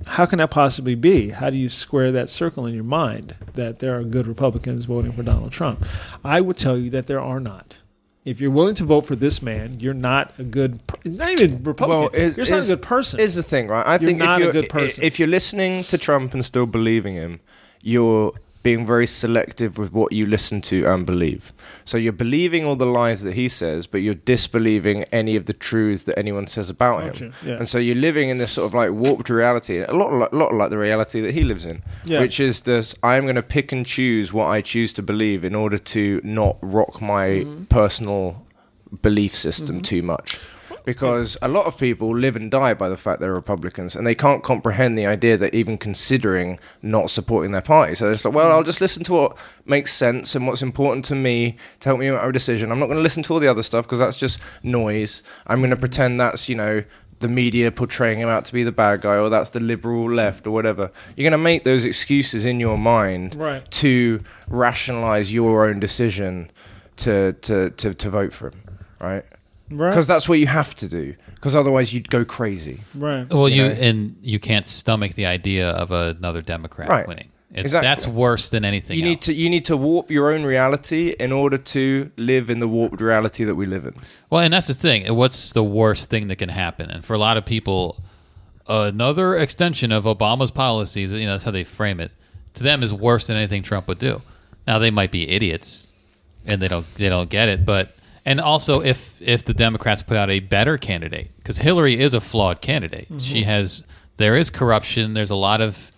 [SPEAKER 5] how can that possibly be? How do you square that circle in your mind that there are good Republicans voting for Donald Trump? I would tell you that there are not. If you're willing to vote for this man, you're not a good, per- not even Republican.
[SPEAKER 6] is-
[SPEAKER 5] you're just not
[SPEAKER 6] is-
[SPEAKER 5] a good person.
[SPEAKER 6] Is the thing, right? I think
[SPEAKER 5] not a
[SPEAKER 6] if you're,
[SPEAKER 5] good person.
[SPEAKER 6] i- If you're listening to Trump and still believing him, you're being very selective with what you listen to and believe. So you're believing all the lies that he says, but you're disbelieving any of the truths that anyone says about
[SPEAKER 5] true.
[SPEAKER 6] him.
[SPEAKER 5] Yeah.
[SPEAKER 6] And so you're living in this sort of like warped reality, a lot, like- lot like the reality that he lives in,
[SPEAKER 5] Yeah.
[SPEAKER 6] which is this: I'm going to pick and choose what I choose to believe in order to not rock my personal belief system too much. Because a lot of people live and die by the fact they're Republicans, and they can't comprehend the idea that even considering not supporting their party. So it's like, well, I'll just listen to what makes sense and what's important to me to help me make my decision. I'm not going to listen to all the other stuff because that's just noise. I'm going to pretend that's, you know, the media portraying him out to be the bad guy or that's the liberal left or whatever. You're going to make those excuses in your mind
[SPEAKER 5] Right.
[SPEAKER 6] to rationalize your own decision to to to, to vote for him, right?
[SPEAKER 5] right?
[SPEAKER 6] Because that's what you have to do. Because otherwise, you'd go crazy.
[SPEAKER 5] right.
[SPEAKER 4] Well, you,
[SPEAKER 6] You know?
[SPEAKER 4] and you can't stomach the idea of another Democrat
[SPEAKER 6] Right.
[SPEAKER 4] winning. It's,
[SPEAKER 6] Exactly.
[SPEAKER 4] That's worse than anything.
[SPEAKER 6] You need
[SPEAKER 4] else.
[SPEAKER 6] to you need to warp your own reality in order to live in the warped reality that we live in.
[SPEAKER 4] Well, and that's the thing. What's the worst thing that can happen? And for a lot of people, another extension of Obama's policies, you know, that's how they frame it, to them is worse than anything Trump would do. Now they might be idiots and they don't they don't get it, but and also if if the Democrats put out a better candidate cuz Hillary is a flawed candidate. She has there is corruption, there's a lot of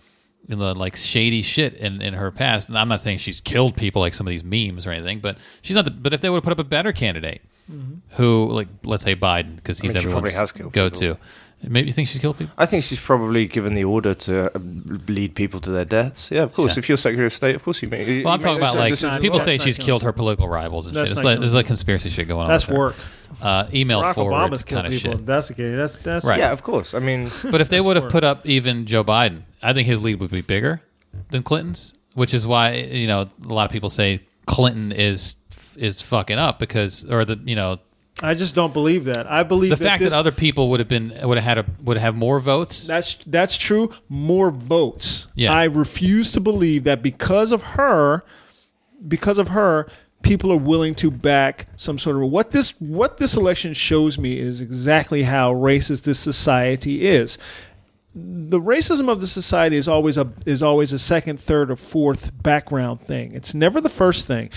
[SPEAKER 4] you know, like shady shit in, in her past. And I'm not saying she's killed people like some of these memes or anything, but she's not the, but if they would have put up a better candidate, who like let's say Biden because he's
[SPEAKER 6] mean, she
[SPEAKER 4] everyone's
[SPEAKER 6] probably has killed
[SPEAKER 4] go to. Maybe you think she's killed people.
[SPEAKER 6] I think she's probably given the order to um, lead people to their deaths. Yeah, of course. If you're Secretary of State, of course you make. you
[SPEAKER 4] Well, I'm
[SPEAKER 6] make
[SPEAKER 4] talking
[SPEAKER 6] those
[SPEAKER 4] about like
[SPEAKER 6] decisions.
[SPEAKER 5] not-
[SPEAKER 4] people
[SPEAKER 5] that's
[SPEAKER 4] say
[SPEAKER 5] not
[SPEAKER 4] she's
[SPEAKER 5] killing.
[SPEAKER 4] killed her political rivals and
[SPEAKER 5] That's
[SPEAKER 4] shit. It's
[SPEAKER 5] not
[SPEAKER 4] like,
[SPEAKER 5] killing.
[SPEAKER 4] there's like conspiracy shit going on.
[SPEAKER 5] That's
[SPEAKER 4] with her.
[SPEAKER 5] work.
[SPEAKER 4] Uh, email
[SPEAKER 5] Barack
[SPEAKER 4] forward
[SPEAKER 5] Obama's killed
[SPEAKER 4] kind of
[SPEAKER 5] people.
[SPEAKER 4] shit.
[SPEAKER 5] That's okay. That's that's
[SPEAKER 4] Right.
[SPEAKER 6] Yeah, of course. I mean,
[SPEAKER 4] But if they would have put up even Joe Biden, I think his lead would be bigger than Clinton's, which is why you know a lot of people say Clinton is is fucking up because or the you know
[SPEAKER 5] I just don't believe that. I believe
[SPEAKER 4] the
[SPEAKER 5] that
[SPEAKER 4] fact
[SPEAKER 5] this,
[SPEAKER 4] that other people would have been would have had a would have more votes.
[SPEAKER 5] that's that's true. More votes.
[SPEAKER 4] Yeah.
[SPEAKER 5] I refuse to believe that because of her, because of her, people are willing to back some sort of what this what this election shows me is exactly how racist this society is. The racism of the society is always a is always a second, third, or fourth background thing. It's never the first thing.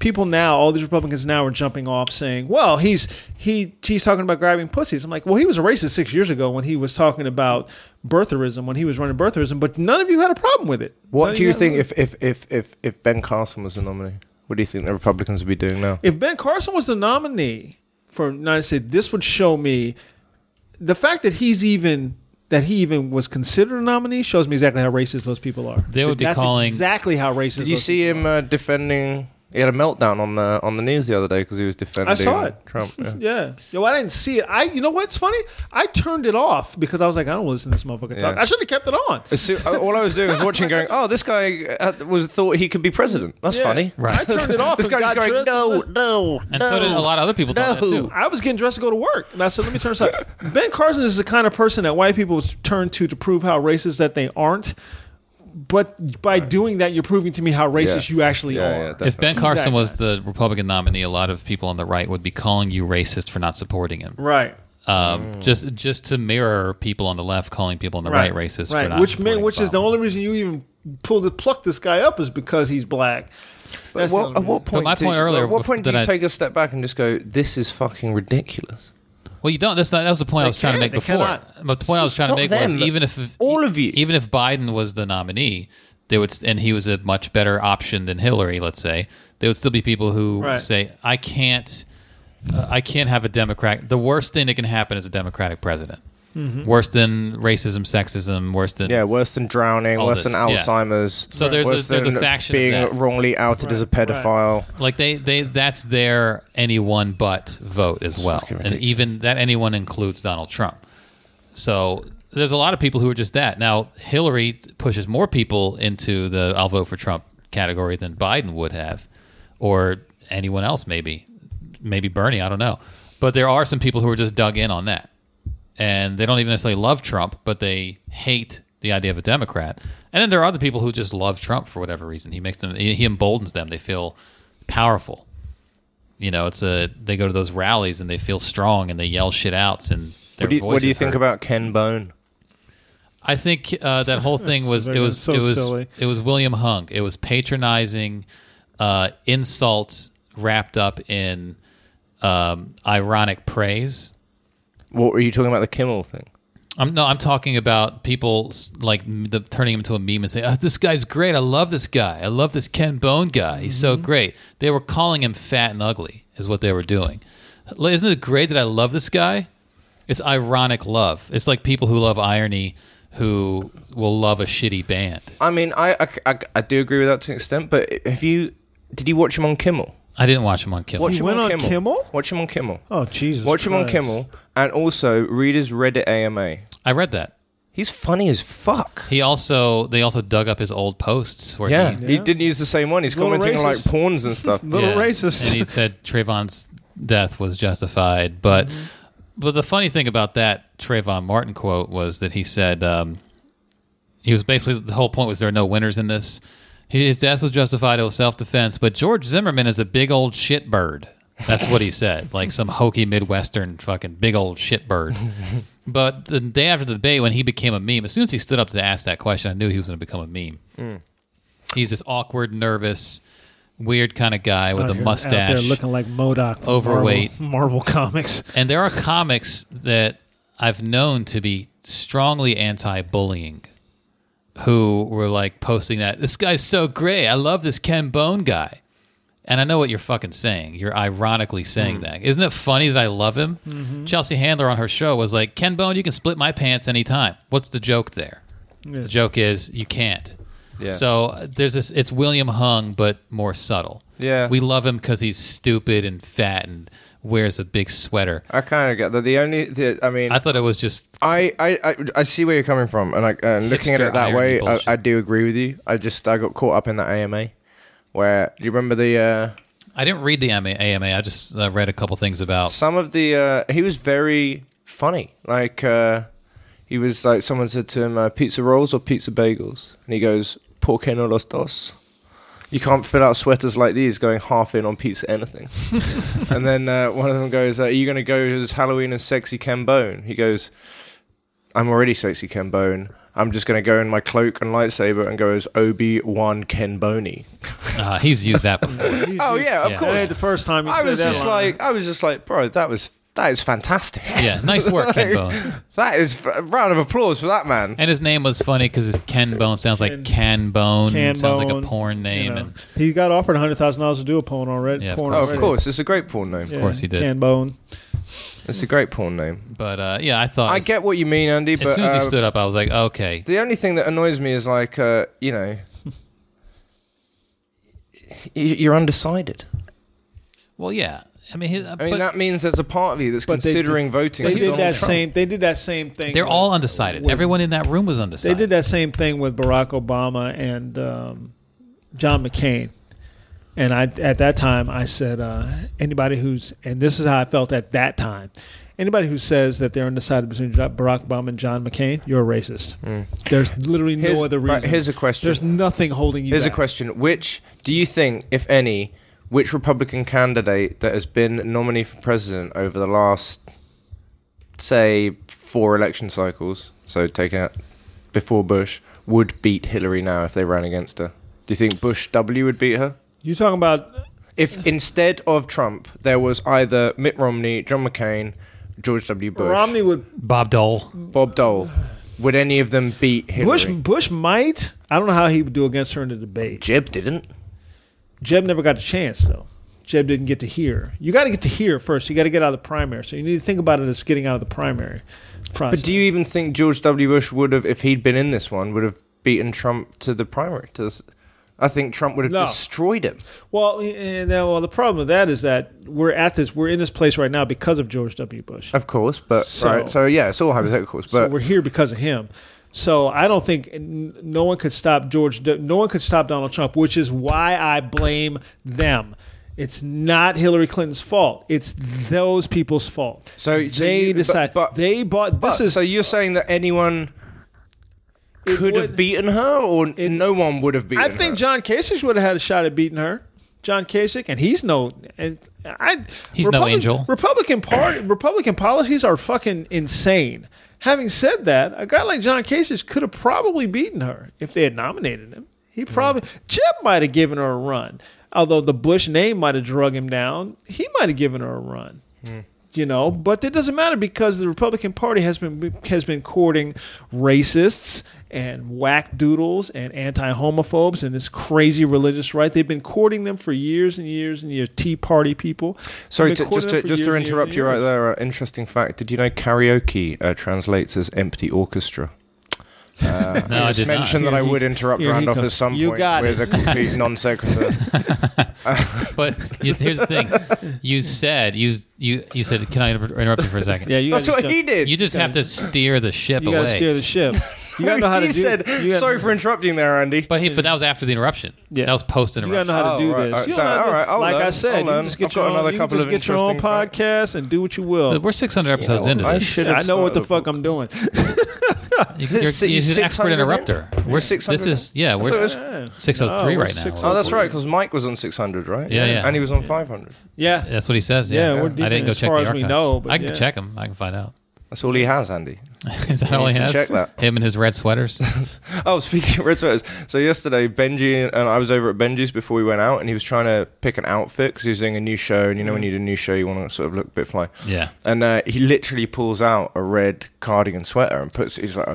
[SPEAKER 5] People now, all these Republicans now are jumping off saying, "Well, he's he he's talking about grabbing pussies." I'm like, "Well, he was a racist six years ago when he was talking about birtherism when he was running birtherism, but none of you had a problem with it." None
[SPEAKER 6] What
[SPEAKER 5] of
[SPEAKER 6] do you
[SPEAKER 5] had-
[SPEAKER 6] think if, if, if, if, if Ben Carson was the nominee? What do you think the Republicans would be doing now?
[SPEAKER 5] If Ben Carson was the nominee for United States, this would show me the fact that he's even that he even was considered a nominee shows me exactly how racist those people are.
[SPEAKER 4] They would be
[SPEAKER 5] That's
[SPEAKER 4] calling-
[SPEAKER 5] exactly how racist.
[SPEAKER 6] Did you
[SPEAKER 5] those
[SPEAKER 6] see
[SPEAKER 5] people
[SPEAKER 6] him uh, defending? He had a meltdown on the on the news the other day because he was defending.
[SPEAKER 5] it.
[SPEAKER 6] Trump. Yeah.
[SPEAKER 5] are. Yeah, yo, I didn't see it. I, you know what's funny? I turned it off because I was like, I don't listen to this motherfucker talk.
[SPEAKER 6] Yeah.
[SPEAKER 5] I should have kept it on.
[SPEAKER 6] So, uh, all I was doing was watching, going, "Oh, this guy uh, was thought he could be president. That's
[SPEAKER 5] Yeah.
[SPEAKER 6] funny."
[SPEAKER 4] Right.
[SPEAKER 5] I turned it off.
[SPEAKER 6] This
[SPEAKER 5] and
[SPEAKER 6] guy
[SPEAKER 5] got
[SPEAKER 6] was going,
[SPEAKER 5] dressed
[SPEAKER 6] "No,
[SPEAKER 8] Oh, No,
[SPEAKER 4] And so did a lot of other people thought that too.
[SPEAKER 5] I was getting dressed to go to work, and I said, "Let me turn this up." ben Carson is the kind of person that white people turn to to prove how racist that they aren't. But by doing that, you're proving to me how racist you actually
[SPEAKER 6] Yeah,
[SPEAKER 5] are.
[SPEAKER 6] yeah,
[SPEAKER 4] If Ben
[SPEAKER 6] definitely.
[SPEAKER 4] Carson was the Republican nominee, a lot of people on the right would be calling you racist for not supporting him.
[SPEAKER 5] Right.
[SPEAKER 4] Um,
[SPEAKER 5] Hmm.
[SPEAKER 4] Just just to mirror people on the left calling people on the right, racist for not
[SPEAKER 5] Which may,
[SPEAKER 4] supporting
[SPEAKER 5] which is the
[SPEAKER 4] Obama.
[SPEAKER 5] only reason you even pull the pluck this guy up is because he's black. That's the
[SPEAKER 6] Well,
[SPEAKER 5] only
[SPEAKER 6] at
[SPEAKER 5] reason.
[SPEAKER 6] what point?
[SPEAKER 4] my
[SPEAKER 6] do,
[SPEAKER 4] point earlier
[SPEAKER 6] At what point do
[SPEAKER 4] that
[SPEAKER 6] you
[SPEAKER 4] I-
[SPEAKER 6] take a step back and just go, "This is fucking ridiculous"?
[SPEAKER 4] Well, you don't. That's not, that was the point I was trying to make
[SPEAKER 5] can't, they
[SPEAKER 4] before.
[SPEAKER 5] cannot.
[SPEAKER 4] But the point I was trying to
[SPEAKER 6] Not
[SPEAKER 4] make was
[SPEAKER 6] them,
[SPEAKER 4] even if
[SPEAKER 6] all of you.
[SPEAKER 4] even if Biden was the nominee, they would, and he was a much better option than Hillary. Let's say there would still be people who
[SPEAKER 5] Right.
[SPEAKER 4] say, "I can't, uh, I can't have a Democrat." The worst thing that can happen is a Democratic president.
[SPEAKER 5] Mm-hmm.
[SPEAKER 4] Worse than racism, sexism. Worse than
[SPEAKER 6] Yeah, worse than drowning,
[SPEAKER 4] All
[SPEAKER 6] worse
[SPEAKER 4] this,
[SPEAKER 6] than
[SPEAKER 4] yeah.
[SPEAKER 6] Alzheimer's.
[SPEAKER 4] So there's a-
[SPEAKER 6] worse
[SPEAKER 4] there's a
[SPEAKER 6] than
[SPEAKER 4] faction of
[SPEAKER 6] being
[SPEAKER 4] that.
[SPEAKER 6] wrongly outed as a pedophile.
[SPEAKER 4] like they they that's their anyone but vote as well and even that anyone includes donald trump so there's a lot of people who are just that now hillary pushes more people into the i'll vote for trump category than biden would have or anyone else maybe maybe bernie i don't know but there are some people who are just dug in on that and they don't even necessarily love Trump, but they hate the idea of a Democrat. And then there are other people who just love Trump for whatever reason. He makes them, he he emboldens them. They feel powerful. You know, it's a they go to those rallies and they feel strong and they yell shit outs and their
[SPEAKER 6] What do you, what do you
[SPEAKER 4] voices
[SPEAKER 6] think
[SPEAKER 4] are-
[SPEAKER 6] about Ken Bone?
[SPEAKER 4] I think uh, that whole thing was it was
[SPEAKER 5] so
[SPEAKER 4] it was
[SPEAKER 5] silly.
[SPEAKER 4] it was William Hung. It was patronizing uh, insults wrapped up in um, ironic praise.
[SPEAKER 6] What were you talking about the Kimmel thing?
[SPEAKER 4] I'm no, I'm talking about people s- like m- the, turning him into a meme and saying, oh, "This guy's great. I love this guy. I love this Ken Bone guy. He's so great." They were calling him fat and ugly, is what they were doing. L- Isn't it great that I love this guy? It's ironic love. It's like people who love irony who will love a shitty band.
[SPEAKER 6] I mean, I, I, I, I do agree with that to an extent, but have you? Did you watch him on Kimmel?
[SPEAKER 4] I didn't watch him on Kill.
[SPEAKER 6] Watch
[SPEAKER 5] He
[SPEAKER 6] him
[SPEAKER 5] went
[SPEAKER 6] on,
[SPEAKER 5] on
[SPEAKER 6] Kimmel.
[SPEAKER 5] Kimmel?
[SPEAKER 6] Watch him on Kimmel.
[SPEAKER 5] Oh Jesus!
[SPEAKER 6] watch him on
[SPEAKER 5] Christ.
[SPEAKER 6] Kimmel, and also read his Reddit AMA.
[SPEAKER 4] I read that.
[SPEAKER 6] He's funny as fuck.
[SPEAKER 4] He also they also dug up his old posts where
[SPEAKER 6] Yeah,
[SPEAKER 4] he
[SPEAKER 6] he didn't use the same one. He's
[SPEAKER 5] Little
[SPEAKER 6] commenting on like
[SPEAKER 5] racist.
[SPEAKER 6] pawns and stuff.
[SPEAKER 5] Little
[SPEAKER 4] Yeah.
[SPEAKER 5] racist.
[SPEAKER 4] And he said Trayvon's death was justified. But
[SPEAKER 5] Mm-hmm.
[SPEAKER 4] but the funny thing about that Trayvon Martin quote was that he said um, he was basically the whole point was there are no winners in this. His death was justified. It was self defense. But George Zimmerman is a big old shitbird. That's what he said. Like some hokey Midwestern fucking big old shitbird. But the day after the debate, when he became a meme, as soon as he stood up to ask that question, I knew he was going to become a meme. He's this awkward, nervous, weird kind of guy with
[SPEAKER 5] Oh, Out
[SPEAKER 4] a
[SPEAKER 5] here-
[SPEAKER 4] mustache.
[SPEAKER 5] out there looking like Modoc, from
[SPEAKER 4] Overweight.
[SPEAKER 5] Marvel, Marvel comics.
[SPEAKER 4] And there are comics that I've known to be strongly anti-bullying who were like posting that this guy's so great. I love this Ken Bone guy. And I know what you're fucking saying. You're ironically
[SPEAKER 6] Hmm.
[SPEAKER 4] saying that. Isn't it funny that I love him?
[SPEAKER 6] Mm-hmm.
[SPEAKER 4] Chelsea Handler on her show was like, "Ken Bone, you can split my pants anytime." What's the joke there? The joke is you can't.
[SPEAKER 6] Yeah.
[SPEAKER 4] So uh, there's this. It's William Hung, but more subtle.
[SPEAKER 6] Yeah.
[SPEAKER 4] We love him because he's stupid and fat and wears a big sweater.
[SPEAKER 6] I kind of get that. The only, the, I mean,
[SPEAKER 4] I thought it was just
[SPEAKER 6] I, I, I, I see where you're coming from, and I, and looking at
[SPEAKER 4] Hipster
[SPEAKER 6] it that
[SPEAKER 4] irony
[SPEAKER 6] way, I,
[SPEAKER 4] bullshit.
[SPEAKER 6] I do agree with you. I just I got caught up in that AMA, where do you remember the uh,
[SPEAKER 4] I didn't read the AMA. AMA. I just uh, read a couple things about.
[SPEAKER 6] some of the uh, he was very funny. Like uh, he was like someone said to him, uh, "Pizza rolls or pizza bagels," and he goes, "Por qué no los dos?" you can't fill out sweaters like these going half in on pizza anything. and then uh, one of them goes, uh, Are you going to go as Halloween as sexy Ken Bone? He goes, I'm already sexy Ken Bone. I'm just going to go in my cloak and lightsaber and go as Obi Wan Ken Boney.
[SPEAKER 4] Uh, he's used that before.
[SPEAKER 6] Oh, yeah, of
[SPEAKER 4] Yeah.
[SPEAKER 5] That
[SPEAKER 6] course.
[SPEAKER 5] ain't the first time you
[SPEAKER 6] I
[SPEAKER 5] said
[SPEAKER 6] was
[SPEAKER 5] that
[SPEAKER 6] just
[SPEAKER 5] line.
[SPEAKER 6] like, I was just like, bro, that was that is fantastic.
[SPEAKER 4] Yeah, nice work, Ken Bone.
[SPEAKER 6] That is f- a round of applause for that man.
[SPEAKER 4] And his name was funny because Ken Bone sounds like Ken Bone.
[SPEAKER 5] Can
[SPEAKER 4] sounds
[SPEAKER 5] bone,
[SPEAKER 4] like a porn name.
[SPEAKER 5] You know.
[SPEAKER 4] and of
[SPEAKER 5] He got offered hundred thousand dollars to do a porn already.
[SPEAKER 4] Yeah, of
[SPEAKER 5] porn
[SPEAKER 6] Oh, of
[SPEAKER 5] already.
[SPEAKER 6] course, it's a great porn name.
[SPEAKER 5] Yeah,
[SPEAKER 4] course he did.
[SPEAKER 5] Can bone.
[SPEAKER 6] It's a great porn name.
[SPEAKER 4] But uh, yeah, I thought
[SPEAKER 6] I
[SPEAKER 4] as-
[SPEAKER 6] get what you mean, Andy,
[SPEAKER 4] As
[SPEAKER 6] but
[SPEAKER 4] soon as he
[SPEAKER 6] uh,
[SPEAKER 4] stood up, I was like, okay,
[SPEAKER 6] the only thing that annoys me is like, uh, you know, y- you're undecided.
[SPEAKER 4] well, yeah. I mean, his,
[SPEAKER 6] I mean,
[SPEAKER 4] but
[SPEAKER 6] that means there's a part of you that's
[SPEAKER 5] But they did-
[SPEAKER 6] considering voting.
[SPEAKER 5] They
[SPEAKER 6] for
[SPEAKER 5] did
[SPEAKER 6] Donald
[SPEAKER 5] that
[SPEAKER 6] Trump.
[SPEAKER 5] same. They did that same thing.
[SPEAKER 4] they're
[SPEAKER 5] with-
[SPEAKER 4] all undecided.
[SPEAKER 5] with-
[SPEAKER 4] Everyone in that room was
[SPEAKER 5] They
[SPEAKER 4] undecided.
[SPEAKER 5] did that same thing with Barack Obama and um, John McCain. And I, at that time, I said, uh, anybody who's, and this is how I felt at that time, anybody who says that they're undecided between Jo- Barack Obama and John McCain, you're a racist. There's literally
[SPEAKER 6] Hmm. Here's-
[SPEAKER 5] no other
[SPEAKER 6] right,
[SPEAKER 5] reason.
[SPEAKER 6] here's a question.
[SPEAKER 5] There's nothing holding you.
[SPEAKER 6] Here's a
[SPEAKER 5] back.
[SPEAKER 6] question: Which do you think, if any, which Republican candidate that has been nominee for president over the last, say, four election cycles, so taking out before Bush, would beat Hillary now if they ran against her? Do you think Bush W would beat her?
[SPEAKER 5] You talking about?
[SPEAKER 6] If instead of Trump there was either Mitt Romney, John McCain, George W. Bush,
[SPEAKER 5] Romney would
[SPEAKER 4] Bob Dole.
[SPEAKER 6] Bob Dole, would any of them beat
[SPEAKER 5] Bush.
[SPEAKER 6] Hillary?
[SPEAKER 5] Bush might. I don't know how he would do against her in the debate.
[SPEAKER 6] Jeb didn't.
[SPEAKER 5] Jeb never got a chance though. Jeb didn't get to hear. You got to get to hear first. You got to get out of the primary. So you need to think about it as getting out of the primary process.
[SPEAKER 6] But do you even think George W. Bush would have, if he'd been in this one, would have beaten Trump to the primary? To this, I think Trump would have
[SPEAKER 5] No.
[SPEAKER 6] destroyed him.
[SPEAKER 5] well, and, uh, well, the problem with that is that we're at this. We're in this place right now because of George W. Bush.
[SPEAKER 6] Of course, but
[SPEAKER 5] So-
[SPEAKER 6] so, right, so yeah, it's all hypotheticals.
[SPEAKER 5] so
[SPEAKER 6] But
[SPEAKER 5] we're here because of him. So I don't think n- no one could stop George. W- No one could stop Donald Trump, which is why I blame them. It's not Hillary Clinton's fault. It's those people's fault.
[SPEAKER 6] So-
[SPEAKER 5] they
[SPEAKER 6] so you- but-
[SPEAKER 5] decide.
[SPEAKER 6] but-
[SPEAKER 5] they bought.
[SPEAKER 6] but,
[SPEAKER 5] This is
[SPEAKER 6] so you're saying that anyone
[SPEAKER 5] it
[SPEAKER 6] could
[SPEAKER 5] would-
[SPEAKER 6] have beaten her, or no one would have beaten
[SPEAKER 5] I
[SPEAKER 6] her.
[SPEAKER 5] think John Kasich would have had a shot at beating her. John Kasich, and he's no, and I.
[SPEAKER 4] He's no angel.
[SPEAKER 5] Republican party, Republican policies are fucking insane. Having said that, a guy like John Kasich could have probably beaten her if they had nominated him. He probably Jeb might have given her a run, although the Bush name might have drug him down. He might have given her a run you know but it doesn't matter because the republican party has been has been courting racists and whack doodles and anti-homophobes and this crazy religious right they've been courting them for years and years and years tea party people
[SPEAKER 6] Sorry,
[SPEAKER 5] They've been
[SPEAKER 6] to,
[SPEAKER 5] courting
[SPEAKER 6] just
[SPEAKER 5] them
[SPEAKER 6] to,
[SPEAKER 5] for
[SPEAKER 6] just to
[SPEAKER 5] years and years
[SPEAKER 6] interrupt
[SPEAKER 5] and
[SPEAKER 6] you right
[SPEAKER 5] years.
[SPEAKER 6] there. Uh, interesting fact: Did you know karaoke uh, translates as empty orchestra?
[SPEAKER 4] No, I
[SPEAKER 6] I just
[SPEAKER 4] did not.
[SPEAKER 6] mentioned that I
[SPEAKER 5] Here he-
[SPEAKER 6] would interrupt
[SPEAKER 5] here he
[SPEAKER 6] Randolph
[SPEAKER 5] comes.
[SPEAKER 6] at some
[SPEAKER 5] You
[SPEAKER 6] point
[SPEAKER 5] got
[SPEAKER 6] with a complete non sequitur.
[SPEAKER 4] But you- here's the thing: you said you you you said, "Can I inter- interrupt you for a second?
[SPEAKER 5] yeah you
[SPEAKER 6] That's
[SPEAKER 5] gotta
[SPEAKER 6] what
[SPEAKER 5] just-
[SPEAKER 6] he did.
[SPEAKER 4] You just have to steer the ship
[SPEAKER 5] you gotta
[SPEAKER 4] away.
[SPEAKER 5] steer the ship you gotta know how to
[SPEAKER 6] he
[SPEAKER 5] do
[SPEAKER 6] said,
[SPEAKER 5] you gotta-
[SPEAKER 6] "Sorry for interrupting there, Andy."
[SPEAKER 4] but he, but that was after the interruption.
[SPEAKER 5] Yeah.
[SPEAKER 4] That was post
[SPEAKER 5] you gotta
[SPEAKER 4] interruption.
[SPEAKER 5] know how to
[SPEAKER 6] Oh,
[SPEAKER 5] do
[SPEAKER 6] right,
[SPEAKER 5] this.
[SPEAKER 6] all right,
[SPEAKER 5] You don't have
[SPEAKER 6] all
[SPEAKER 5] to-
[SPEAKER 6] right, I'll
[SPEAKER 5] like I
[SPEAKER 6] learn,
[SPEAKER 5] said,
[SPEAKER 6] I'll
[SPEAKER 5] you can
[SPEAKER 6] learn.
[SPEAKER 5] just get
[SPEAKER 6] I've
[SPEAKER 5] your
[SPEAKER 6] got
[SPEAKER 5] own,
[SPEAKER 6] another
[SPEAKER 5] you
[SPEAKER 6] couple
[SPEAKER 5] can
[SPEAKER 6] of
[SPEAKER 5] just get your own
[SPEAKER 6] interesting
[SPEAKER 5] podcast and do what you will.
[SPEAKER 4] We're 600 episodes into
[SPEAKER 6] I
[SPEAKER 4] this.
[SPEAKER 6] should have
[SPEAKER 5] I know what the
[SPEAKER 6] started
[SPEAKER 5] fuck I'm doing.
[SPEAKER 4] You, you're,
[SPEAKER 6] Is it
[SPEAKER 4] you're an expert
[SPEAKER 6] 600 in?
[SPEAKER 4] interrupter. We're
[SPEAKER 6] Six
[SPEAKER 4] this
[SPEAKER 6] hundred
[SPEAKER 4] is yeah. We're
[SPEAKER 6] thought it was-
[SPEAKER 4] six oh three
[SPEAKER 5] No,
[SPEAKER 4] right
[SPEAKER 5] we're
[SPEAKER 4] now.
[SPEAKER 5] 600.
[SPEAKER 6] Oh, that's right, because Mike was on 600, right?
[SPEAKER 4] Yeah, yeah.
[SPEAKER 6] And he was on 500.
[SPEAKER 5] Yeah.
[SPEAKER 4] That's what he says. Yeah,
[SPEAKER 5] Yeah, we're deep
[SPEAKER 4] I didn't
[SPEAKER 5] in
[SPEAKER 4] go
[SPEAKER 5] as
[SPEAKER 4] check
[SPEAKER 5] far
[SPEAKER 4] the
[SPEAKER 5] as we
[SPEAKER 4] archives.
[SPEAKER 5] know, but
[SPEAKER 4] I can
[SPEAKER 5] yeah.
[SPEAKER 4] check them. I can find out.
[SPEAKER 6] That's all he has, Andy.
[SPEAKER 4] Is that all
[SPEAKER 6] need
[SPEAKER 4] he
[SPEAKER 6] to
[SPEAKER 4] has?
[SPEAKER 6] check that.
[SPEAKER 4] Him and his red sweaters.
[SPEAKER 6] Oh, speaking of red sweaters, so yesterday Benji and I was over at Benji's before we went out, and he was trying to pick an outfit because he was doing a new show, and you know when you do a new show, you want to sort of look a bit fly.
[SPEAKER 4] Yeah.
[SPEAKER 6] And uh, he literally pulls out a red cardigan sweater and puts. He's like, "I,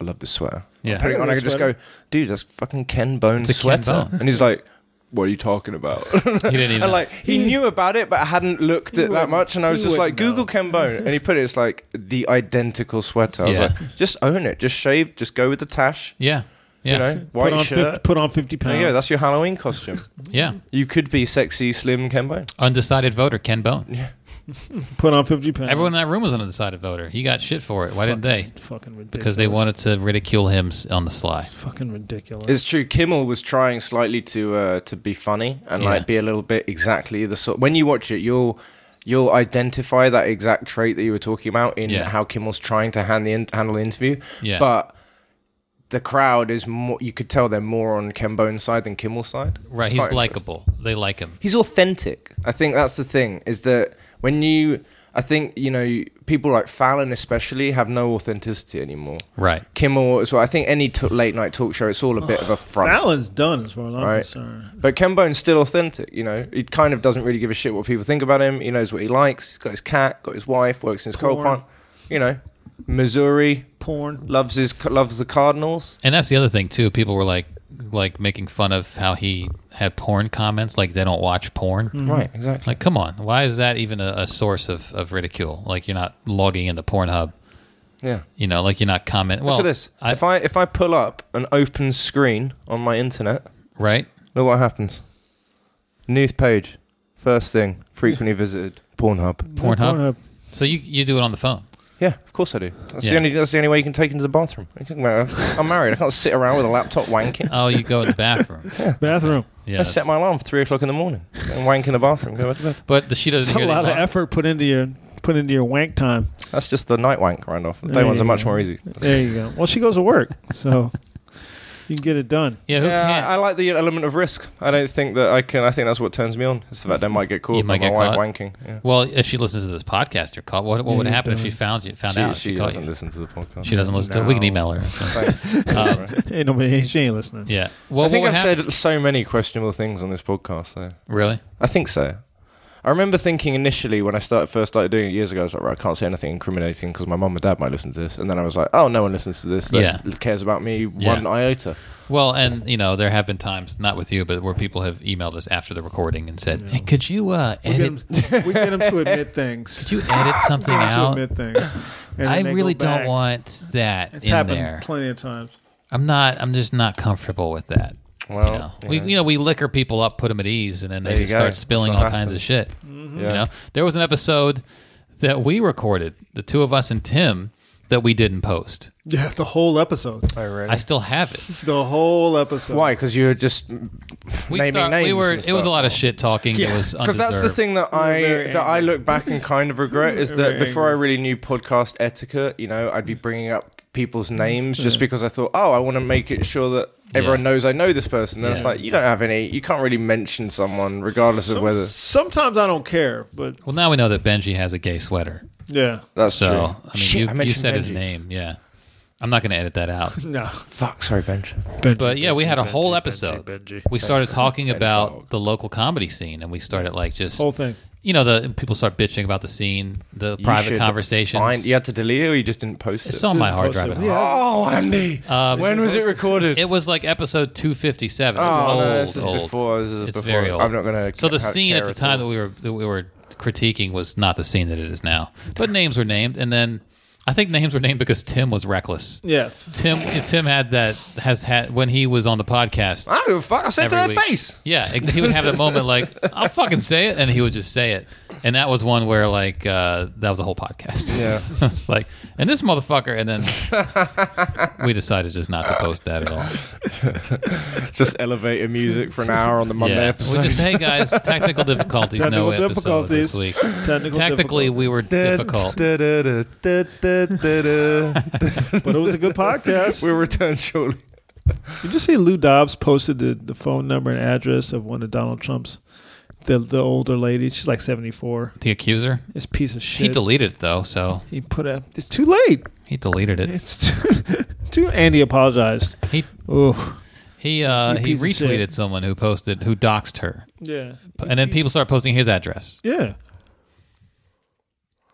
[SPEAKER 6] I love this sweater.
[SPEAKER 4] Yeah.
[SPEAKER 6] I put it on. I
[SPEAKER 5] Red
[SPEAKER 6] could just
[SPEAKER 5] sweater.
[SPEAKER 6] go, dude, that's fucking Ken Bone
[SPEAKER 4] a Ken
[SPEAKER 6] sweater.
[SPEAKER 4] Bone.
[SPEAKER 6] And he's like. What are you talking about? He
[SPEAKER 4] didn't even
[SPEAKER 6] and
[SPEAKER 4] know.
[SPEAKER 6] like he knew about it, but hadn't looked at that much. And I was just like,
[SPEAKER 5] wouldn't know.
[SPEAKER 6] Google Ken Bone, and he put it. It's like the identical sweater. I was
[SPEAKER 4] Yeah.
[SPEAKER 6] like, just own it. Just shave. Just go with the tash.
[SPEAKER 4] Yeah. Yeah.
[SPEAKER 6] You know, white
[SPEAKER 5] put, on 50,
[SPEAKER 6] shirt.
[SPEAKER 5] put on 50 pounds.
[SPEAKER 6] there you go. That's your Halloween costume.
[SPEAKER 4] Yeah.
[SPEAKER 6] you could be sexy, slim Ken Bone.
[SPEAKER 4] Undecided voter Ken Bone.
[SPEAKER 5] put on 50 pounds.
[SPEAKER 4] Everyone in that room was an undecided voter. He got shit for it. Why didn't they?
[SPEAKER 5] fucking ridiculous.
[SPEAKER 4] Because they wanted to ridicule him s- on the sly.
[SPEAKER 5] fucking ridiculous.
[SPEAKER 6] It's true. Kimmel was trying slightly to uh, to be funny and
[SPEAKER 4] Yeah.
[SPEAKER 6] like be a little bit exactly the sort. When you watch it, you'll you'll identify that exact trait that you were talking about in
[SPEAKER 4] Yeah.
[SPEAKER 6] how Kimmel's trying to hand the in- handle the interview.
[SPEAKER 4] Yeah.
[SPEAKER 6] But the crowd is more. You could tell they're more on Ken Bone's side than Kimmel's side.
[SPEAKER 4] Right,
[SPEAKER 6] It's
[SPEAKER 4] he's
[SPEAKER 6] quite interesting
[SPEAKER 4] likable. They like him.
[SPEAKER 6] he's authentic. I think that's the thing is that when you, I think you know, you- people like Fallon especially have no authenticity anymore.
[SPEAKER 4] Right.
[SPEAKER 6] Kimmel as well. I think any t- late night talk show, it's all a bit of a front.
[SPEAKER 5] Fallon's done as far as I'm
[SPEAKER 6] Right.
[SPEAKER 5] concerned.
[SPEAKER 6] But Ken Bone's still authentic, you know. He kind of doesn't really give a shit what people think about him. He knows what he likes. He's got his cat, got his wife, works in his coal
[SPEAKER 5] Porn.
[SPEAKER 6] plant. You know, Missouri
[SPEAKER 5] Porn.
[SPEAKER 6] loves his loves the Cardinals.
[SPEAKER 4] And that's the other thing too. People were like, like making fun of how he had porn comments, like they don't watch porn.
[SPEAKER 6] Right, exactly.
[SPEAKER 4] Like, come on, why is that even a, a source of, of ridicule? Like, you're not logging into Pornhub,
[SPEAKER 6] yeah.
[SPEAKER 4] you know, like you're not commenting. Well,
[SPEAKER 6] Look at this.
[SPEAKER 4] I,
[SPEAKER 6] if I if I pull up an open screen on my internet,
[SPEAKER 4] right,
[SPEAKER 6] Look what happens. News page. First thing, frequently visited. Pornhub.
[SPEAKER 4] Pornhub.
[SPEAKER 5] uh,
[SPEAKER 4] So you you do it on the phone.
[SPEAKER 6] Yeah, of course I do. That's
[SPEAKER 4] Yeah.
[SPEAKER 6] the only that's the only way you can take into the bathroom. What are you talking about? I'm married. I can't sit around with a laptop wanking.
[SPEAKER 4] Oh, you go in the bathroom.
[SPEAKER 5] Bathroom.
[SPEAKER 4] Yeah,
[SPEAKER 6] I set my alarm for three o'clock in the morning and wank in the bathroom. Go back to bed.
[SPEAKER 4] But the, she doesn't
[SPEAKER 5] It's a
[SPEAKER 4] hear
[SPEAKER 5] lot
[SPEAKER 4] the
[SPEAKER 5] of
[SPEAKER 4] alarm.
[SPEAKER 5] effort put into your put into your wank time.
[SPEAKER 6] That's just the night wank round off. The day
[SPEAKER 5] There
[SPEAKER 6] ones are
[SPEAKER 5] you
[SPEAKER 6] much
[SPEAKER 5] go.
[SPEAKER 6] more easy.
[SPEAKER 5] There you go. Well, she goes to work, so you can get it done.
[SPEAKER 4] Yeah, who
[SPEAKER 6] Yeah, I
[SPEAKER 4] can't?
[SPEAKER 6] like the element of risk. I don't think that I can. I think that's what turns me on. It's the fact they might get caught
[SPEAKER 4] You
[SPEAKER 6] by
[SPEAKER 4] might
[SPEAKER 6] my
[SPEAKER 4] get
[SPEAKER 6] wife
[SPEAKER 4] caught.
[SPEAKER 6] wanking. Yeah.
[SPEAKER 4] well, if she listens to this podcast, you're caught. What, what would
[SPEAKER 5] Yeah,
[SPEAKER 4] happen if
[SPEAKER 5] don't.
[SPEAKER 4] she found you? Found
[SPEAKER 6] she,
[SPEAKER 4] out
[SPEAKER 6] she,
[SPEAKER 4] caught
[SPEAKER 6] doesn't
[SPEAKER 4] you?
[SPEAKER 6] listen to the podcast.
[SPEAKER 4] She doesn't listen. to it. We can
[SPEAKER 6] No.
[SPEAKER 4] email her.
[SPEAKER 6] Thanks.
[SPEAKER 4] Um,
[SPEAKER 5] Ain't nobody, she ain't listening.
[SPEAKER 4] yeah. Well,
[SPEAKER 6] I think
[SPEAKER 4] what
[SPEAKER 6] I've
[SPEAKER 4] would happen-
[SPEAKER 6] said so many questionable things on this podcast, though.
[SPEAKER 4] really.
[SPEAKER 6] I think so. I remember thinking initially when I started first started doing it years ago, I was like, right, I can't say anything incriminating because my mum and dad might listen to this. And then I was like, oh, no one listens to this. That
[SPEAKER 4] Yeah.
[SPEAKER 6] cares about me
[SPEAKER 4] Yeah.
[SPEAKER 6] one iota.
[SPEAKER 4] Well, and you know there have been times, not with you, but where people have emailed us after the recording and said, hey, "Could you uh,
[SPEAKER 5] We get,
[SPEAKER 4] edit?
[SPEAKER 5] them, we get 'em to admit things.
[SPEAKER 4] Could you edit something
[SPEAKER 5] Get 'em to
[SPEAKER 4] out?
[SPEAKER 5] admit things. And
[SPEAKER 4] I
[SPEAKER 5] then they go
[SPEAKER 4] really don't
[SPEAKER 5] back.
[SPEAKER 4] want that
[SPEAKER 5] It's
[SPEAKER 4] in
[SPEAKER 5] happened
[SPEAKER 4] there.
[SPEAKER 5] plenty of times.
[SPEAKER 4] I'm not. I'm just not comfortable with that.
[SPEAKER 6] Well,
[SPEAKER 4] you know, we you know we liquor people up, put them at ease, and then they
[SPEAKER 6] There you
[SPEAKER 4] just
[SPEAKER 6] go.
[SPEAKER 4] start spilling all
[SPEAKER 6] That's what
[SPEAKER 4] kinds of shit. You
[SPEAKER 5] Mm-hmm.
[SPEAKER 6] Yeah.
[SPEAKER 4] know, there was an episode that we recorded, the two of us and Tim, that we didn't post.
[SPEAKER 5] Yeah, the whole episode.
[SPEAKER 4] I still have it.
[SPEAKER 5] The whole episode.
[SPEAKER 6] Why? Because you're just
[SPEAKER 4] We
[SPEAKER 6] naming
[SPEAKER 4] start.
[SPEAKER 6] names.
[SPEAKER 4] we were.
[SPEAKER 6] and
[SPEAKER 4] It was a
[SPEAKER 6] stuff.
[SPEAKER 4] lot of shit talking. that was
[SPEAKER 6] Because that's the
[SPEAKER 4] undeserved.
[SPEAKER 6] thing that I
[SPEAKER 5] very
[SPEAKER 6] that I look back and kind of regret is that before I really knew podcast etiquette, you know, I'd be bringing up people's names just because I thought, oh, I want to make it sure that everyone
[SPEAKER 4] Yeah.
[SPEAKER 6] knows I know this person. Then it's
[SPEAKER 4] Yeah.
[SPEAKER 6] like you don't have any, you can't really mention someone regardless of whether
[SPEAKER 5] Sometimes I don't care, but
[SPEAKER 4] Well, now we know that Benji has a gay sweater.
[SPEAKER 5] yeah,
[SPEAKER 6] that's
[SPEAKER 4] So
[SPEAKER 6] true.
[SPEAKER 4] I mean,
[SPEAKER 6] Shit,
[SPEAKER 4] you,
[SPEAKER 6] I
[SPEAKER 4] you
[SPEAKER 6] mentioned
[SPEAKER 4] said his
[SPEAKER 6] Benji.
[SPEAKER 4] name. Yeah, I'm not going to edit that out.
[SPEAKER 5] no.
[SPEAKER 6] Fuck, sorry, Benj.
[SPEAKER 4] But yeah, we had a whole episode. We started talking about the local comedy scene, and we started like just
[SPEAKER 5] Whole thing.
[SPEAKER 4] You know, the people start bitching about the scene, the
[SPEAKER 6] You
[SPEAKER 4] private
[SPEAKER 6] should
[SPEAKER 4] conversations.
[SPEAKER 6] Find, you had to delete it, or you just didn't post
[SPEAKER 4] it's
[SPEAKER 6] it.
[SPEAKER 4] on my hard
[SPEAKER 5] Post it.
[SPEAKER 4] drive. at home.
[SPEAKER 5] Yeah.
[SPEAKER 6] Oh, Andy, when was it recorded?
[SPEAKER 4] It was like episode 257. It's
[SPEAKER 6] Oh,
[SPEAKER 4] old,
[SPEAKER 6] no, this is
[SPEAKER 4] old.
[SPEAKER 6] before- this is
[SPEAKER 4] it's
[SPEAKER 6] before.
[SPEAKER 4] very old.
[SPEAKER 6] I'm not gonna
[SPEAKER 4] So the
[SPEAKER 6] ca-
[SPEAKER 4] scene at
[SPEAKER 6] care
[SPEAKER 4] the
[SPEAKER 6] at
[SPEAKER 4] time that
[SPEAKER 6] all.
[SPEAKER 4] we were that we were critiquing was not the scene that it is now. But names were named, and then I think names were named because Tim was reckless.
[SPEAKER 5] Yeah,
[SPEAKER 4] Tim Tim had that has had when he was on the podcast.
[SPEAKER 6] I don't give a fuck. I said to
[SPEAKER 4] every
[SPEAKER 6] her
[SPEAKER 4] week.
[SPEAKER 6] face.
[SPEAKER 4] Yeah, ex- he would have that moment like, "I'll fucking say it," and he would just say it. And that was one where like uh, that was a whole podcast.
[SPEAKER 6] Yeah.
[SPEAKER 4] it's like, and this motherfucker, and then we decided just not to post that at all.
[SPEAKER 6] Just elevator music for an hour on the Monday
[SPEAKER 4] yeah,
[SPEAKER 6] episode.
[SPEAKER 4] we just hey guys, technical difficulties, no
[SPEAKER 5] Technical
[SPEAKER 4] episode this
[SPEAKER 5] difficulties.
[SPEAKER 4] week.
[SPEAKER 5] technical
[SPEAKER 4] Technically,
[SPEAKER 5] difficult.
[SPEAKER 4] we were difficult.
[SPEAKER 5] but it was a good podcast.
[SPEAKER 6] we'll return shortly.
[SPEAKER 5] Did you see Lou Dobbs posted the, the phone number and address of one of Donald Trump's the the older lady? She's like seventy four.
[SPEAKER 4] The accuser.
[SPEAKER 5] This piece of shit.
[SPEAKER 4] He deleted it though, so
[SPEAKER 5] He put a. It's too late.
[SPEAKER 4] he deleted it.
[SPEAKER 5] It's too. too Andy apologized.
[SPEAKER 4] He
[SPEAKER 5] Oh
[SPEAKER 4] he uh,
[SPEAKER 5] You
[SPEAKER 4] he
[SPEAKER 5] piece of shit.
[SPEAKER 4] retweeted someone who posted who doxed her,
[SPEAKER 5] yeah.
[SPEAKER 4] and then people start posting his address
[SPEAKER 5] Yeah.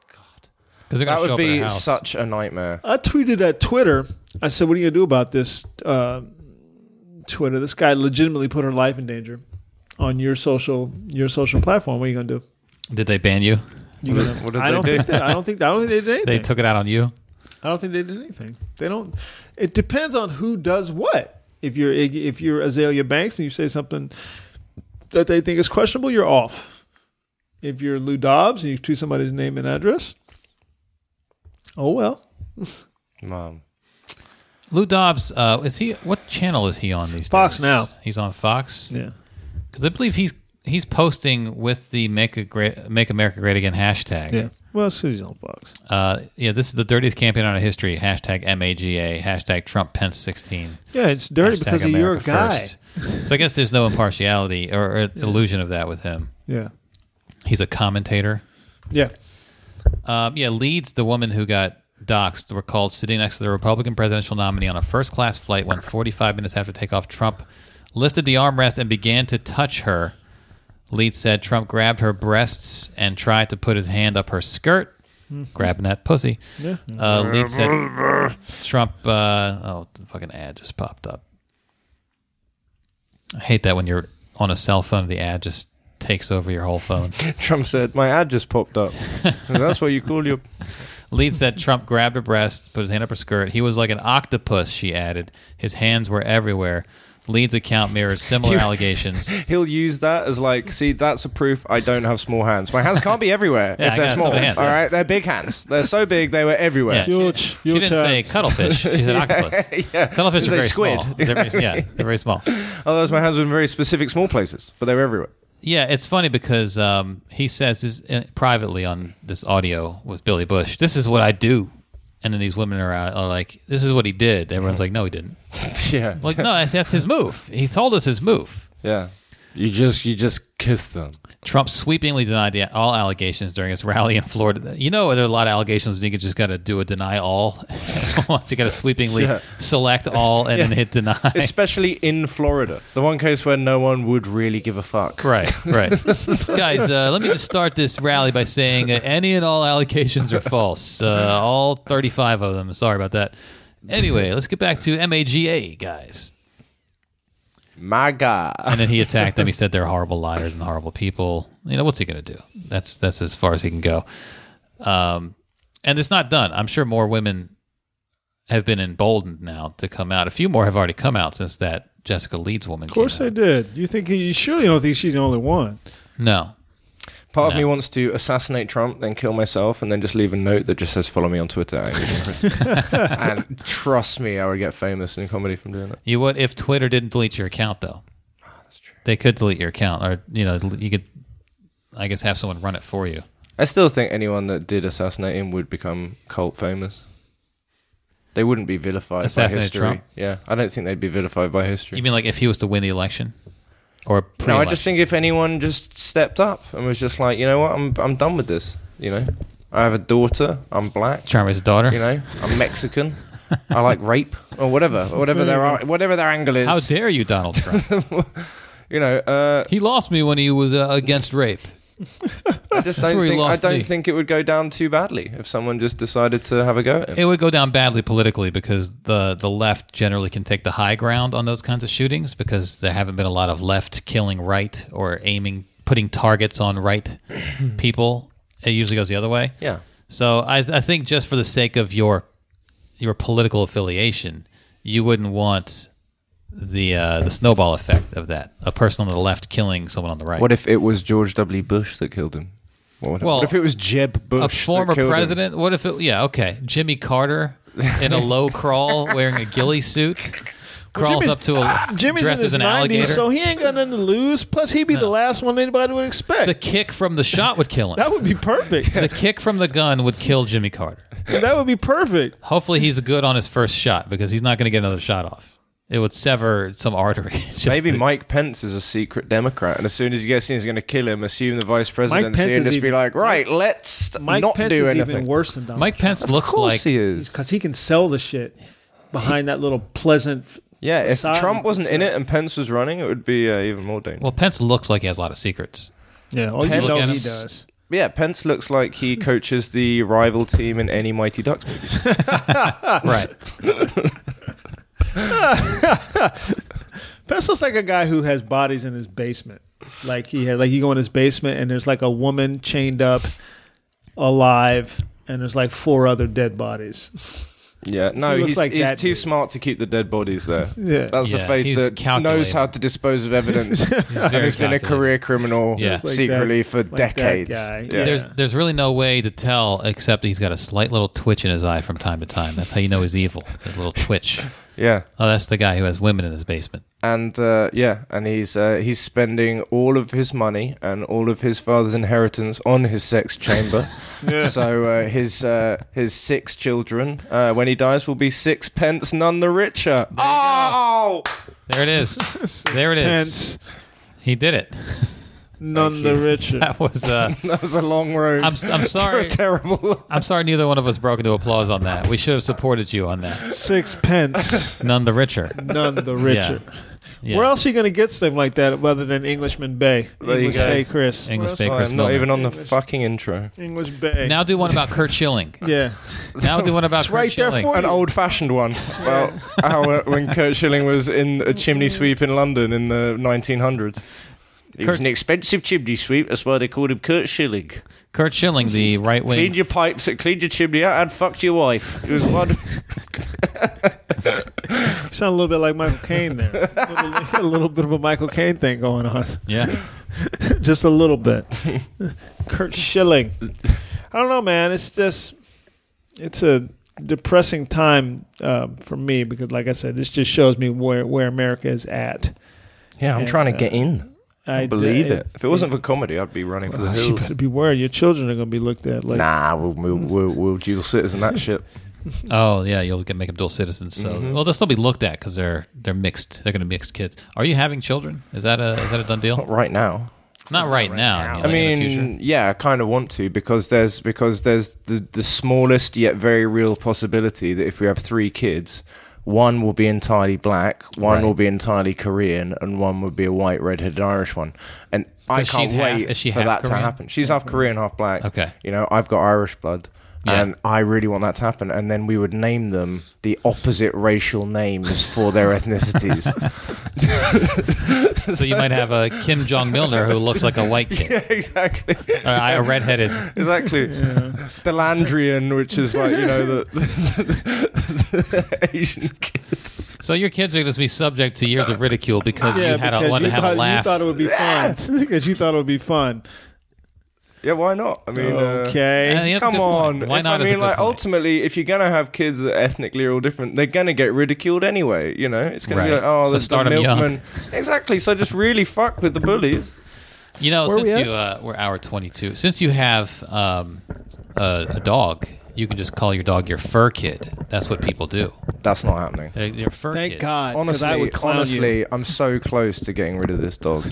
[SPEAKER 4] because they're gonna
[SPEAKER 6] That
[SPEAKER 4] show
[SPEAKER 6] would
[SPEAKER 4] up at her
[SPEAKER 6] be
[SPEAKER 4] house.
[SPEAKER 6] such a nightmare.
[SPEAKER 5] I tweeted at Twitter. I said, "What are you gonna do about this?" Uh, Twitter. This guy legitimately put her life in danger on your social your social platform. What are you gonna do?
[SPEAKER 4] Did they ban you?
[SPEAKER 5] You
[SPEAKER 6] What did-
[SPEAKER 5] gonna-
[SPEAKER 6] what did
[SPEAKER 5] I
[SPEAKER 6] they
[SPEAKER 5] don't
[SPEAKER 6] do?
[SPEAKER 5] think that. I don't think. I don't think they did anything.
[SPEAKER 4] They took it out on you.
[SPEAKER 5] I don't think they did anything. They don't. It depends on who does what. If you're Iggy- if you're Azalea Banks and you say something that they think is questionable, you're off. If you're Lou Dobbs and you tweet somebody's name and address, oh well.
[SPEAKER 6] Mom.
[SPEAKER 4] Lou Dobbs, uh, is he? What channel is he on these
[SPEAKER 5] Fox
[SPEAKER 4] days?
[SPEAKER 5] Now.
[SPEAKER 4] He's on Fox
[SPEAKER 5] Yeah.
[SPEAKER 4] because I believe he's he's posting with the "Make a Great Make America Great Again" hashtag.
[SPEAKER 5] Yeah. Well, it's 'cause he's on Fox.
[SPEAKER 4] Uh, yeah, this is the dirtiest campaign in our history. Hashtag MAGA. Hashtag Trump Pence 16.
[SPEAKER 5] Yeah, it's dirty
[SPEAKER 4] hashtag
[SPEAKER 5] because of your
[SPEAKER 4] America
[SPEAKER 5] guy.
[SPEAKER 4] first. So I guess there's no impartiality or, or illusion of that with him.
[SPEAKER 5] Yeah.
[SPEAKER 4] He's a commentator.
[SPEAKER 5] Yeah.
[SPEAKER 4] Um, yeah, Leeds, the woman who got doxxed, recalled sitting next to the Republican presidential nominee on a first class flight when 45 minutes after takeoff, Trump lifted the armrest and began to touch her. Leeds said Trump grabbed her breasts and tried to put his hand up her skirt, grabbing that pussy. Uh, Leeds said Trump, uh, oh, the fucking ad just popped up. I hate that when you're on a cell phone, the ad just takes over your whole phone.
[SPEAKER 6] Trump said, "My ad just popped up. That's what you call your."
[SPEAKER 4] Lead said Trump grabbed her breast, put his hand up her skirt. He was like an octopus, she added. His hands were everywhere. Lead's account mirrors similar allegations.
[SPEAKER 6] He'll use that as like, see, that's a proof I don't have small hands. My hands can't be everywhere
[SPEAKER 4] Yeah, I
[SPEAKER 6] if they're
[SPEAKER 4] got
[SPEAKER 6] small. All
[SPEAKER 4] small hands, yeah.
[SPEAKER 6] right, they're big hands. They're so big they were everywhere.
[SPEAKER 4] Yeah.
[SPEAKER 5] Huge,
[SPEAKER 4] She
[SPEAKER 5] huge
[SPEAKER 4] didn't say
[SPEAKER 5] hands.
[SPEAKER 4] cuttlefish. She said octopus. Cuttlefish are
[SPEAKER 6] They
[SPEAKER 4] very
[SPEAKER 6] squid.
[SPEAKER 4] small. They're very, yeah, they're very small.
[SPEAKER 6] Otherwise, my hands were in very specific small places, but they were everywhere.
[SPEAKER 4] Yeah, it's funny because um, he says this uh, privately on this audio with Billy Bush. This is what I do, and then these women are, out, are like, "This is what he did." Everyone's like, "No, he didn't."
[SPEAKER 6] Yeah,
[SPEAKER 4] Like, no, that's, that's his move. He told us his move.
[SPEAKER 6] yeah. You just you just kiss them.
[SPEAKER 4] Trump sweepingly denied the, all allegations during his rally in Florida. You know, there are a lot of allegations. You think you just got to do a deny all. Once you got to sweepingly
[SPEAKER 6] Yeah.
[SPEAKER 4] select all and then hit deny.
[SPEAKER 6] Especially in Florida, the one case where no one would really give a fuck.
[SPEAKER 4] right, right. Guys, uh, let me just start this rally by saying uh, any and all allegations are false. Uh, all 35 of them. Sorry about that. Anyway, let's get back to MAGA, guys.
[SPEAKER 6] My God.
[SPEAKER 4] And then he attacked them. He said they're horrible liars and horrible people. You know what's he going to do? That's that's as far as he can go. Um, and it's not done. I'm sure more women have been emboldened now to come out. A few more have already come out since that Jessica Leeds woman.
[SPEAKER 5] Of course
[SPEAKER 4] came
[SPEAKER 5] they
[SPEAKER 4] out.
[SPEAKER 5] did. You think you surely don't think she's the only one?
[SPEAKER 4] No,
[SPEAKER 6] Part of
[SPEAKER 4] No.
[SPEAKER 6] me wants to assassinate Trump, then kill myself, and then just leave a note that just says "Follow me on Twitter." I need your friend." and trust me, I would get famous in comedy from doing that.
[SPEAKER 4] you would if Twitter didn't delete your account though.
[SPEAKER 6] Ah,
[SPEAKER 4] They could delete your account, or you know, you could, I guess, have someone run it for you.
[SPEAKER 6] I still think anyone that did assassinate him would become cult famous. They wouldn't be vilified by
[SPEAKER 4] Assassinate
[SPEAKER 6] history.
[SPEAKER 4] Trump?
[SPEAKER 6] Yeah, I don't think they'd be vilified by history.
[SPEAKER 4] You mean like if he was to win the election, or
[SPEAKER 6] no, I
[SPEAKER 4] pre-election?
[SPEAKER 6] just think if anyone just stepped up and was just like, you know what, I'm I'm done with this. You know, I have a daughter. I'm black.
[SPEAKER 4] Charmy's daughter.
[SPEAKER 6] You know, I'm Mexican. I like rape or whatever, or whatever their ar- whatever their angle is.
[SPEAKER 4] How dare you, Donald Trump?
[SPEAKER 6] you know, uh,
[SPEAKER 4] He lost me when he was uh, against rape.
[SPEAKER 6] I just don't
[SPEAKER 4] where you
[SPEAKER 6] think I
[SPEAKER 4] lost
[SPEAKER 6] don't
[SPEAKER 4] me.
[SPEAKER 6] think it would go down too badly if someone just decided to have a go at him.
[SPEAKER 4] It would go down badly politically because the the left generally can take the high ground on those kinds of shootings because there haven't been a lot of left killing right or aiming putting targets on right people. It usually goes the other way.
[SPEAKER 6] yeah,
[SPEAKER 4] So I, I think just for the sake of your your political affiliation, you wouldn't want the uh, the snowball effect of that. A person on the left killing someone on the right.
[SPEAKER 6] What if it was George W. Bush that killed him? What, would-
[SPEAKER 4] Well,
[SPEAKER 6] what if it was Jeb Bush?
[SPEAKER 4] a
[SPEAKER 6] that
[SPEAKER 4] former
[SPEAKER 6] killed him?
[SPEAKER 4] president. What if it? Yeah, okay. Jimmy Carter in a low crawl, wearing a ghillie suit, crawls
[SPEAKER 5] Jimmy's- ah,
[SPEAKER 4] up to a
[SPEAKER 5] Jimmy's
[SPEAKER 4] dressed
[SPEAKER 5] in his
[SPEAKER 4] as an
[SPEAKER 5] 90s,
[SPEAKER 4] alligator.
[SPEAKER 5] so he ain't got nothing to lose. Plus, he'd be the last one anybody would expect.
[SPEAKER 4] the kick from the shot would kill him.
[SPEAKER 5] that would be perfect.
[SPEAKER 4] the kick from the gun would kill Jimmy Carter.
[SPEAKER 5] that would be perfect.
[SPEAKER 4] Hopefully, he's good on his first shot because he's not going to get another shot off. It would sever some artery. Just
[SPEAKER 6] Maybe
[SPEAKER 4] the-
[SPEAKER 6] Mike Pence is a secret Democrat, and as soon as he gets in, he's going to kill him. Assume the vice
[SPEAKER 5] Pence
[SPEAKER 6] presidency, and
[SPEAKER 5] is
[SPEAKER 6] just be
[SPEAKER 5] even-
[SPEAKER 6] like, right, let's
[SPEAKER 5] Mike
[SPEAKER 6] not
[SPEAKER 5] Pence
[SPEAKER 6] do
[SPEAKER 5] is
[SPEAKER 6] anything.
[SPEAKER 5] even worse than Donald.
[SPEAKER 4] Mike Pence
[SPEAKER 6] Of
[SPEAKER 4] looks
[SPEAKER 6] course
[SPEAKER 4] like
[SPEAKER 6] he is.
[SPEAKER 5] because he can sell the shit behind that little pleasant. f-
[SPEAKER 6] Yeah, if
[SPEAKER 5] facade
[SPEAKER 6] Trump
[SPEAKER 5] he
[SPEAKER 6] wasn't in
[SPEAKER 5] puts
[SPEAKER 6] it and Pence was running, it would be uh, even more dangerous.
[SPEAKER 4] well. Pence looks like he has a lot of secrets.
[SPEAKER 5] up. yeah, all you
[SPEAKER 6] Pence-
[SPEAKER 5] know he
[SPEAKER 4] Look at him.
[SPEAKER 5] does.
[SPEAKER 6] yeah, Pence looks like he coaches the rival team in any Mighty Ducks movie.
[SPEAKER 4] Right.
[SPEAKER 5] Pence looks like a guy who has bodies in his basement. Like he had, like you go in his basement and there's like a woman chained up, alive, and there's like four other dead bodies.
[SPEAKER 6] Yeah, no,
[SPEAKER 5] He looks
[SPEAKER 6] he's,
[SPEAKER 5] like
[SPEAKER 6] he's
[SPEAKER 5] that
[SPEAKER 6] too
[SPEAKER 5] dude.
[SPEAKER 6] smart to keep the dead bodies there.
[SPEAKER 5] Yeah.
[SPEAKER 6] That's
[SPEAKER 4] Yeah,
[SPEAKER 6] a face
[SPEAKER 4] he's
[SPEAKER 6] that knows
[SPEAKER 4] calculated.
[SPEAKER 6] how to dispose of evidence. and
[SPEAKER 4] very
[SPEAKER 6] has been a
[SPEAKER 4] calculated.
[SPEAKER 6] career criminal
[SPEAKER 4] Yeah. Like
[SPEAKER 5] that-
[SPEAKER 6] secretly for
[SPEAKER 5] like that
[SPEAKER 6] decades.
[SPEAKER 5] guy.
[SPEAKER 6] Yeah.
[SPEAKER 4] There's there's really no way to tell except he's got a slight little twitch in his eye from time to time. That's how you know he's evil. A little twitch.
[SPEAKER 6] yeah.
[SPEAKER 4] Oh, that's the guy who has women in his basement.
[SPEAKER 6] and uh, yeah, and he's uh, he's spending all of his money and all of his father's inheritance on his sex chamber. So uh, his uh, his six children, uh, when he dies, will be sixpence none the richer. Oh,
[SPEAKER 4] There it is. There it is.
[SPEAKER 5] Hence,
[SPEAKER 4] He did it.
[SPEAKER 5] none the richer.
[SPEAKER 4] That was. Uh,
[SPEAKER 6] that was a long road.
[SPEAKER 4] I'm, I'm sorry.
[SPEAKER 6] terrible.
[SPEAKER 4] I'm sorry. Neither one of us broke into applause on that. We should have supported you on that.
[SPEAKER 5] Sixpence,
[SPEAKER 4] None the richer.
[SPEAKER 5] none the richer.
[SPEAKER 4] Yeah.
[SPEAKER 5] Where else are you going to get stuff like that other than Englishman Bay?
[SPEAKER 6] There you
[SPEAKER 5] English
[SPEAKER 6] go.
[SPEAKER 5] Bay, Chris.
[SPEAKER 4] English Bay
[SPEAKER 6] Sorry,
[SPEAKER 4] Chris
[SPEAKER 6] I'm not
[SPEAKER 4] Miller.
[SPEAKER 6] even on the fucking intro.
[SPEAKER 5] English Bay.
[SPEAKER 4] Now do one about Kurt Schilling.
[SPEAKER 5] yeah.
[SPEAKER 4] Now do one about Kurt
[SPEAKER 5] right there
[SPEAKER 4] Schilling.
[SPEAKER 5] for
[SPEAKER 6] An old-fashioned one about how uh, when Kurt Schilling was in a chimney sweep in London in the 1900s. He
[SPEAKER 4] was Kurt- an
[SPEAKER 6] expensive chimney sweep. That's why they called him Kurt Schilling.
[SPEAKER 4] Kurt Schilling, the right
[SPEAKER 6] Cleaned
[SPEAKER 4] wing.
[SPEAKER 6] your pipes, cleaned your chimney out, and fucked your wife. It was one.
[SPEAKER 5] You sound a little bit like Michael Caine there. a, little, a little bit of a Michael Caine thing going on.
[SPEAKER 4] Yeah.
[SPEAKER 5] just a little bit. Kurt Schilling. I don't know, man. It's just it's a depressing time uh, for me because, like I said, this just shows me where where America is at.
[SPEAKER 6] Yeah, I'm
[SPEAKER 5] And,
[SPEAKER 6] trying to
[SPEAKER 5] uh,
[SPEAKER 6] get in. I believe it. If it wasn't for comedy, I'd be running for the
[SPEAKER 5] you
[SPEAKER 6] hills.
[SPEAKER 5] better be worried. Your children are going to be looked at like
[SPEAKER 6] Nah, we'll, we'll, we'll, we'll dual citizen that shit.
[SPEAKER 4] Oh yeah, you'll get make them dual citizens. So
[SPEAKER 5] Mm-hmm.
[SPEAKER 4] well, they'll still be looked at because they're they're mixed. They're going to be mixed kids. Are you having children? Is that a is that a done deal?
[SPEAKER 6] Not right now.
[SPEAKER 4] Not right, now. you know,
[SPEAKER 6] I
[SPEAKER 4] like in the
[SPEAKER 6] mean, yeah, I kind of want to because there's because there's the the smallest yet very real possibility that if we have three kids, one will be entirely black, one
[SPEAKER 4] Right.
[SPEAKER 6] will be entirely Korean, and one would be a white redheaded Irish one. And I
[SPEAKER 4] 'Cause
[SPEAKER 6] can't
[SPEAKER 4] she's half-
[SPEAKER 6] wait
[SPEAKER 4] is she
[SPEAKER 6] for
[SPEAKER 4] half
[SPEAKER 6] that
[SPEAKER 4] Korean?
[SPEAKER 6] to happen. She's half Korean, half black.
[SPEAKER 4] Okay.
[SPEAKER 6] you know, I've got Irish blood.
[SPEAKER 4] Yeah.
[SPEAKER 6] And I really want that to happen. And then we would name them the opposite racial names for their ethnicities.
[SPEAKER 4] future. so you might have a Kim Jong Milner who looks like a white kid,
[SPEAKER 6] exactly.
[SPEAKER 4] or a redheaded.
[SPEAKER 6] Exactly. The Landrian, which is like, you know, the, the Asian kid.
[SPEAKER 4] So your kids are going to be subject to years of ridicule because you had a,
[SPEAKER 5] because
[SPEAKER 4] wanted
[SPEAKER 5] you
[SPEAKER 4] to have
[SPEAKER 5] thought,
[SPEAKER 4] a laugh.
[SPEAKER 5] You thought it would be fun because you thought it would be fun.
[SPEAKER 6] Yeah, why not? I mean,
[SPEAKER 5] Okay.
[SPEAKER 4] Yeah, yeah.
[SPEAKER 6] uh,
[SPEAKER 4] That's a
[SPEAKER 6] come
[SPEAKER 4] good
[SPEAKER 6] on.
[SPEAKER 4] point. Why
[SPEAKER 6] If
[SPEAKER 4] not
[SPEAKER 6] I
[SPEAKER 4] is a
[SPEAKER 6] mean,
[SPEAKER 4] good
[SPEAKER 6] like,
[SPEAKER 4] point.
[SPEAKER 6] ultimately, if you're going to have kids that ethnically are all different, they're going to get ridiculed anyway. You know, it's going to be
[SPEAKER 4] Right.
[SPEAKER 6] like, oh,
[SPEAKER 4] So
[SPEAKER 6] there's
[SPEAKER 4] start
[SPEAKER 6] the
[SPEAKER 4] 'em young.
[SPEAKER 6] milkman. Exactly. So just really fuck with the bullies.
[SPEAKER 4] You know,
[SPEAKER 5] Where we
[SPEAKER 4] since
[SPEAKER 5] at?
[SPEAKER 4] you uh, we're hour twenty two, since you have um, a, a dog, you can just call your dog your fur kid. That's what people do.
[SPEAKER 6] That's not happening.
[SPEAKER 4] They're, they're fur
[SPEAKER 5] Thank
[SPEAKER 4] kids.
[SPEAKER 5] God. 'cause
[SPEAKER 6] Honestly,
[SPEAKER 5] I would clown you.
[SPEAKER 6] honestly, I'm so close to getting rid of this dog.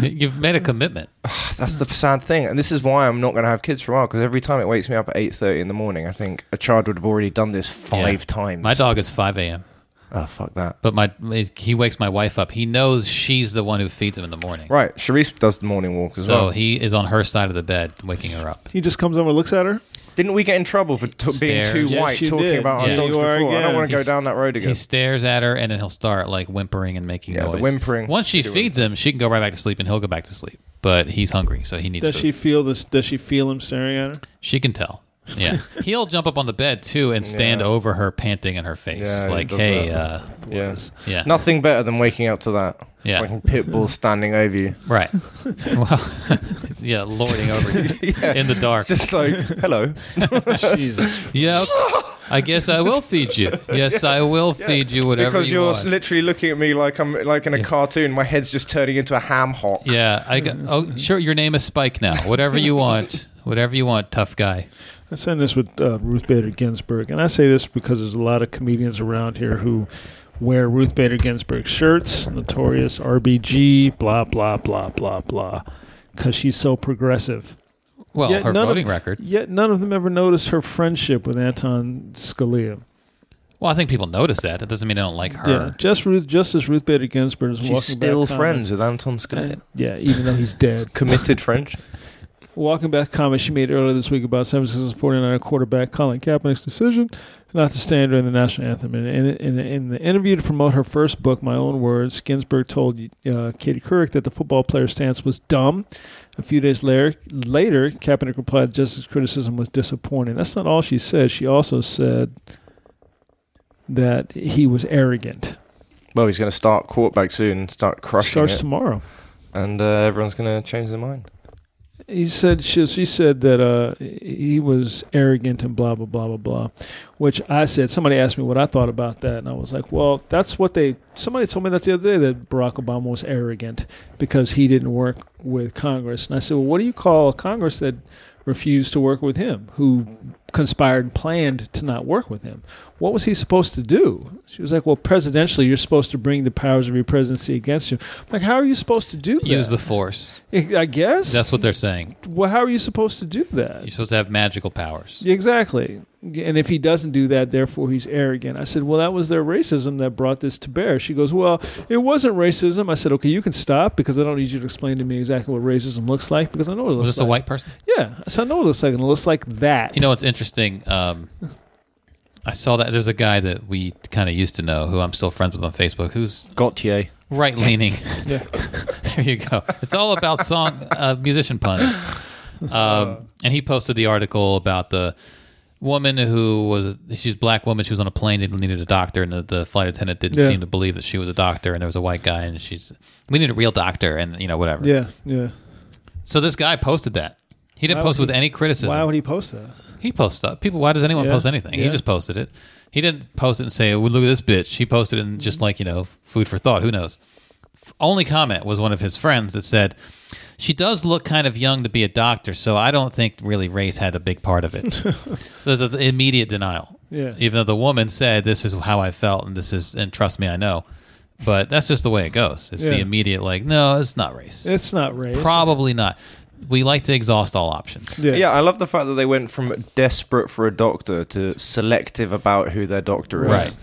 [SPEAKER 4] You've made a commitment.
[SPEAKER 6] That's the sad thing, and this is why I'm not going to have kids for a while. Because every time it wakes me up at eight thirty in the morning, I think a child would have already done this
[SPEAKER 4] Yeah.
[SPEAKER 6] five times.
[SPEAKER 4] My dog is five a.m.
[SPEAKER 6] Oh fuck that.
[SPEAKER 4] But my he wakes my wife up. He knows she's the one who feeds him in the morning.
[SPEAKER 6] Right, Sharice does the morning walk as
[SPEAKER 4] So
[SPEAKER 6] well.
[SPEAKER 4] he is on her side of the bed, waking her up.
[SPEAKER 5] He just comes over, and looks at her.
[SPEAKER 6] Didn't we get in trouble for t- being
[SPEAKER 4] Stairs.
[SPEAKER 6] too
[SPEAKER 4] Yes,
[SPEAKER 6] white
[SPEAKER 5] you
[SPEAKER 6] talking
[SPEAKER 5] did.
[SPEAKER 6] about
[SPEAKER 4] Yeah.
[SPEAKER 6] our dogs
[SPEAKER 5] You are
[SPEAKER 6] before? I
[SPEAKER 5] again.
[SPEAKER 6] don't want to go
[SPEAKER 4] He's-
[SPEAKER 6] down that road
[SPEAKER 4] He
[SPEAKER 6] again.
[SPEAKER 4] stares at her, and then he'll start like whimpering and making
[SPEAKER 6] Yeah, the
[SPEAKER 4] noise.
[SPEAKER 6] whimpering.
[SPEAKER 4] Once she feeds him, she can go right back to sleep, and he'll go back to sleep. But he's hungry, so he needs.
[SPEAKER 5] Does
[SPEAKER 4] food.
[SPEAKER 5] she feel this? Does she feel him staring at her?
[SPEAKER 4] She can tell. Yeah, he'll jump up on the bed too and stand
[SPEAKER 6] Yeah.
[SPEAKER 4] over her, panting in her face,
[SPEAKER 6] Yeah, he
[SPEAKER 4] like,
[SPEAKER 6] does
[SPEAKER 4] "Hey,
[SPEAKER 6] that.
[SPEAKER 4] uh,
[SPEAKER 6] Yes.
[SPEAKER 4] yeah,
[SPEAKER 6] Nothing better than waking up to that.
[SPEAKER 4] Yeah.
[SPEAKER 6] Fucking pit bull standing over you.
[SPEAKER 4] right." well, yeah, lording over you in the dark.
[SPEAKER 6] Just like, hello.
[SPEAKER 5] Jesus.
[SPEAKER 4] yeah, I guess I will feed you. Yes, I will feed you whatever
[SPEAKER 6] because
[SPEAKER 4] you
[SPEAKER 6] are
[SPEAKER 4] want.
[SPEAKER 6] literally looking at me like I'm like in a
[SPEAKER 4] Yeah.
[SPEAKER 6] cartoon. My head's just turning into a ham hock.
[SPEAKER 4] Yeah, I got. Oh, sure. Your name is Spike now. Whatever you want, whatever you want, tough guy.
[SPEAKER 5] I said this with uh, Ruth Bader Ginsburg, and I say this because there's a lot of comedians around here who wear Ruth Bader Ginsburg shirts, notorious RBG, blah blah blah blah blah, because she's so progressive.
[SPEAKER 4] Well, her
[SPEAKER 5] none
[SPEAKER 4] voting
[SPEAKER 5] of,
[SPEAKER 4] record.
[SPEAKER 5] Yet none of them ever noticed her friendship with Anton Scalia.
[SPEAKER 4] Well, I think people notice that. That doesn't mean they don't like her.
[SPEAKER 5] Yeah, just Ruth, just as Ruth Bader Ginsburg is walking
[SPEAKER 6] She's still
[SPEAKER 5] back
[SPEAKER 6] friends with Anton Scalia.
[SPEAKER 5] Comments, yeah, even though he's dead.
[SPEAKER 6] Committed friendship.
[SPEAKER 5] Walking back comment she made earlier this week about 76 49 quarterback Colin Kaepernick's decision not to stand during the national anthem. In, in, in, in the interview to promote her first book, My Own Words, Ginsburg told uh, Katie Couric that the football player's stance was dumb. A few days later, later Kaepernick replied just as criticism was disappointing. That's not all she said. She also said that he was arrogant.
[SPEAKER 6] Well, he's going to start quarterback soon, start crushing
[SPEAKER 5] Starts
[SPEAKER 6] it,
[SPEAKER 5] tomorrow.
[SPEAKER 6] and uh, everyone's going to change their mind.
[SPEAKER 5] he said she, she said that uh, he was arrogant and blah blah blah blah blah, which I said somebody asked me what I thought about that, and I was like, well, that's what they somebody told me that the other day that Barack Obama was arrogant because he didn't work with Congress, and I said, well, what do you call Congress that refused to work with him, who conspired and planned to not work with him? What was he supposed to do? She was like, well, presidentially, you're supposed to bring the powers of your presidency against you. I'm like, how are you supposed to do that?
[SPEAKER 4] Use the force.
[SPEAKER 5] I guess
[SPEAKER 4] That's what they're saying.
[SPEAKER 5] well, how are you supposed to do that?
[SPEAKER 4] You're supposed to have magical powers.
[SPEAKER 5] Exactly. And if he doesn't do that, therefore he's arrogant. I said, well, that was their racism that brought this to bear. She goes, well, it wasn't racism. I said, okay, you can stop because I don't need you to explain to me exactly what racism looks like because I know what it looks
[SPEAKER 4] Was this a
[SPEAKER 5] like.
[SPEAKER 4] white person?
[SPEAKER 5] Yeah. I said, I know what it looks like. And it looks like that.
[SPEAKER 4] You know, it's interesting. Um, I saw that there's a guy that we kind of used to know who I'm still friends with on Facebook who's
[SPEAKER 1] Gautier.
[SPEAKER 4] right leaning.
[SPEAKER 5] Yeah.
[SPEAKER 4] there you go. It's all about song uh, musician puns.
[SPEAKER 5] Uh.
[SPEAKER 4] Um, and he posted the article about the woman who was she's a black woman. She was on a plane. They needed a doctor, and the, the flight attendant didn't
[SPEAKER 5] Yeah.
[SPEAKER 4] seem to believe that she was a doctor. And there was a white guy, and she's we need a real doctor, and you know whatever.
[SPEAKER 5] Yeah. Yeah.
[SPEAKER 4] So this guy posted that. He didn't
[SPEAKER 5] Why
[SPEAKER 4] post
[SPEAKER 5] would
[SPEAKER 4] with any criticism.
[SPEAKER 5] Why would he post that?
[SPEAKER 4] He posts stuff. People, why does anyone
[SPEAKER 5] Yeah,
[SPEAKER 4] post anything? He
[SPEAKER 5] yeah.
[SPEAKER 4] just posted it. He didn't post it and say, well, look at this bitch. He posted it and just like, you know, food for thought. Who knows? F- Only comment was one of his friends that said, she does look kind of young to be a doctor, so I don't think really race had a big part of it. so there's an immediate denial.
[SPEAKER 5] Yeah.
[SPEAKER 4] Even though the woman said, this is how I felt and this is, and trust me, I know. But that's just the way it goes. It's the
[SPEAKER 5] Yeah.
[SPEAKER 4] immediate, like, no, it's not race.
[SPEAKER 5] It's not race.
[SPEAKER 4] Probably not. We like to exhaust all options.
[SPEAKER 5] yeah.
[SPEAKER 6] Yeah, I love the fact that they went from desperate for a doctor to selective about who their doctor is.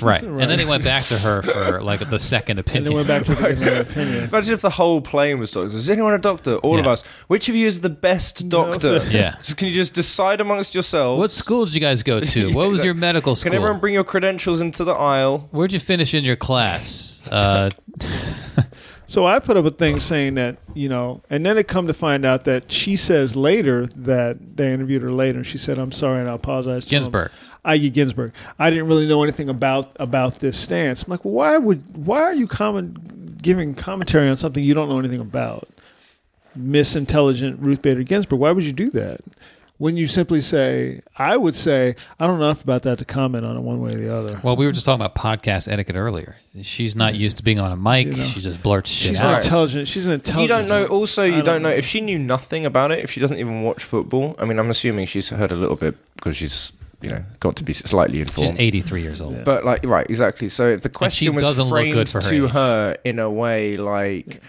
[SPEAKER 4] Right. right. And then he went back to her for like the second
[SPEAKER 5] And
[SPEAKER 4] opinion.
[SPEAKER 5] then went back to the beginning of my opinion.
[SPEAKER 6] Imagine if the whole plane was doctors. Is anyone a doctor? All of
[SPEAKER 4] Yeah.
[SPEAKER 6] us. Which of you is the best doctor?
[SPEAKER 5] sir.
[SPEAKER 4] Yeah.
[SPEAKER 6] Just- can you just decide amongst yourselves?
[SPEAKER 4] What school did you guys go to? What was your medical school?
[SPEAKER 6] Can everyone bring your credentials into the aisle?
[SPEAKER 4] Where'd you finish in your class? Uh,
[SPEAKER 5] So I put up a thing saying that, you know, and then it come to find out that she says later that they interviewed her later and she said, I'm sorry and I apologize to him."
[SPEAKER 4] Ginsburg.
[SPEAKER 5] I yeah, Ginsburg. I didn't really know anything about about this stance. I'm like, well, why would why are you comment, giving commentary on something you don't know anything about? Miss Intelligent Ruth Bader Ginsburg. Why would you do that? When you simply say, I would say, I don't know enough about that to comment on it one way or the other.
[SPEAKER 4] well, we were just talking about podcast etiquette earlier. She's not used to being on a mic.
[SPEAKER 5] You know.
[SPEAKER 4] she just blurts shit
[SPEAKER 5] She's
[SPEAKER 4] out.
[SPEAKER 5] not intelligent. She's an
[SPEAKER 6] You
[SPEAKER 5] intelligent.
[SPEAKER 6] don't know. Also, you
[SPEAKER 5] I
[SPEAKER 6] don't,
[SPEAKER 5] don't
[SPEAKER 6] know.
[SPEAKER 5] know.
[SPEAKER 6] if she knew nothing about it. If she doesn't even watch football, I mean, I'm assuming she's heard a little bit because she's you know got to be slightly
[SPEAKER 4] She's
[SPEAKER 6] informed.
[SPEAKER 4] 83 years old.
[SPEAKER 6] But like, right, exactly. So if the
[SPEAKER 4] she
[SPEAKER 6] question was
[SPEAKER 4] doesn't
[SPEAKER 6] framed
[SPEAKER 4] look good for her
[SPEAKER 6] to
[SPEAKER 4] age.
[SPEAKER 6] her in a way like,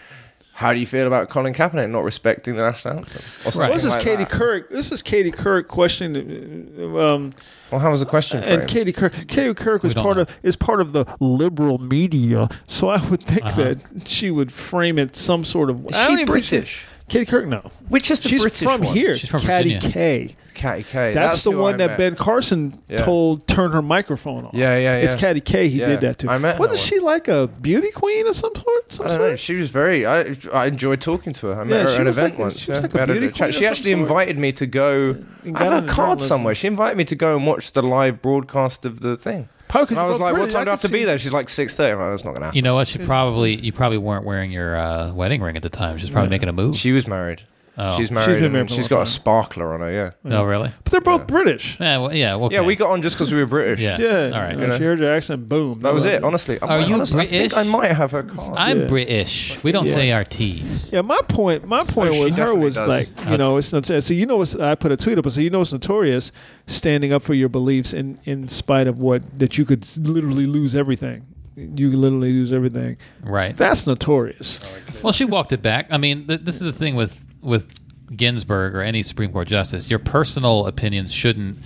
[SPEAKER 6] how do you feel about Colin Kaepernick not respecting the national anthem? Or something
[SPEAKER 4] Right.
[SPEAKER 5] Well, this is
[SPEAKER 6] like
[SPEAKER 5] Katie
[SPEAKER 6] that.
[SPEAKER 5] Couric. This is Katie Couric questioning, uh, um,
[SPEAKER 6] Well, how was the question framed?
[SPEAKER 5] and Katie Couric. Katie Couric was
[SPEAKER 4] don't
[SPEAKER 5] part
[SPEAKER 4] know.
[SPEAKER 5] of is part of the liberal media, so I would think
[SPEAKER 4] Uh-huh.
[SPEAKER 5] that she would frame it some sort of.
[SPEAKER 6] Is
[SPEAKER 5] I
[SPEAKER 6] she
[SPEAKER 5] don't even think
[SPEAKER 6] British?
[SPEAKER 5] Katie Couric, no,
[SPEAKER 6] Which is the
[SPEAKER 5] she's
[SPEAKER 6] British
[SPEAKER 5] from
[SPEAKER 6] one?
[SPEAKER 5] here.
[SPEAKER 4] She's from
[SPEAKER 5] Katie
[SPEAKER 4] Virginia.
[SPEAKER 5] K.
[SPEAKER 6] Katie K.
[SPEAKER 5] That's, the
[SPEAKER 6] who
[SPEAKER 5] one
[SPEAKER 6] I
[SPEAKER 5] that
[SPEAKER 6] met.
[SPEAKER 5] Ben Carson
[SPEAKER 6] Yeah.
[SPEAKER 5] told turn her microphone off.
[SPEAKER 6] Yeah, yeah,
[SPEAKER 5] It's
[SPEAKER 6] yeah.
[SPEAKER 5] Katie K. He
[SPEAKER 6] Yeah.
[SPEAKER 5] did that to.
[SPEAKER 6] I met her
[SPEAKER 5] Wasn't
[SPEAKER 6] once.
[SPEAKER 5] she like a beauty queen of some sort? Some
[SPEAKER 6] I don't
[SPEAKER 5] sort?
[SPEAKER 6] know. She was very. I, I enjoyed talking to her. I met
[SPEAKER 5] Yeah,
[SPEAKER 6] her
[SPEAKER 5] she
[SPEAKER 6] at an
[SPEAKER 5] was
[SPEAKER 6] event
[SPEAKER 5] like a-
[SPEAKER 6] once.
[SPEAKER 5] she was
[SPEAKER 6] yeah.
[SPEAKER 5] like a
[SPEAKER 6] We had
[SPEAKER 5] beauty
[SPEAKER 6] chat.
[SPEAKER 5] queen
[SPEAKER 6] She
[SPEAKER 5] of
[SPEAKER 6] actually
[SPEAKER 5] some sort.
[SPEAKER 6] invited me to go.
[SPEAKER 5] And
[SPEAKER 6] I
[SPEAKER 5] got
[SPEAKER 6] have
[SPEAKER 5] into
[SPEAKER 6] a card
[SPEAKER 5] journalism.
[SPEAKER 6] somewhere. She invited me to go and watch the live broadcast of the thing.
[SPEAKER 5] Probably 'cause
[SPEAKER 6] And I
[SPEAKER 5] you
[SPEAKER 6] was
[SPEAKER 5] were
[SPEAKER 6] like, "What
[SPEAKER 5] pretty. I
[SPEAKER 6] time do I have
[SPEAKER 5] could
[SPEAKER 6] to be
[SPEAKER 5] see-
[SPEAKER 6] there?" She's like, 6.30. I'm like, "That's not gonna happen."
[SPEAKER 4] You know what? She probably you probably weren't wearing your uh, wedding ring at the time. She was probably making a move.
[SPEAKER 6] She was married.
[SPEAKER 4] Oh.
[SPEAKER 6] She's
[SPEAKER 4] She's
[SPEAKER 6] married.
[SPEAKER 5] been
[SPEAKER 6] and
[SPEAKER 5] married for a
[SPEAKER 6] she's
[SPEAKER 5] long
[SPEAKER 6] got a
[SPEAKER 5] time.
[SPEAKER 6] sparkler on her. Yeah.
[SPEAKER 4] oh, really?
[SPEAKER 5] But they're both British.
[SPEAKER 4] Yeah. Well, yeah. Okay.
[SPEAKER 6] Yeah, we got on just because we were British.
[SPEAKER 4] Yeah.
[SPEAKER 5] Yeah.
[SPEAKER 4] All right.
[SPEAKER 5] You know, She heard your accent. Boom.
[SPEAKER 6] That was
[SPEAKER 5] Well,
[SPEAKER 6] it. Honestly, I'm
[SPEAKER 4] Are
[SPEAKER 6] like,
[SPEAKER 4] you
[SPEAKER 6] honestly, I
[SPEAKER 4] British?
[SPEAKER 6] think I might have her card.
[SPEAKER 4] I'm
[SPEAKER 5] Yeah.
[SPEAKER 4] British. We don't
[SPEAKER 5] Yeah.
[SPEAKER 4] say our T's.
[SPEAKER 5] Yeah, my point.
[SPEAKER 4] Oh,
[SPEAKER 5] My point
[SPEAKER 6] she
[SPEAKER 5] with her
[SPEAKER 6] definitely
[SPEAKER 5] was
[SPEAKER 6] does.
[SPEAKER 5] like, you know, it's not. So you know, it's, I put a tweet up. I said, you know, it's notorious standing up for your beliefs in in spite of what that you could s- literally lose everything. You could literally lose everything.
[SPEAKER 4] Right.
[SPEAKER 5] That's notorious.
[SPEAKER 4] Well, she walked it back. I mean, th- this is the thing with with Ginsburg or any Supreme Court justice. Your personal opinions shouldn't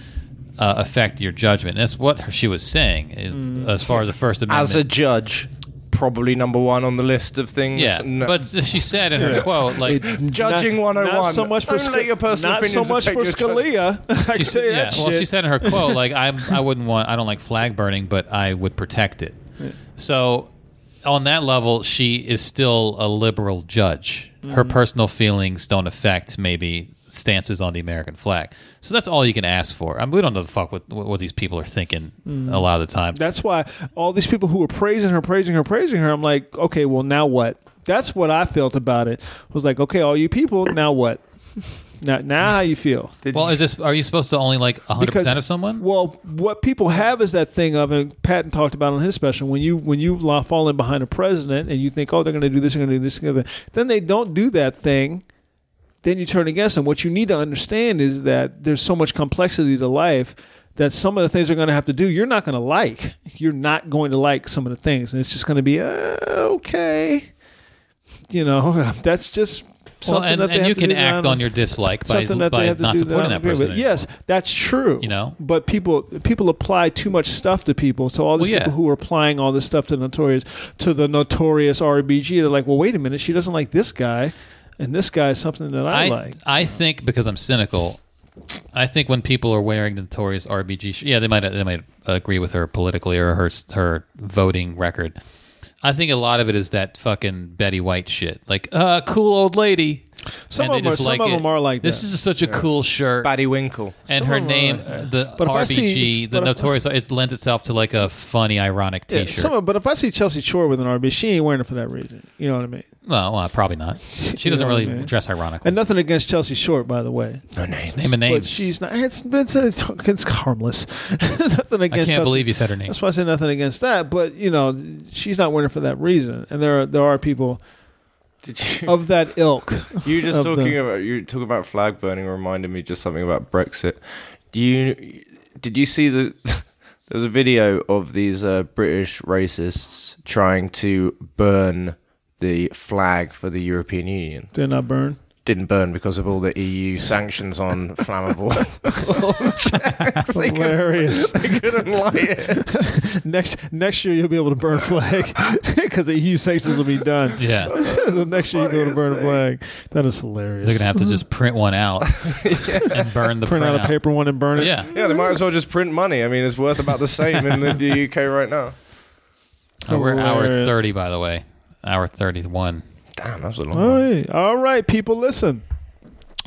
[SPEAKER 4] uh, affect your judgment. That's what she was saying is- as far as the First Amendment.
[SPEAKER 6] As a judge, probably number one on the list of things.
[SPEAKER 4] yeah,
[SPEAKER 6] No-
[SPEAKER 4] but she said in her quote, like
[SPEAKER 6] judging
[SPEAKER 5] Not-
[SPEAKER 6] 101.
[SPEAKER 5] Not so much for
[SPEAKER 6] Don't
[SPEAKER 5] Sc-
[SPEAKER 6] let your personal
[SPEAKER 5] not so
[SPEAKER 6] opinions
[SPEAKER 5] much
[SPEAKER 6] affect
[SPEAKER 5] for
[SPEAKER 6] your
[SPEAKER 5] Scalia. I
[SPEAKER 4] she,
[SPEAKER 5] can
[SPEAKER 4] said-
[SPEAKER 5] say that
[SPEAKER 4] yeah, well,
[SPEAKER 5] shit.
[SPEAKER 4] she said in her quote, like I'm, I wouldn't want, I don't like flag burning, but I would protect it. So, on that level, she is still a liberal judge. Her
[SPEAKER 5] Mm-hmm.
[SPEAKER 4] personal feelings don't affect maybe stances on the American flag. So that's all you can ask for. I mean, we don't know the fuck what, what these people are thinking a lot of the time.
[SPEAKER 5] Mm-hmm. That's why all these people who were praising her, praising her, praising her, I'm like, okay, well now what? That's what I felt about it. Was like, okay, all you people, now what? Now, now how you feel?
[SPEAKER 4] Well, is this? Are you supposed to only like 100 percent of someone?
[SPEAKER 5] Well, what people have is that thing of, and Patton talked about on his special, when you when you lo- fall in behind a president and you think, oh, they're going to do this, they're going to do this, together, then they don't do that thing. Then you turn against them. What you need to understand is that there's so much complexity to life that some of the things they're going to have to do, you're not going to like. You're not going to like some of the things, and it's just going to be uh, okay. You know, that's just.
[SPEAKER 4] Well,
[SPEAKER 5] Something
[SPEAKER 4] and,
[SPEAKER 5] that they
[SPEAKER 4] and
[SPEAKER 5] have
[SPEAKER 4] you
[SPEAKER 5] to
[SPEAKER 4] can
[SPEAKER 5] do now
[SPEAKER 4] act
[SPEAKER 5] and-
[SPEAKER 4] on your dislike by,
[SPEAKER 5] something that they
[SPEAKER 4] by
[SPEAKER 5] have to
[SPEAKER 4] not
[SPEAKER 5] do
[SPEAKER 4] supporting
[SPEAKER 5] I
[SPEAKER 4] that
[SPEAKER 5] agree with.
[SPEAKER 4] person. anymore.
[SPEAKER 5] Yes, that's true.
[SPEAKER 4] You know?
[SPEAKER 5] but people people apply too much stuff to people. So all these
[SPEAKER 4] Well, yeah.
[SPEAKER 5] people who are applying all this stuff to notorious to the notorious RBG, they're like, well, wait a minute, she doesn't like this guy, and this guy is something that I,
[SPEAKER 4] I
[SPEAKER 5] like.
[SPEAKER 4] I think because I'm cynical, I think when people are wearing the notorious RBG, sh- yeah, they might they might agree with her politically or her s- her voting record. I think a lot of it is that fucking Betty White shit, like uh, cool old lady.
[SPEAKER 5] Some
[SPEAKER 4] they
[SPEAKER 5] of 'em are-
[SPEAKER 4] just
[SPEAKER 5] some of 'em are like
[SPEAKER 4] This
[SPEAKER 5] that.
[SPEAKER 4] is such a cool shirt,
[SPEAKER 6] Batty Winkle.
[SPEAKER 4] and
[SPEAKER 5] some
[SPEAKER 4] her
[SPEAKER 5] of 'em are
[SPEAKER 4] name,
[SPEAKER 5] like
[SPEAKER 4] uh,
[SPEAKER 5] that.
[SPEAKER 4] the
[SPEAKER 5] But if I
[SPEAKER 4] RBG,
[SPEAKER 5] see-
[SPEAKER 4] the
[SPEAKER 5] but if-
[SPEAKER 4] notorious. It lends itself to like a funny, ironic
[SPEAKER 5] Yeah,
[SPEAKER 4] T-shirt.
[SPEAKER 5] some of- but if I see Chelsea Shore with an RBG, she ain't wearing it for that reason. You know what I mean?
[SPEAKER 4] well, well, probably not. She doesn't
[SPEAKER 5] know what I
[SPEAKER 4] really
[SPEAKER 5] mean?
[SPEAKER 4] dress ironically.
[SPEAKER 5] And nothing against Chelsea Short, by the way.
[SPEAKER 6] No name.
[SPEAKER 4] name and names.
[SPEAKER 5] But she's not. It's it's, it's, it's harmless. nothing against.
[SPEAKER 4] I can't
[SPEAKER 5] Chelsea-
[SPEAKER 4] believe you said her name.
[SPEAKER 5] That's why I say nothing against that. But you know, she's not winning for that reason. And there are there are people
[SPEAKER 6] Did you?
[SPEAKER 5] of that ilk.
[SPEAKER 6] you just
[SPEAKER 5] of
[SPEAKER 6] talking
[SPEAKER 5] the-
[SPEAKER 6] about you talking about flag burning reminded me just something about Brexit. Do you did you see the there was a video of these uh, British racists trying to burn the flag for the European Union?
[SPEAKER 5] They're not burned.
[SPEAKER 6] Didn't burn because of all the EU sanctions on flammable. they couldn't-
[SPEAKER 5] Hilarious.
[SPEAKER 6] they couldn't light it.
[SPEAKER 5] next next year you'll be able to burn a flag because the EU sanctions will be done.
[SPEAKER 4] yeah, they're
[SPEAKER 5] so next year you'll be able to burn a flag. That is hilarious.
[SPEAKER 4] gonna have to just print one out and burn the
[SPEAKER 5] print out a
[SPEAKER 4] printout.
[SPEAKER 5] paper one and burn it.
[SPEAKER 4] Yeah.
[SPEAKER 6] Yeah, they might as well just print money. I mean, it's worth about the same in the UK right now.
[SPEAKER 4] Oh, we're hour
[SPEAKER 5] Hilarious.
[SPEAKER 4] 30, by the way. Hour 31.
[SPEAKER 6] Damn, that was a long.
[SPEAKER 5] All
[SPEAKER 6] one.
[SPEAKER 5] right. Oh, All right, people, listen.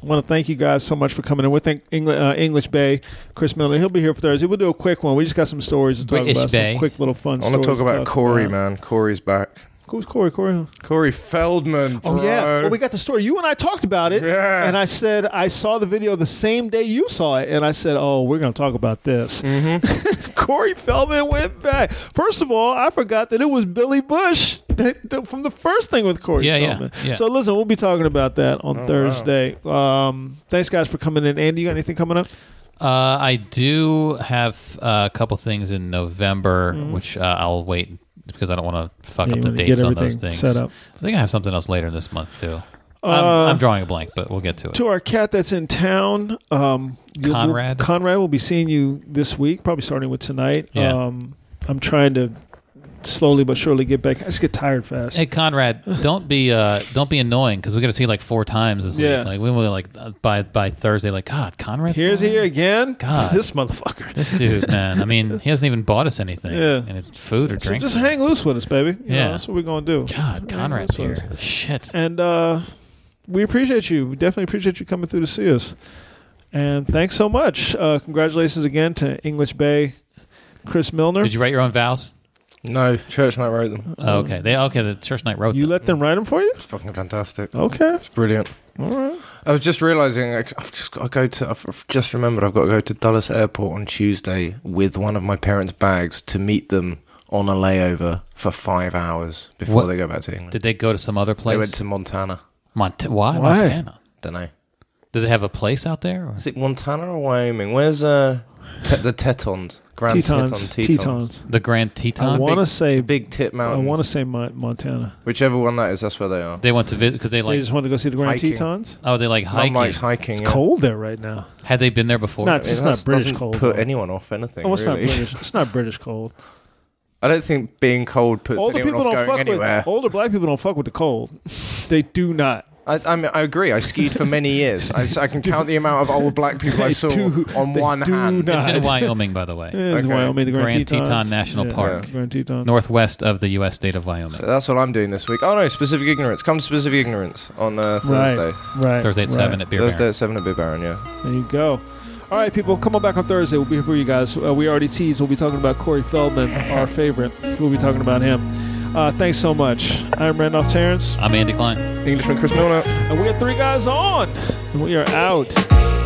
[SPEAKER 5] I want to thank you guys so much for coming in. We thank Engli- uh, English Bay, Chris Miller. He'll be here for Thursday. We'll do a quick one. We just got some stories to talk
[SPEAKER 4] British
[SPEAKER 5] about.
[SPEAKER 4] Bay.
[SPEAKER 5] Some quick little fun
[SPEAKER 6] I want
[SPEAKER 5] stories.
[SPEAKER 6] to talk about Corey,
[SPEAKER 5] about.
[SPEAKER 6] man. Corey's back.
[SPEAKER 5] Who's Corey? Corey?
[SPEAKER 6] Corey Feldman.
[SPEAKER 5] Oh yeah.
[SPEAKER 6] bro.
[SPEAKER 5] Well, we got the story. You and I talked about it,
[SPEAKER 6] Yeah.
[SPEAKER 5] and I said I saw the video the same day you saw it, and I said, "Oh, we're going to talk about this." Corey Feldman went back. First of all, I forgot that it was Billy Bush that- that- from the first thing with Corey
[SPEAKER 4] Yeah, yeah,
[SPEAKER 5] Feldman.
[SPEAKER 4] yeah.
[SPEAKER 5] So listen, we'll be talking about that on Thursday. Um, thanks, guys, for coming in. Andy, you got anything coming up?
[SPEAKER 4] Uh, I do have uh, a couple things in November, which uh, I'll wait because I don't want to fuck
[SPEAKER 5] Mm-hmm. Yeah,
[SPEAKER 4] up
[SPEAKER 5] you
[SPEAKER 4] the
[SPEAKER 5] wanna get
[SPEAKER 4] dates on those
[SPEAKER 5] everything
[SPEAKER 4] things.
[SPEAKER 5] set up.
[SPEAKER 4] I think I have something else later in this month, too.
[SPEAKER 5] Uh,
[SPEAKER 4] I'm, I'm drawing a blank, but we'll get to it.
[SPEAKER 5] To our cat that's in town, um, you'll-
[SPEAKER 4] Conrad.
[SPEAKER 5] We'll, Conrad will be seeing you this week, probably starting with tonight.
[SPEAKER 4] Yeah.
[SPEAKER 5] Um, I'm trying to slowly but surely get back. I just get tired fast.
[SPEAKER 4] Hey Conrad, don't be uh, don't be annoying because we got to see like four times this
[SPEAKER 5] Yeah.
[SPEAKER 4] week. Like we were like uh, by by Thursday, like God, Conrad's
[SPEAKER 5] Here's
[SPEAKER 4] still
[SPEAKER 5] here again.
[SPEAKER 4] God.
[SPEAKER 5] This motherfucker.
[SPEAKER 4] This dude, man. I mean, he hasn't even bought us anything,
[SPEAKER 5] Yeah.
[SPEAKER 4] and it's food or
[SPEAKER 5] So
[SPEAKER 4] drinks.
[SPEAKER 5] just hang loose with us, baby. You know,
[SPEAKER 4] Yeah.
[SPEAKER 5] that's what we're gonna do.
[SPEAKER 4] God, Conrad's here. Shit.
[SPEAKER 5] And uh, we appreciate you. We definitely appreciate you coming through to see us. And thanks so much. Uh, congratulations again to English Bay, Chris Milner.
[SPEAKER 4] Did you write your own vows?
[SPEAKER 6] no, Church Knight wrote them.
[SPEAKER 4] Oh, okay. They okay. The Mm. church night wrote.
[SPEAKER 5] You
[SPEAKER 4] them.
[SPEAKER 5] let them write them for you?
[SPEAKER 6] It's fucking fantastic.
[SPEAKER 5] Okay.
[SPEAKER 6] It's brilliant.
[SPEAKER 5] All right.
[SPEAKER 6] I was just realizing I- I've just got to go to. I've- I've just remembered I've got to go to Dulles Airport on Tuesday with one of my parents' bags to meet them on a layover for five hours before
[SPEAKER 4] What-
[SPEAKER 6] they go back to England.
[SPEAKER 4] Did they go to some other
[SPEAKER 6] They
[SPEAKER 4] place?
[SPEAKER 6] went to Montana.
[SPEAKER 4] Mont- why?
[SPEAKER 5] Why?
[SPEAKER 4] Montana.
[SPEAKER 6] Don't know.
[SPEAKER 4] Do they have a place out there? Or?
[SPEAKER 6] Is it Montana or Wyoming? Where's uh te- the Tetons? Grand
[SPEAKER 5] Tetons.
[SPEAKER 6] Teton. Tetons.
[SPEAKER 5] Tetons.
[SPEAKER 4] The Grand Teton.
[SPEAKER 5] I want to say
[SPEAKER 6] Big Tit
[SPEAKER 5] I
[SPEAKER 6] Mountain.
[SPEAKER 5] want to say Mon- Montana.
[SPEAKER 6] Whichever one that is, that's where they are.
[SPEAKER 4] They went to visit because they
[SPEAKER 5] they
[SPEAKER 4] like.
[SPEAKER 5] just want to go see the Grand
[SPEAKER 6] hiking.
[SPEAKER 5] Tetons.
[SPEAKER 4] Oh, they like hiking.
[SPEAKER 6] Mum likes hiking. yeah.
[SPEAKER 5] Cold there right now.
[SPEAKER 4] Had they been there before?
[SPEAKER 5] Not- It's
[SPEAKER 6] I mean,
[SPEAKER 5] not
[SPEAKER 6] that's-
[SPEAKER 5] British
[SPEAKER 6] doesn't
[SPEAKER 5] cold,
[SPEAKER 6] Put
[SPEAKER 5] though.
[SPEAKER 6] anyone off anything.
[SPEAKER 5] Oh, it's
[SPEAKER 6] really.
[SPEAKER 5] not British. It's not British cold.
[SPEAKER 6] I don't think being cold puts
[SPEAKER 5] Older
[SPEAKER 6] anyone
[SPEAKER 5] people
[SPEAKER 6] off
[SPEAKER 5] don't fuck
[SPEAKER 6] going anywhere.
[SPEAKER 5] with older black people don't fuck with the cold. They do not.
[SPEAKER 6] I, I, mean, I agree. I skied for many years. I, s- I can count the amount of old black people I
[SPEAKER 5] They
[SPEAKER 6] saw
[SPEAKER 5] do-
[SPEAKER 6] on
[SPEAKER 5] they
[SPEAKER 6] one
[SPEAKER 5] do
[SPEAKER 6] hand.
[SPEAKER 4] It's
[SPEAKER 5] not.
[SPEAKER 4] in Wyoming, by the way.
[SPEAKER 5] Yeah, it's
[SPEAKER 6] Okay.
[SPEAKER 5] Wyoming, the Grand,
[SPEAKER 4] Grand
[SPEAKER 5] Tetons.
[SPEAKER 4] Teton National
[SPEAKER 5] Yeah,
[SPEAKER 4] Park.
[SPEAKER 5] Grand Tetons.
[SPEAKER 4] Northwest of the U.S. state of Wyoming.
[SPEAKER 6] So that's what I'm doing this week. Oh no, specific ignorance. Come to specific ignorance on uh,
[SPEAKER 5] Right,
[SPEAKER 6] Thursday.
[SPEAKER 5] right.
[SPEAKER 4] Thursday at
[SPEAKER 5] right.
[SPEAKER 4] seven at Beer
[SPEAKER 6] Thursday
[SPEAKER 4] Baron.
[SPEAKER 6] at seven at Beer Baron. Yeah.
[SPEAKER 5] There you go. All right, people, come on back on Thursday. We'll be here for you guys. Uh, we already teased. We'll be talking about Corey Feldman, our favorite. We'll be talking about him. Uh, thanks so much. I'm Randolph Terrence,
[SPEAKER 4] I'm Andy Klein.
[SPEAKER 6] Englishman Chris Milner.
[SPEAKER 5] and we are three guys on. And we are out.